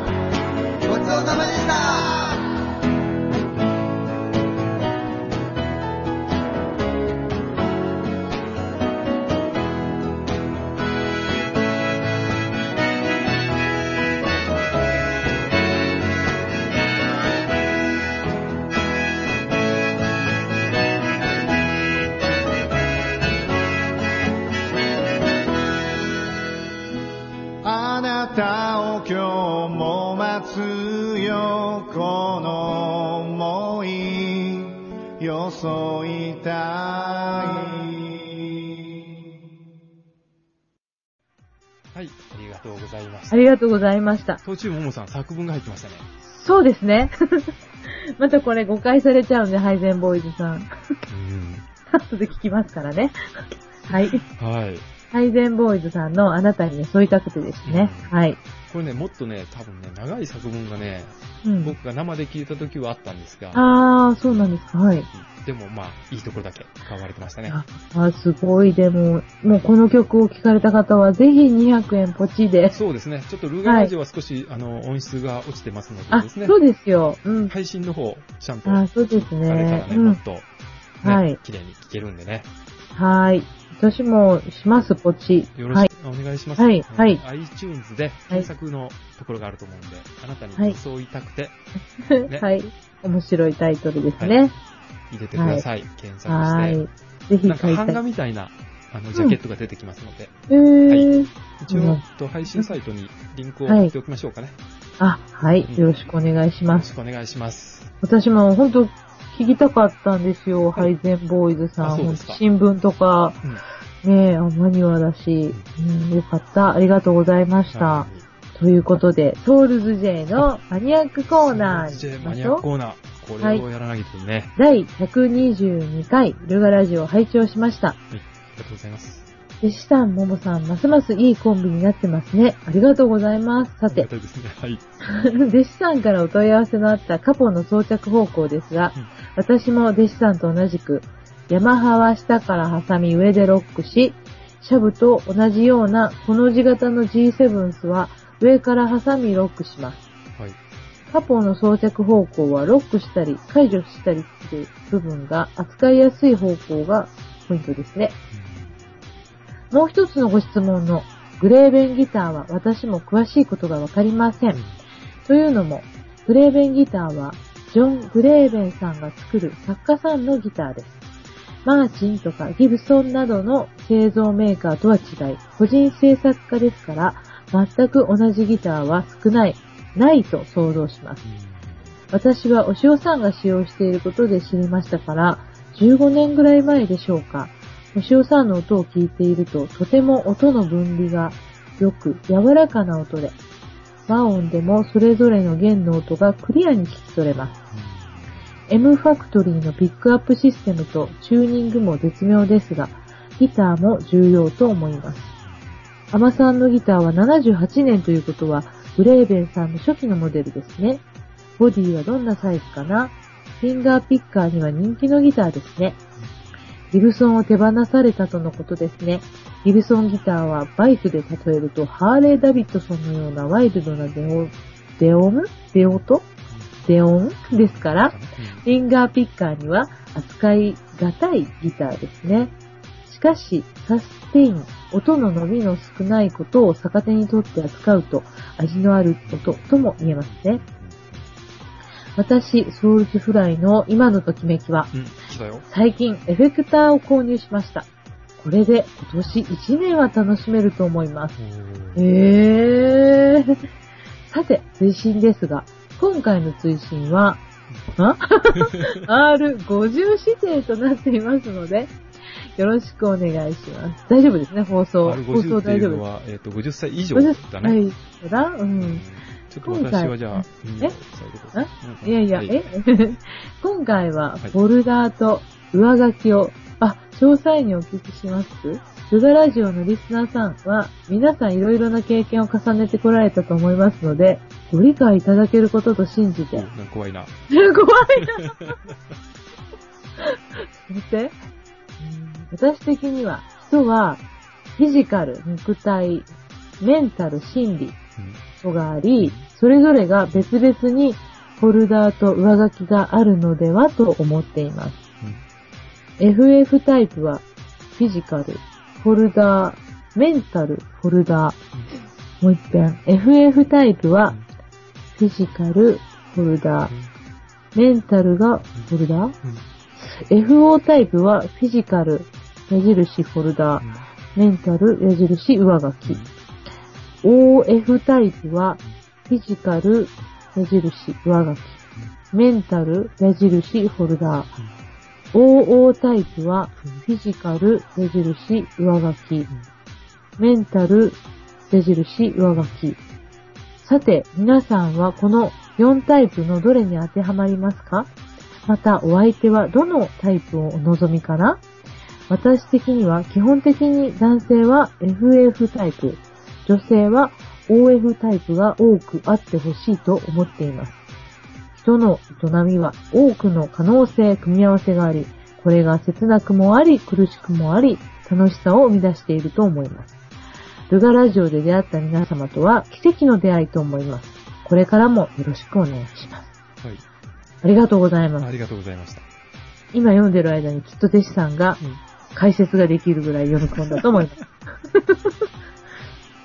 Speaker 7: ごちそうさまでした
Speaker 6: あなたを今日も待つよこの想いよそいたい
Speaker 1: はい、ありがとうございまし
Speaker 2: あ
Speaker 1: た。
Speaker 2: りがとうございました。
Speaker 1: 途中ももさん作文が入ってましたね。
Speaker 2: そうですね。 またこれ誤解されちゃうんで、配膳ボーイズさん。後で聞きますからね。はい。
Speaker 1: うん。はい。
Speaker 2: 配膳ボーイズさんのあなたに添いたくてですね。
Speaker 1: うん
Speaker 2: はい。
Speaker 1: これね、もっとね、多分ね、長い作文がね、
Speaker 2: うん。
Speaker 1: 僕が生で聞いた時はあったんですが、
Speaker 2: あー、そうなんですか。はい。
Speaker 1: でもまあ、いいところだけ買われてましたね。
Speaker 2: あ、あすごい。でも、もうこの曲を聴かれた方は、ぜひ200円ポチで。
Speaker 1: そうですね。ちょっとルーガラジオは少し、あの、音質が落ちてますので
Speaker 2: あ、
Speaker 1: ですね。
Speaker 2: そうですよ。うん。
Speaker 1: 配信の方、ちゃんと
Speaker 2: あ、そうです
Speaker 1: されたら
Speaker 2: ね。
Speaker 1: ね、
Speaker 2: う
Speaker 1: も
Speaker 2: ん
Speaker 1: っ。と、ね
Speaker 2: はい
Speaker 1: 綺麗に聞けるんでね。
Speaker 2: はい。私もします、ポチ。
Speaker 1: よろ
Speaker 2: は
Speaker 1: し
Speaker 2: い。
Speaker 1: くお願いします。
Speaker 2: はいはい
Speaker 1: うん iTunes で検索のところがあると思うんで、あなたに装いたくてね
Speaker 2: はい。面白いタイトルです
Speaker 1: は
Speaker 2: ね
Speaker 1: い。入れてください。検索
Speaker 2: は
Speaker 1: し
Speaker 2: い
Speaker 1: て。。
Speaker 2: ぜひ
Speaker 1: なんか
Speaker 2: 書い
Speaker 1: 版
Speaker 2: た
Speaker 1: 画
Speaker 2: い。
Speaker 1: みたいな、あの、ジャケットが出てきますので、
Speaker 2: えー。
Speaker 1: 一
Speaker 2: う
Speaker 1: 応
Speaker 2: ん、
Speaker 1: と配信サイトにリンクを
Speaker 2: はい
Speaker 1: 貼っておきましょうかね。
Speaker 2: あ、はい
Speaker 1: うん。
Speaker 2: よろしくお願いし
Speaker 1: よ
Speaker 2: ま
Speaker 1: ろ
Speaker 2: す
Speaker 1: し。くお願いします。
Speaker 2: 私も本当聞きたかったんですよ、ハイゼンボーイズさ
Speaker 1: あ
Speaker 2: ん。
Speaker 1: そうですか
Speaker 2: 新聞とか、
Speaker 1: うん
Speaker 2: ねえ、あマニュアだし、うん、よかった。ありがとうございました。
Speaker 1: はい
Speaker 2: ということで、ソウルズ J のマニアックコーナーに行
Speaker 1: DJ
Speaker 2: き
Speaker 1: マ
Speaker 2: ま
Speaker 1: ニ
Speaker 2: し
Speaker 1: アッ
Speaker 2: ょ
Speaker 1: ク
Speaker 2: う。
Speaker 1: コーナー。これをやらなきゃいけないね。
Speaker 2: 第122回ルガラジオを拝聴しました。
Speaker 1: はい。ありがとうございます。
Speaker 2: 弟子さん、ももさん、ますますいいコンビになってますね。ありがとうございます。
Speaker 1: あ
Speaker 2: さ
Speaker 1: り
Speaker 2: て
Speaker 1: が、たいですね。はい。
Speaker 2: 弟子さんからお問い合わせのあったカポの装着方法ですが
Speaker 1: うん、
Speaker 2: 私も弟子さんと同じく、ヤマハは下から挟み上でロックし、シャブと同じようなこの字型の G7 スは上から挟みロックします。
Speaker 1: はい。
Speaker 2: カポの装着方向はロックしたり解除したりする部分が扱いやすい方向がポイントですね。もう一つのご質問のグレーベンギターは私も詳しいことがわかりません。というのも、グレーベンギターは、ジョン・グレーベンさんが作る作家さんのギターです。マーチンとかギブソンなどの製造メーカーとは違い、個人制作家ですから、全く同じギターは少ない、ないと想像します。私はお塩さんが使用していることで知りましたから、15年ぐらい前でしょうか。お塩さんの音を聞いていると、とても音の分離が良く、柔らかな音で、和音でもそれぞれの弦の音がクリアに聞き取れます。M ファクトリーのピックアップシステムとチューニングも絶妙ですが、ギターも重要と思います。アマさんのギターは78年ということは、グレーベンさんの初期のモデルですね。ボディはどんなサイズかなフィンガーピッカーには人気のギターですね。ギブソンを手放されたとのことですね。ギブソンギターはバイクで例えるとハーレー・ダビッドソンのようなワイルドなデオ、デオムデオトデオンですから、フィンガーピッカーには扱いがたいギターですね。しかし、サステイン、音の伸びの少ないことを逆手にとって扱うと、味のある音とも言えますね。私、ソウルズフライの今のときめきは、
Speaker 1: うん、来たよ。
Speaker 2: 最近エフェクターを購入しました。これで今年1年は楽しめると思います。えー。さて、追伸ですが、今回の追伸は、 あ ?R50 指定となっていますので、よろしくお願いします。大丈夫ですね、放送。放
Speaker 1: 50
Speaker 2: 送
Speaker 1: ってい
Speaker 2: 大丈
Speaker 1: うの
Speaker 2: 夫です。
Speaker 1: は、えっと、50歳以上
Speaker 2: 50
Speaker 1: だ
Speaker 2: 歳
Speaker 1: ね。
Speaker 2: だうん。
Speaker 1: ちょっと私はじゃあ、うん
Speaker 2: え
Speaker 1: そういうこと
Speaker 2: あ
Speaker 1: うん
Speaker 2: いやいや、
Speaker 1: は
Speaker 2: え 今回は
Speaker 1: はい、
Speaker 2: ボルダーと上書きを、あ、詳細にお聞きします。ルガラジオのリスナーさんは、皆さんいろいろな経験を重ねてこられたと思いますので、ご理解いただけることと信じて。
Speaker 1: おなんか怖いな。
Speaker 2: 怖いな見て。うん私的には、人は、フィジカル、肉体、メンタル、心理、
Speaker 1: うん
Speaker 2: ことがあり、それぞれが別々にフォルダーと上書きがあるのではと思っています。FF タイプはフィジカル、フォルダー、メンタル、フォルダー。もう一遍。FF タイプはフィジカル、フォルダー。メンタルがフォルダー ?FO タイプはフィジカル、矢印フォルダー。メンタル、矢印上書き。OF タイプは、フィジカル、矢印、上書き。メンタル、矢印、フォルダー。OO タイプは、フィジカル、矢印、上書き。メンタル、矢印、上書き。さて、皆さんはこの4タイプのどれに当てはまりますかまた、お相手はどのタイプをお望みかな私的には、基本的に男性は FF タイプ、女性は OF タイプが多くあってほしいと思っています。人の営みは多くの可能性、組み合わせがあり、これが切なくもあり、苦しくもあり、楽しさを生み出していると思います。ルガラジオで出会った皆様とは奇跡の出会いと思います。これからもよろしくお願いします。
Speaker 1: はい。
Speaker 2: ありがとうございま
Speaker 1: あ
Speaker 2: す。
Speaker 1: りがとうございました。
Speaker 2: 今読んでる間にきっと弟子さんが解説ができるぐらい読み込んだと思います。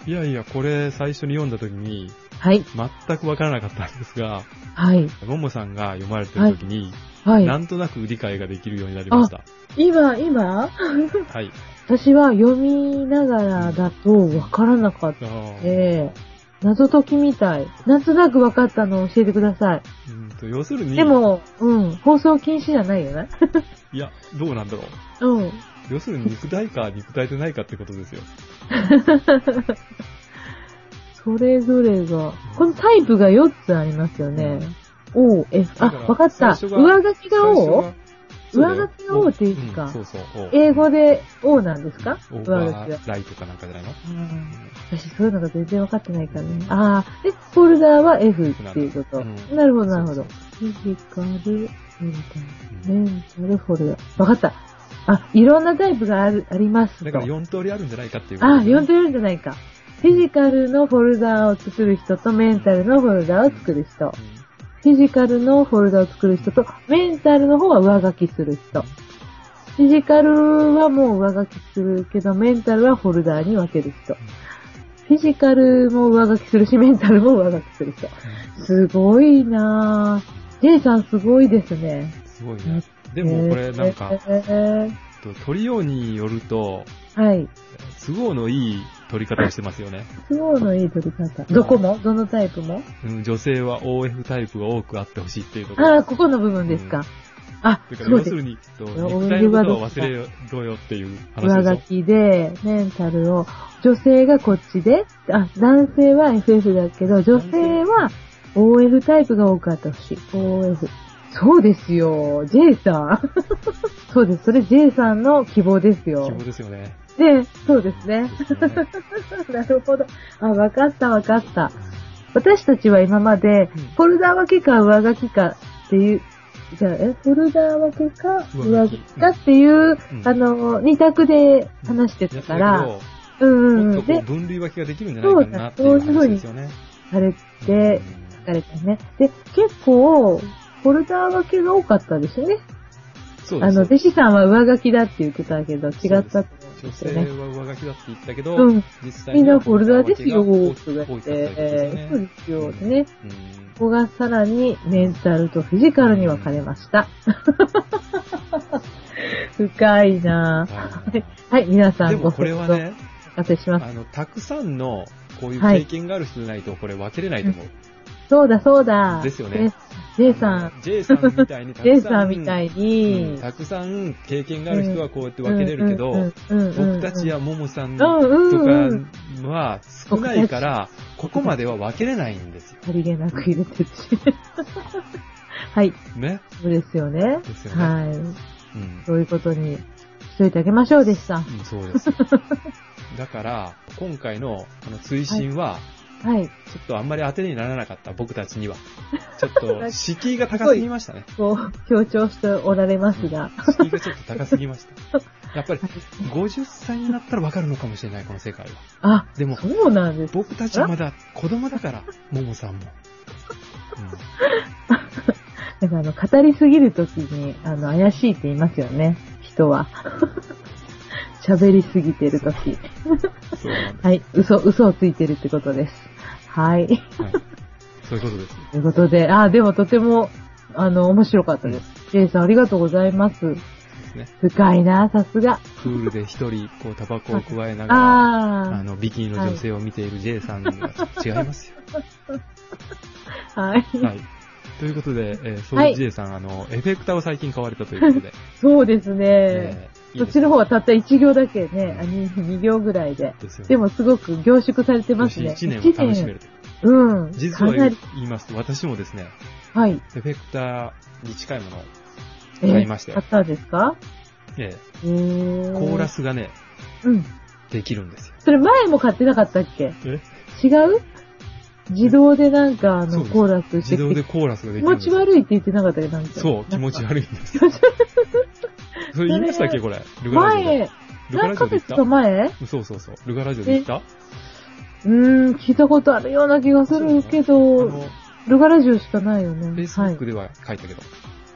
Speaker 1: いやいや、これ最初に読んだ時に、
Speaker 2: はい。
Speaker 1: 全くわからなかったんですが、
Speaker 2: はい。
Speaker 1: ももさんが読まれてる時に、
Speaker 2: はい。
Speaker 1: なんとなく理解ができるようになりました。
Speaker 2: 今、今
Speaker 1: はい。
Speaker 2: 私は読みながらだとわからなかっ
Speaker 1: あ
Speaker 2: た。
Speaker 1: ー
Speaker 2: ええ謎解きみたい。なんとなくわかったのを教えてください。
Speaker 1: うんと要するに、
Speaker 2: でも、うん、放送禁止じゃないよね。
Speaker 1: いや、どうなん だろう。
Speaker 2: うん。
Speaker 1: 要するに肉体か肉体でないかってことですよ。
Speaker 2: それぞれが、このタイプが4つありますよね。O、F、あ
Speaker 1: だら、
Speaker 2: わかった。
Speaker 1: 最初が
Speaker 2: 上書きが O?
Speaker 1: 最初が
Speaker 2: 上書きが O っていいですか
Speaker 1: んそうそう。O
Speaker 2: 英語で O なんですか
Speaker 1: オー
Speaker 2: 上書き
Speaker 1: バ
Speaker 2: が。
Speaker 1: ーライトかなんかじゃないの
Speaker 2: うん私そういうのが全然わかってないからね。ああ、で、フォルダーは F っていうこ
Speaker 1: な
Speaker 2: と。
Speaker 1: るほどうん
Speaker 2: なるほど、なるほど。
Speaker 1: そう
Speaker 2: フィジカル、メンタ
Speaker 1: う
Speaker 2: ル、メンタル、フォルダー。わかった。あ、いろんなタイプがある、ありますと。
Speaker 1: だから4通りあるんじゃないかっていうこと
Speaker 2: あ、
Speaker 1: ですね
Speaker 2: 読んでるんじゃないか。フィジカルのフォルダーを作る人とメンタルのフォルダーを作る人。フィジカルのフォルダーを作る人とメンタルの方は上書きする人。フィジカルはもう上書きするけど、メンタルはフォルダーに分ける人。フィジカルも上書きするし、メンタルも上書きする人。すごいなぁ。J さんすごいですね。
Speaker 1: すすごいね。でもこれなんか
Speaker 2: へ、ー
Speaker 1: と鳥ようによると、
Speaker 2: はい。
Speaker 1: 都合のいい取り方をしてますよね。
Speaker 2: 都合のいい取り方。どこもどのタイプも
Speaker 1: うん女性は OF タイプが多くあってほしいっていうとこ
Speaker 2: あ
Speaker 1: ろ。
Speaker 2: あ、ここの部分ですか。あ
Speaker 1: だ、から
Speaker 2: そ
Speaker 1: 要
Speaker 2: う
Speaker 1: す
Speaker 2: で
Speaker 1: る
Speaker 2: す。
Speaker 1: に、と
Speaker 2: いや
Speaker 1: 肉体のことは忘れろよっていう話
Speaker 2: 上
Speaker 1: で
Speaker 2: 書
Speaker 1: しょ。
Speaker 2: きで、メンタルを、女性がこっちで、あ、男性は FF だけど、女性は OF タイプが多かったしい。OF。そうですよ、J さん。 そうです、それ J さんの希望ですよ
Speaker 1: 希。望ですよね。
Speaker 2: で、そうですね。
Speaker 1: ですね
Speaker 2: なるほど。あ、わかったわかった。私たちは今まで、フォルダ分けか上書きかっていう、じゃあ、え、フォルダ分けか上
Speaker 1: 上
Speaker 2: 書
Speaker 1: 書
Speaker 2: き
Speaker 1: き
Speaker 2: かっていう、
Speaker 1: ん
Speaker 2: あの、二択で 話してたから、うん
Speaker 1: もっ
Speaker 2: う
Speaker 1: と
Speaker 2: ん。
Speaker 1: こう
Speaker 2: で、
Speaker 1: 分類分けができるんじゃないかなっていう話ですよね。
Speaker 2: あれって、あれですね。で、結構、フォルダ分けが多かったですよね。
Speaker 1: そうで
Speaker 2: あ
Speaker 1: すそう
Speaker 2: の、弟
Speaker 1: です
Speaker 2: 子さんは上書きだって言ってたけど、違ったって
Speaker 1: 女
Speaker 2: 思うんです
Speaker 1: 性
Speaker 2: よ
Speaker 1: は
Speaker 2: ね。
Speaker 1: 上書きだって言ったけど、
Speaker 2: うん
Speaker 1: 実際
Speaker 2: みん
Speaker 1: に
Speaker 2: な
Speaker 1: は
Speaker 2: フォルダですよ、
Speaker 1: 多
Speaker 2: とか
Speaker 1: か
Speaker 2: 言っ
Speaker 1: ったりとかです
Speaker 2: て。
Speaker 1: ね
Speaker 2: そうですよ、でね。
Speaker 1: うん
Speaker 2: ここがさらにメンタルとフィジカルに分かれ ました。深いなぁ。
Speaker 1: あ
Speaker 2: はい、皆
Speaker 1: ー
Speaker 2: さ
Speaker 1: で
Speaker 2: んご
Speaker 1: も
Speaker 2: 質
Speaker 1: これ
Speaker 2: 問
Speaker 1: は
Speaker 2: お
Speaker 1: ね、
Speaker 2: 待せします。
Speaker 1: あの、たくさんの、こういう
Speaker 2: はい
Speaker 1: 経験がある人でないと、これ分けれないと思う。
Speaker 2: そうだそうだ。
Speaker 1: ですよね。
Speaker 2: J さん、
Speaker 1: J さんみたいにたくさん。
Speaker 2: J さんみたい
Speaker 1: うん
Speaker 2: に。
Speaker 1: たくさん経験がある人はこうやって分けれるけ
Speaker 2: うん
Speaker 1: ど、、
Speaker 2: 僕
Speaker 1: 僕たちやももさんと
Speaker 2: うんうんうん
Speaker 1: かは少ないから、ここまでは分けれないんですよ。
Speaker 2: さりげなく入れてるし。 はい、
Speaker 1: ね。
Speaker 2: そうですよね。
Speaker 1: ですよね
Speaker 2: はい。
Speaker 1: うん
Speaker 2: そういうことにしといてあげましょうでした。は
Speaker 1: うん。そう です。だから、今回のこの推進は、
Speaker 2: い。
Speaker 1: ちょっとあんまり当てにならなかった、僕たちには。ちょっと、敷居が高すぎました ね。
Speaker 2: こう、強調しておられますが。
Speaker 1: 敷居がちょっと高すぎました。やっぱり、50歳になったら分かるのかもしれない、この世界は。
Speaker 2: あ、
Speaker 1: でも
Speaker 2: そうなんです。
Speaker 1: 僕たちはまだ子供だ から、ももさんも。
Speaker 2: なんかあの、語りすぎるときに、あの、怪しいって言いますよね。人は。 喋りすぎてるとき。
Speaker 1: うん、そうなんです。
Speaker 2: はい。嘘、嘘をついてるってことです。は
Speaker 1: は
Speaker 2: い。
Speaker 1: い。そういうことです。
Speaker 2: ということで、あー、でもとても、あの、面白かったです。ジェイさんありがとうございます。
Speaker 1: ですね。
Speaker 2: 深いな、さすが。
Speaker 1: プールで一人、こう、タバコを加えながら、あ
Speaker 2: あ
Speaker 1: の、ビキニの女性を見ている J さんが違いますよ。
Speaker 2: ー。はい。
Speaker 1: はい。ということで、えーそう
Speaker 2: はい
Speaker 1: いう J さん、あの、エフェクターを最近買われたということで、
Speaker 2: そうですね。
Speaker 1: えーい
Speaker 2: そ
Speaker 1: い
Speaker 2: っ
Speaker 1: です
Speaker 2: ちの方はたった1行だけね、
Speaker 1: ん
Speaker 2: あ2、2行ぐらいで。
Speaker 1: ですよね
Speaker 2: でもすごく凝縮されてますね。
Speaker 1: 1年を楽しめると。
Speaker 2: 一年。うん。
Speaker 1: 実は
Speaker 2: かな
Speaker 1: 言
Speaker 2: り。
Speaker 1: いますと、私もですね、
Speaker 2: はい。
Speaker 1: エフェクターに近いものを
Speaker 2: えー
Speaker 1: 買いましたよ
Speaker 2: 買ったんですか
Speaker 1: え
Speaker 2: コ
Speaker 1: ーコ
Speaker 2: ー
Speaker 1: ーラ。スがね、
Speaker 2: うん。
Speaker 1: できるんですよ。
Speaker 2: それ前も買ってなかったっけ
Speaker 1: え
Speaker 2: 違う自動でなんか、あ
Speaker 1: そう
Speaker 2: の、
Speaker 1: です
Speaker 2: コーラスして
Speaker 1: 自
Speaker 2: きて
Speaker 1: 動でコーラスがで
Speaker 2: 気
Speaker 1: きるん
Speaker 2: 持
Speaker 1: です
Speaker 2: ち
Speaker 1: よ。
Speaker 2: 悪いって言ってなかったけど、なんか。
Speaker 1: そう、気持ち悪いんです。それ言いましたっけこれ。ルガラジオで。
Speaker 2: 前、
Speaker 1: ルガラ
Speaker 2: 何
Speaker 1: ジ
Speaker 2: ヶ
Speaker 1: オで言っ
Speaker 2: 月
Speaker 1: た
Speaker 2: か前う
Speaker 1: そうそうそう。ルガラジオで言った
Speaker 2: ーん、聞いたことあるような気がするけ
Speaker 1: あ
Speaker 2: ど、
Speaker 1: の、
Speaker 2: ルガラジオしかないよ
Speaker 1: フェ
Speaker 2: ね。
Speaker 1: イスブックでは書いたけど。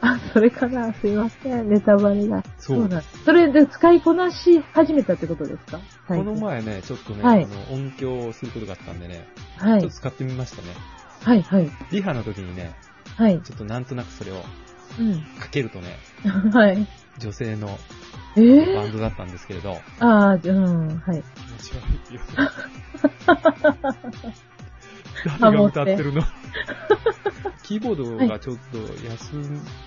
Speaker 2: あ、それかな、すいません、ネタバレが。
Speaker 1: そう
Speaker 2: なんです。それで使いこなし始めたってことですか
Speaker 1: こ
Speaker 2: 最近
Speaker 1: の前ね、ちょっとね、
Speaker 2: はい
Speaker 1: あの音響をすることがあったんでね、
Speaker 2: は
Speaker 1: ちょ
Speaker 2: い
Speaker 1: っと。使ってみましたね。
Speaker 2: はい、はい。
Speaker 1: リハの時にね、
Speaker 2: はい。
Speaker 1: ちょっとなんとなくそれを
Speaker 2: うん。
Speaker 1: かけるとね、
Speaker 2: はい。
Speaker 1: 女性の
Speaker 2: え
Speaker 1: バ
Speaker 2: ー
Speaker 1: ンドだったんですけれ ど、
Speaker 2: ああ、うん、はい。
Speaker 1: 気持ち悪いって言われた誰が歌ってるのキーボードがちょっと休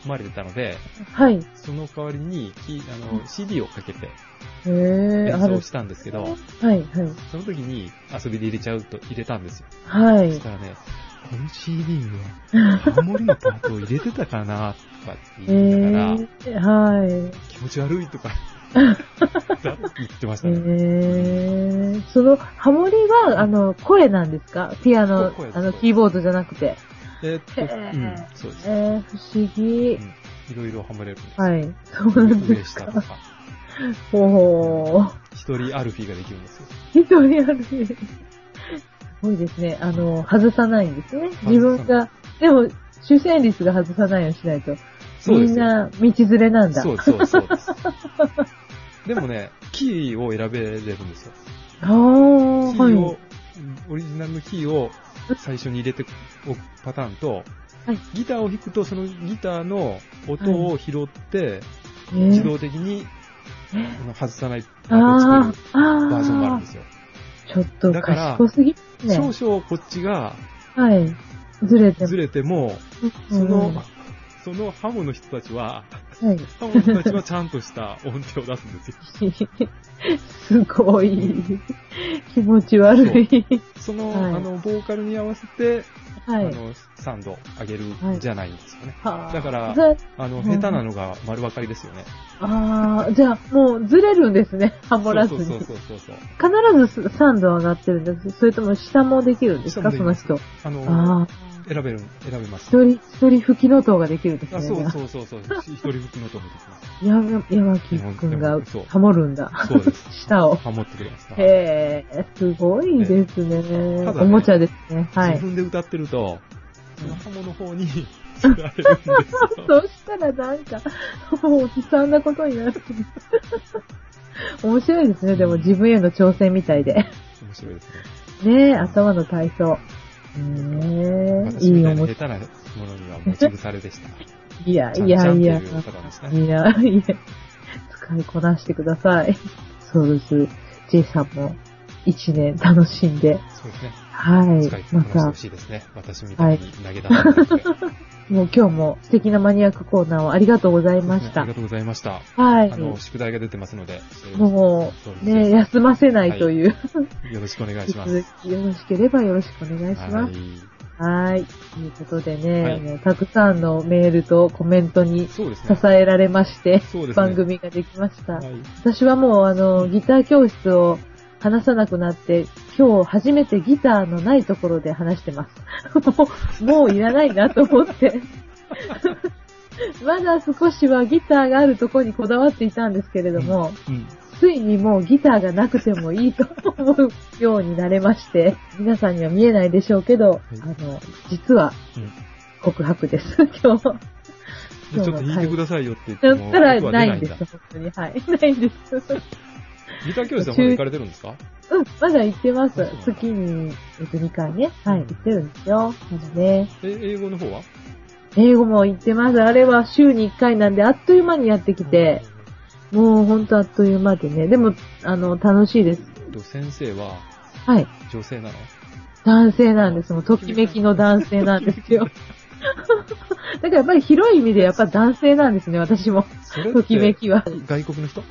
Speaker 1: まれてたので、
Speaker 2: はい。
Speaker 1: その代わりにキーあの CD をかけて
Speaker 2: へえ、
Speaker 1: 演
Speaker 2: ある
Speaker 1: 奏。したんですけど、
Speaker 2: はい、はい。
Speaker 1: その時に遊びで入れちゃうと、入れたんですよ。
Speaker 2: は
Speaker 1: そし
Speaker 2: い。
Speaker 1: たらね、この CD にはハモリのパートを入れてたかな、とかって
Speaker 2: え
Speaker 1: 言いながら、
Speaker 2: ー、はい。
Speaker 1: 気持ち悪いとか 言ってまし
Speaker 2: え
Speaker 1: たね。
Speaker 2: ー、その、ハモリは、あの、声なんですかピアノ
Speaker 1: 声、です
Speaker 2: あの、
Speaker 1: 声
Speaker 2: キーボードじゃなくて。
Speaker 1: えーっと、
Speaker 2: へ
Speaker 1: う
Speaker 2: ー
Speaker 1: ん、そうです。
Speaker 2: えー、不思議。
Speaker 1: いろいろハモれるんです。
Speaker 2: はい。そうなん
Speaker 1: 上
Speaker 2: です
Speaker 1: 下
Speaker 2: か
Speaker 1: と。か、
Speaker 2: ほー。
Speaker 1: 一人アルフィーができるんですよ。
Speaker 2: 一人歩いてすごいですね。あの、外さないんですね。自分が。でも、主戦率が外さないようにしないと。
Speaker 1: そうで
Speaker 2: み
Speaker 1: す
Speaker 2: ん
Speaker 1: よ。
Speaker 2: な、道連れなんだ。
Speaker 1: そうそうそうです。でもね、キーを選べれるんですよ。キ
Speaker 2: あー、は
Speaker 1: ーを
Speaker 2: い。、
Speaker 1: オリジナルのキーを最初に入れておくパターンと、
Speaker 2: はい
Speaker 1: ギターを弾くとそのギターの音を拾って、
Speaker 2: えー
Speaker 1: 自動的にあの外さない
Speaker 2: ああ
Speaker 1: バ
Speaker 2: ああ
Speaker 1: ージョンがあるんですよ。
Speaker 2: ちょっと
Speaker 1: だから
Speaker 2: 賢すぎますね。
Speaker 1: 少々こっちが
Speaker 2: はい。ずれても
Speaker 1: ずれても、そ
Speaker 2: うん
Speaker 1: の
Speaker 2: は、
Speaker 1: そのハムの人たちは、
Speaker 2: い。
Speaker 1: ハムの人たちはちゃんとした音程を出すんですよ。
Speaker 2: すごい。気持ち悪い。
Speaker 1: その、
Speaker 2: はい
Speaker 1: あの、ボーカルに合わせて、
Speaker 2: はい
Speaker 1: あ。の、3度上げるんじゃないんですよね。
Speaker 2: はあ
Speaker 1: だから
Speaker 2: ず
Speaker 1: あの、
Speaker 2: うん
Speaker 1: 下手なのが丸分かりですよね。
Speaker 2: ああ、じゃあ、もうずれるんですね。ハモらずに。
Speaker 1: そう
Speaker 2: 必
Speaker 1: そうそうそうそう。
Speaker 2: ず3度上がってるんです。それとも下もできるんですか、
Speaker 1: 下
Speaker 2: そ
Speaker 1: も
Speaker 2: の
Speaker 1: でき
Speaker 2: 人。
Speaker 1: あの、
Speaker 2: ああ、
Speaker 1: 選べる、選べます。
Speaker 2: 一人、一人吹きの塔ができるんですね。
Speaker 1: あ、そう
Speaker 2: じゃ
Speaker 1: そうそうそう。 一人吹きのと思ってます。
Speaker 2: あやば、やばきくん
Speaker 1: で
Speaker 2: が
Speaker 1: もそう
Speaker 2: ハモるんだ。
Speaker 1: そうです。
Speaker 2: 下を。
Speaker 1: ハモってくれます。はい
Speaker 2: へえ、すごいですね。
Speaker 1: ただね
Speaker 2: おもちゃですね。は
Speaker 1: 自
Speaker 2: い。
Speaker 1: 分で歌ってると、そのハモの方に 振られるんですよ。
Speaker 2: そしたらなんか、もう悲惨なことになってる。面白いですね。でも自分への挑戦みたいで。
Speaker 1: 面白いですね。
Speaker 2: ねえ、頭の体操。ねえ、い
Speaker 1: 私
Speaker 2: い
Speaker 1: みたいな
Speaker 2: 思
Speaker 1: 下手なものには持ち腐れでした。
Speaker 2: いや、
Speaker 1: ちゃ
Speaker 2: い
Speaker 1: んちゃ
Speaker 2: や、
Speaker 1: ん
Speaker 2: いや、
Speaker 1: っていう方なんですね。
Speaker 2: いや、いや、使いこなしてください。そうです。J さんも一年楽しんで、
Speaker 1: そうですね。使い
Speaker 2: はい。ま
Speaker 1: こなして
Speaker 2: た
Speaker 1: ほ、しいですね。私みたいに投げ出されて。
Speaker 2: もう今日も素敵なマニアックコーナーをありがとうございまし
Speaker 1: あ
Speaker 2: た
Speaker 1: りが。とうございました。
Speaker 2: は
Speaker 1: あ
Speaker 2: い。
Speaker 1: の、宿題が出てますので、
Speaker 2: も
Speaker 1: そうです
Speaker 2: う、ね、休ませないという、
Speaker 1: よろしくお願いしま
Speaker 2: 続
Speaker 1: す。
Speaker 2: きよろしければよろしくお願いします。
Speaker 1: い。
Speaker 2: はい。ということでね、
Speaker 1: はい
Speaker 2: もうたくさんのメールとコメントに
Speaker 1: そうですね。
Speaker 2: 支えられまして、
Speaker 1: そうですね
Speaker 2: 番組ができました。
Speaker 1: はい。
Speaker 2: 私はもうあの、ギター教室を話さなくなって、今日初めてギターのないところで話してます。 もう、もういらないなと思って。 まだ少しはギターがあるところにこだわっていたんですけれども、
Speaker 1: うん。
Speaker 2: ついにもうギターがなくてもいいと思うようになれまして、皆さんには見えないでしょうけど、あの、実は
Speaker 1: うん
Speaker 2: 告白です、 今日。
Speaker 1: ちょっと弾いてくださいよって言って
Speaker 2: だ
Speaker 1: も、
Speaker 2: ったら
Speaker 1: 僕は
Speaker 2: な
Speaker 1: 出
Speaker 2: いんです、
Speaker 1: だ
Speaker 2: 本当に。はい。ないんです。
Speaker 1: ギター教室はまだ行かれてるんですか
Speaker 2: うん、まだ行ってます
Speaker 1: あそうなん。だ
Speaker 2: 月に、えっと、2回ね。はい、行ってるんですよ。なので、
Speaker 1: え、英語の方は
Speaker 2: 英語も行ってます。あれは週に1回なんで、あっという間にやってきて、もうほんとあっという間でね。でも、あの、楽しいです。
Speaker 1: うんと先生は
Speaker 2: はい。
Speaker 1: 女性なの
Speaker 2: 男性なんです。もう、ときめきの男性なんです よ。だからやっぱり広い意味でやっぱ男性なんですね、私も。
Speaker 1: それって
Speaker 2: ときめきは。
Speaker 1: 外国の人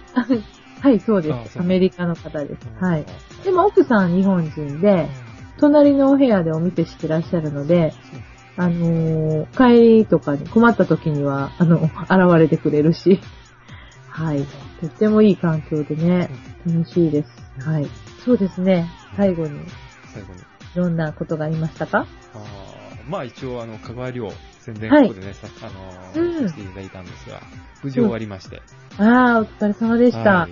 Speaker 2: はい、そう
Speaker 1: あ
Speaker 2: で
Speaker 1: そう
Speaker 2: す。アメリカの方です。はい。
Speaker 1: あ
Speaker 2: でも奥さんは日本人で、隣のお部屋でお店してらっしゃるので、あのー帰りとかに困った時には、あの、現れてくれるし、 はい。とってもいい環境でね、楽しいです。はい。そうですね。最後に、い
Speaker 1: 最後に。
Speaker 2: ろんなことがありましたか
Speaker 1: あーまあ一応、あの、香川亮宣伝
Speaker 2: はい
Speaker 1: ここでね、さあの
Speaker 2: う
Speaker 1: ー、さ
Speaker 2: ん
Speaker 1: せていただいたんですが、無事終わりまして。
Speaker 2: ああ、お疲れ様でした
Speaker 1: は。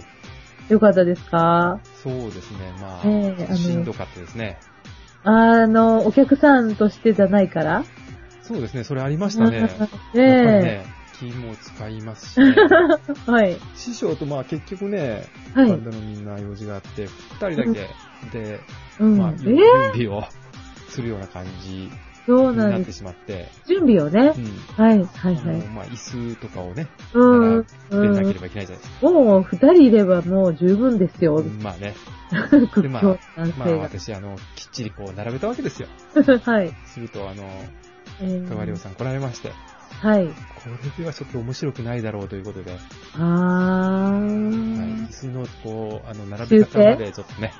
Speaker 1: い
Speaker 2: よかったですか
Speaker 1: そうですね、ま
Speaker 2: ええあ
Speaker 1: あ、
Speaker 2: の
Speaker 1: しんどかったですね。
Speaker 2: あの、お客さんとしてじゃないから
Speaker 1: そうですね、それありましたね。やっぱ
Speaker 2: え
Speaker 1: り
Speaker 2: え
Speaker 1: ね、気も使いますしね、
Speaker 2: はい。
Speaker 1: 師匠とまあ結局ね、バ
Speaker 2: は
Speaker 1: ン
Speaker 2: い。
Speaker 1: ドのみんな用事があって、二人だけで、
Speaker 2: うん。
Speaker 1: まあ、
Speaker 2: え
Speaker 1: 準
Speaker 2: え
Speaker 1: 備をするような感じ
Speaker 2: そう
Speaker 1: に
Speaker 2: な
Speaker 1: なんっ
Speaker 2: で
Speaker 1: て
Speaker 2: す。
Speaker 1: しまって、
Speaker 2: 準備をね
Speaker 1: う。ん。
Speaker 2: はい、はい、
Speaker 1: あ
Speaker 2: は
Speaker 1: の
Speaker 2: い。
Speaker 1: まあ、椅子とかをね、
Speaker 2: うん。
Speaker 1: 並べな
Speaker 2: う
Speaker 1: け
Speaker 2: ん
Speaker 1: ればいけないじゃないです
Speaker 2: もう二人いればもう十分ですよ。
Speaker 1: か。まあね、
Speaker 2: 屈強
Speaker 1: まあ
Speaker 2: な男
Speaker 1: まあ
Speaker 2: 性が。
Speaker 1: 私、あの、きっちりこう並べたわけですよ。
Speaker 2: はい。
Speaker 1: すると、あの、
Speaker 2: えー
Speaker 1: かがりょうさん来られまして、
Speaker 2: はい。
Speaker 1: これではちょっと面白くないだろうということで、
Speaker 2: あー。
Speaker 1: はい椅子のこう、あの、並べ方までちょっとね、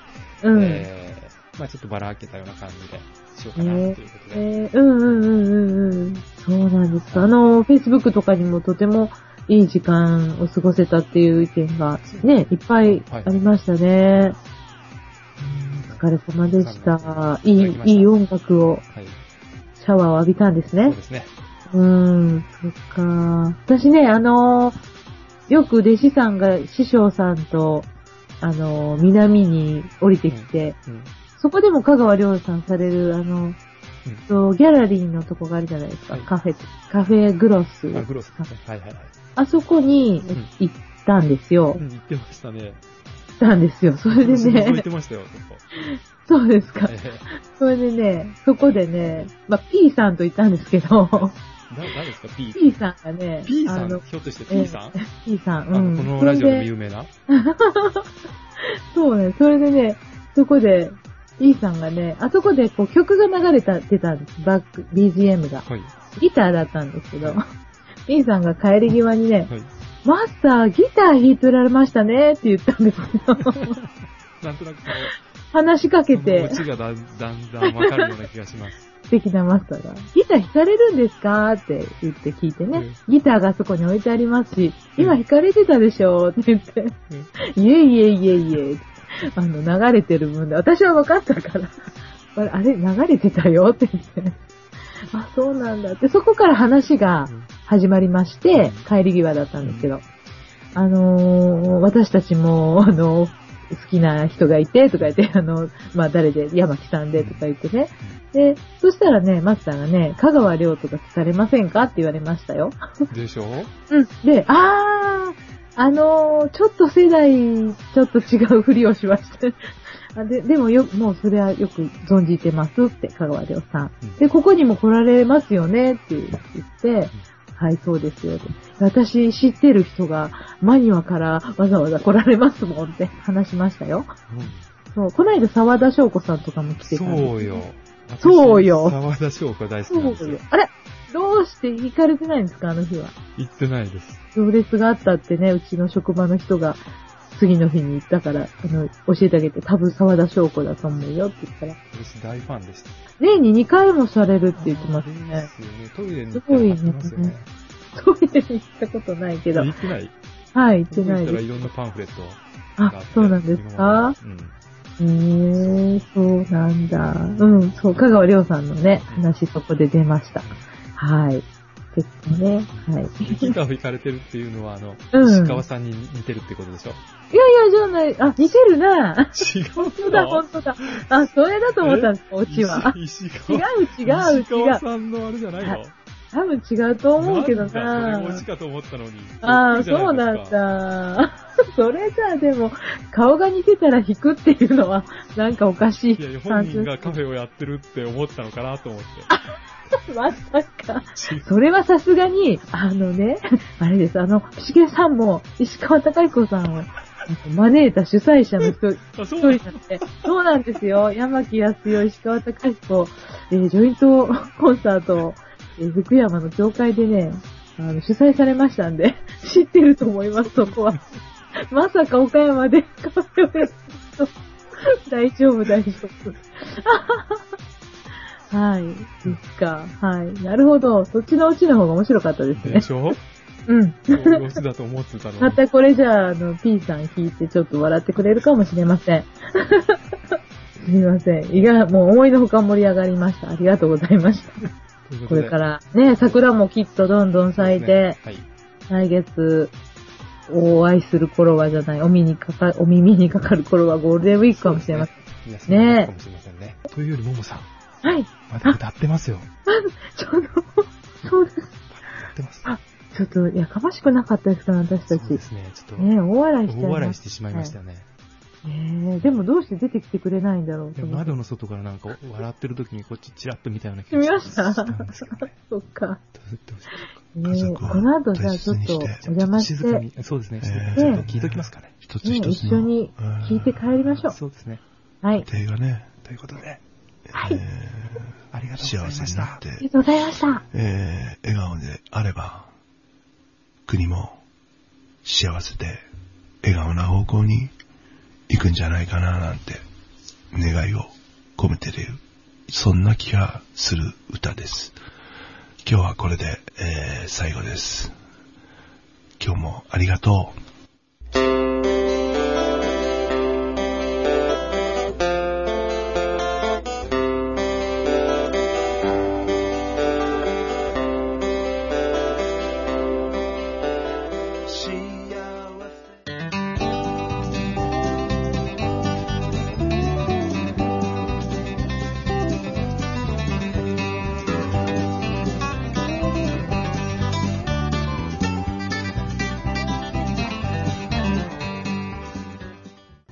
Speaker 2: うん。え
Speaker 1: えーまあちょっとばらけたような感じでしようかなということで、
Speaker 2: ーうんうんうんうんうん。そうなんです。あの、Facebook とかにもとてもいい時間を過ごせたっていう意見がね、いっぱいありましたね。うんお疲れ様でした。いい、いい音楽を、
Speaker 1: はい、
Speaker 2: シャワーを浴びたんで
Speaker 1: そ
Speaker 2: す
Speaker 1: う
Speaker 2: ね
Speaker 1: で。すね。
Speaker 2: うーん、そっか。私ね、あのーよく弟子さんが師匠さんと、あのー南に降りてきて、
Speaker 1: うん
Speaker 2: そこでも香川亮さんされる、あの、とギャラリーのとこがあるじゃないですか、
Speaker 1: はい
Speaker 2: カフェ、カフェグロス。
Speaker 1: あ、グロスですね。はいはいはい。
Speaker 2: あそこ
Speaker 1: ん
Speaker 2: に行ったんですよ。
Speaker 1: うん、言ってましたね。
Speaker 2: たんですよ。それで
Speaker 1: 私覗い
Speaker 2: ね
Speaker 1: て、ましたよ、
Speaker 2: そうです
Speaker 1: そ
Speaker 2: か
Speaker 1: こ。。ええ
Speaker 2: それでね、そこでね、まあ、P さんといたんですけ
Speaker 1: な、
Speaker 2: ど、
Speaker 1: 何ですか ?P。
Speaker 2: P さんがね、
Speaker 1: P
Speaker 2: あ
Speaker 1: さん
Speaker 2: の、
Speaker 1: ひょっとして
Speaker 2: ええ
Speaker 1: P さん、
Speaker 2: P さん、
Speaker 1: あ
Speaker 2: うん。
Speaker 1: の、このラジオでも
Speaker 2: う。
Speaker 1: 有名な
Speaker 2: そうね、それでね、そこで、P さんがね、あそこでこう曲が流れた、出たんです。バック、BGM が。
Speaker 1: はい。
Speaker 2: ギターだったんですけど、P さんが帰り際にね、
Speaker 1: はい。
Speaker 2: マスター、ギター弾いておられましたねって言った んですけど、
Speaker 1: なんとなくその、
Speaker 2: 話しかけ
Speaker 1: その
Speaker 2: て
Speaker 1: オ、チがだんだんだんわかるような気がし ます。
Speaker 2: 素敵なマスターが、ギター弾かれるんですかって言って聞いてね、ギターがそこに置いてありますし、今弾かれてたでしょって言って、いえいえいえいえ、あの、流れてる分で、私は分かったから、 あれ、あれ流れてたよって言って、あ、そうなんだって、そこから話が始まりまして、帰り際だったんですけど、あのー私たちも、あの好きな人がいて、とか言って、あの、まあ、誰で、山木さんで、とか言ってね。で、そしたらね、マスターがね、香川亮とか聞かれませんかって言われましたよ。
Speaker 1: でしょ
Speaker 2: うん。で、あー、あのーちょっと世代、ちょっと違うふりをしました。 あででもよ、もうそれはよく存じてますって、香川亮さん。
Speaker 1: うん
Speaker 2: で、ここにも来られますよねって言って、はい、そうですよって。私知ってる人がマニュアからわざわざ来られますもんって話しましたよ。そう、この間沢田翔子さんとかも来てたんです
Speaker 1: そうよ。
Speaker 2: そうよ
Speaker 1: 沢田翔子大好きなんです
Speaker 2: そう
Speaker 1: よ
Speaker 2: よ。。あれどうして行かれてないんですかあの日は。
Speaker 1: 行ってないです。
Speaker 2: 行列があったってね、うちの職場の人が次の日に行ったから、あの、教えてあげて、多分沢田翔子だと思うよって言ったら、
Speaker 1: 私大ファンでした。
Speaker 2: 年に2回もされるって言ってます
Speaker 1: で
Speaker 2: ね。
Speaker 1: すよね。トイレに行ったら行ってますよね。
Speaker 2: トイレに行ったことないけど。
Speaker 1: 行ってない
Speaker 2: はい、行っ
Speaker 1: 行
Speaker 2: て
Speaker 1: った
Speaker 2: ない
Speaker 1: ら
Speaker 2: で
Speaker 1: い
Speaker 2: す。
Speaker 1: ろんなパンフレットがあ
Speaker 2: あ
Speaker 1: って。、
Speaker 2: そうなんですか
Speaker 1: うん。
Speaker 2: うーん、そうなんだ。うん、そう、香川亮さんのね、話そこで出ました。はい。結構ね、はい。
Speaker 1: ギターを弾かれてるっていうのは、あの、
Speaker 2: うん
Speaker 1: 石川さんに似てるってことでしょ
Speaker 2: いやいや、じゃない、あ、似てるな。
Speaker 1: 違
Speaker 2: そう
Speaker 1: う
Speaker 2: だ、
Speaker 1: の
Speaker 2: 本当だ。あ、それだと思ったんです、オチは。
Speaker 1: 石石
Speaker 2: 違う
Speaker 1: 川
Speaker 2: 違う違う
Speaker 1: 石川。さんのあれじゃないの
Speaker 2: 多分違うと思うけど
Speaker 1: なんだ
Speaker 2: な
Speaker 1: それオチかと思ったのに。
Speaker 2: ああ、
Speaker 1: びっくりじゃ
Speaker 2: そう
Speaker 1: い
Speaker 2: な
Speaker 1: で
Speaker 2: ん
Speaker 1: すか。
Speaker 2: だ。それじゃあでも、顔が似てたら引くっていうのは、なんかおかしい
Speaker 1: いや、本
Speaker 2: 感じ
Speaker 1: 人がカフェをやってるって思ったのかなと思って。
Speaker 2: まさか。それはさすがに、あのね、あれです、あの、しげさんも、石川隆彦さんを、招いた主催者の人、
Speaker 1: あ、そうな
Speaker 2: 一
Speaker 1: ん
Speaker 2: 人なんで、そうなんですよ。山木康代、石川隆彦、えージョイントコンサート、えー福山の教会でね、あの、主催されましたんで、知ってると思います、そこは。まさか岡山でカフェをやると大丈夫、大丈夫。 はい。ですか。はい。なるほど。そっちのオチの方が面白かったです
Speaker 1: で
Speaker 2: ね。
Speaker 1: しょ
Speaker 2: うん。
Speaker 1: そういうオチだと思ってたの
Speaker 2: ま
Speaker 1: に。
Speaker 2: たこれじゃあ、あの、P さん弾いてちょっと笑ってくれるかもしれません。 すみません。いが、もう思いのほか盛り上がりました。ありがとうございました。
Speaker 1: という
Speaker 2: こ
Speaker 1: で
Speaker 2: れから、ね、桜もきっとどんどん咲いて、
Speaker 1: そうですね
Speaker 2: 来月、お会いする頃はじゃない、お耳にかか、お耳にかかる頃はゴールデンウィークかもしれません。
Speaker 1: はい。休みにな
Speaker 2: ね
Speaker 1: るかもしれませんね。というより、ももさん、
Speaker 2: はい。
Speaker 1: まだ歌ってますよ。
Speaker 2: ちょうど、そうです。
Speaker 1: 歌ってます。
Speaker 2: あ、ちょっと、やかましくなかったですかね、私た
Speaker 1: そ
Speaker 2: ち。
Speaker 1: うですね。ちょっ
Speaker 2: ね、大笑いし
Speaker 1: と、
Speaker 2: て
Speaker 1: 大笑いしてしまいましたね。
Speaker 2: ねえでもどうして出てきてくれないんだろう
Speaker 1: で
Speaker 2: と
Speaker 1: も
Speaker 2: 思って
Speaker 1: 窓の外からなんか笑ってる時にこっちチラッと見たような気
Speaker 2: 見ま
Speaker 1: が
Speaker 2: した
Speaker 1: したんですけどね。
Speaker 2: そっか。
Speaker 1: どうどうしよ
Speaker 2: ねえ
Speaker 3: 家族は
Speaker 2: この後じゃあちょっとお
Speaker 3: 大切にして
Speaker 2: 邪魔
Speaker 1: う
Speaker 2: し
Speaker 1: 静
Speaker 2: て、
Speaker 1: か
Speaker 2: ね
Speaker 1: に、そうですね。ち
Speaker 3: え
Speaker 2: え
Speaker 1: ょっと聞いときますかね。
Speaker 3: 一つ
Speaker 2: え
Speaker 3: 一つ
Speaker 2: 一緒
Speaker 3: の、
Speaker 2: に聞いて帰りましょ
Speaker 1: そうですね。
Speaker 2: う。はい。
Speaker 3: 手がね、
Speaker 1: ということで、
Speaker 3: え
Speaker 1: ありが
Speaker 3: ー
Speaker 1: とうござい
Speaker 3: 幸
Speaker 1: ま
Speaker 3: せに
Speaker 1: し。
Speaker 3: なった
Speaker 2: あ
Speaker 3: て
Speaker 2: り、がとうございました。
Speaker 3: えー笑顔であれば、国も幸せで笑顔な方向に行くんじゃないかななんて願いを込めてる、そんな気がする歌です。今日はこれで、えー最後です。今日もありがとう。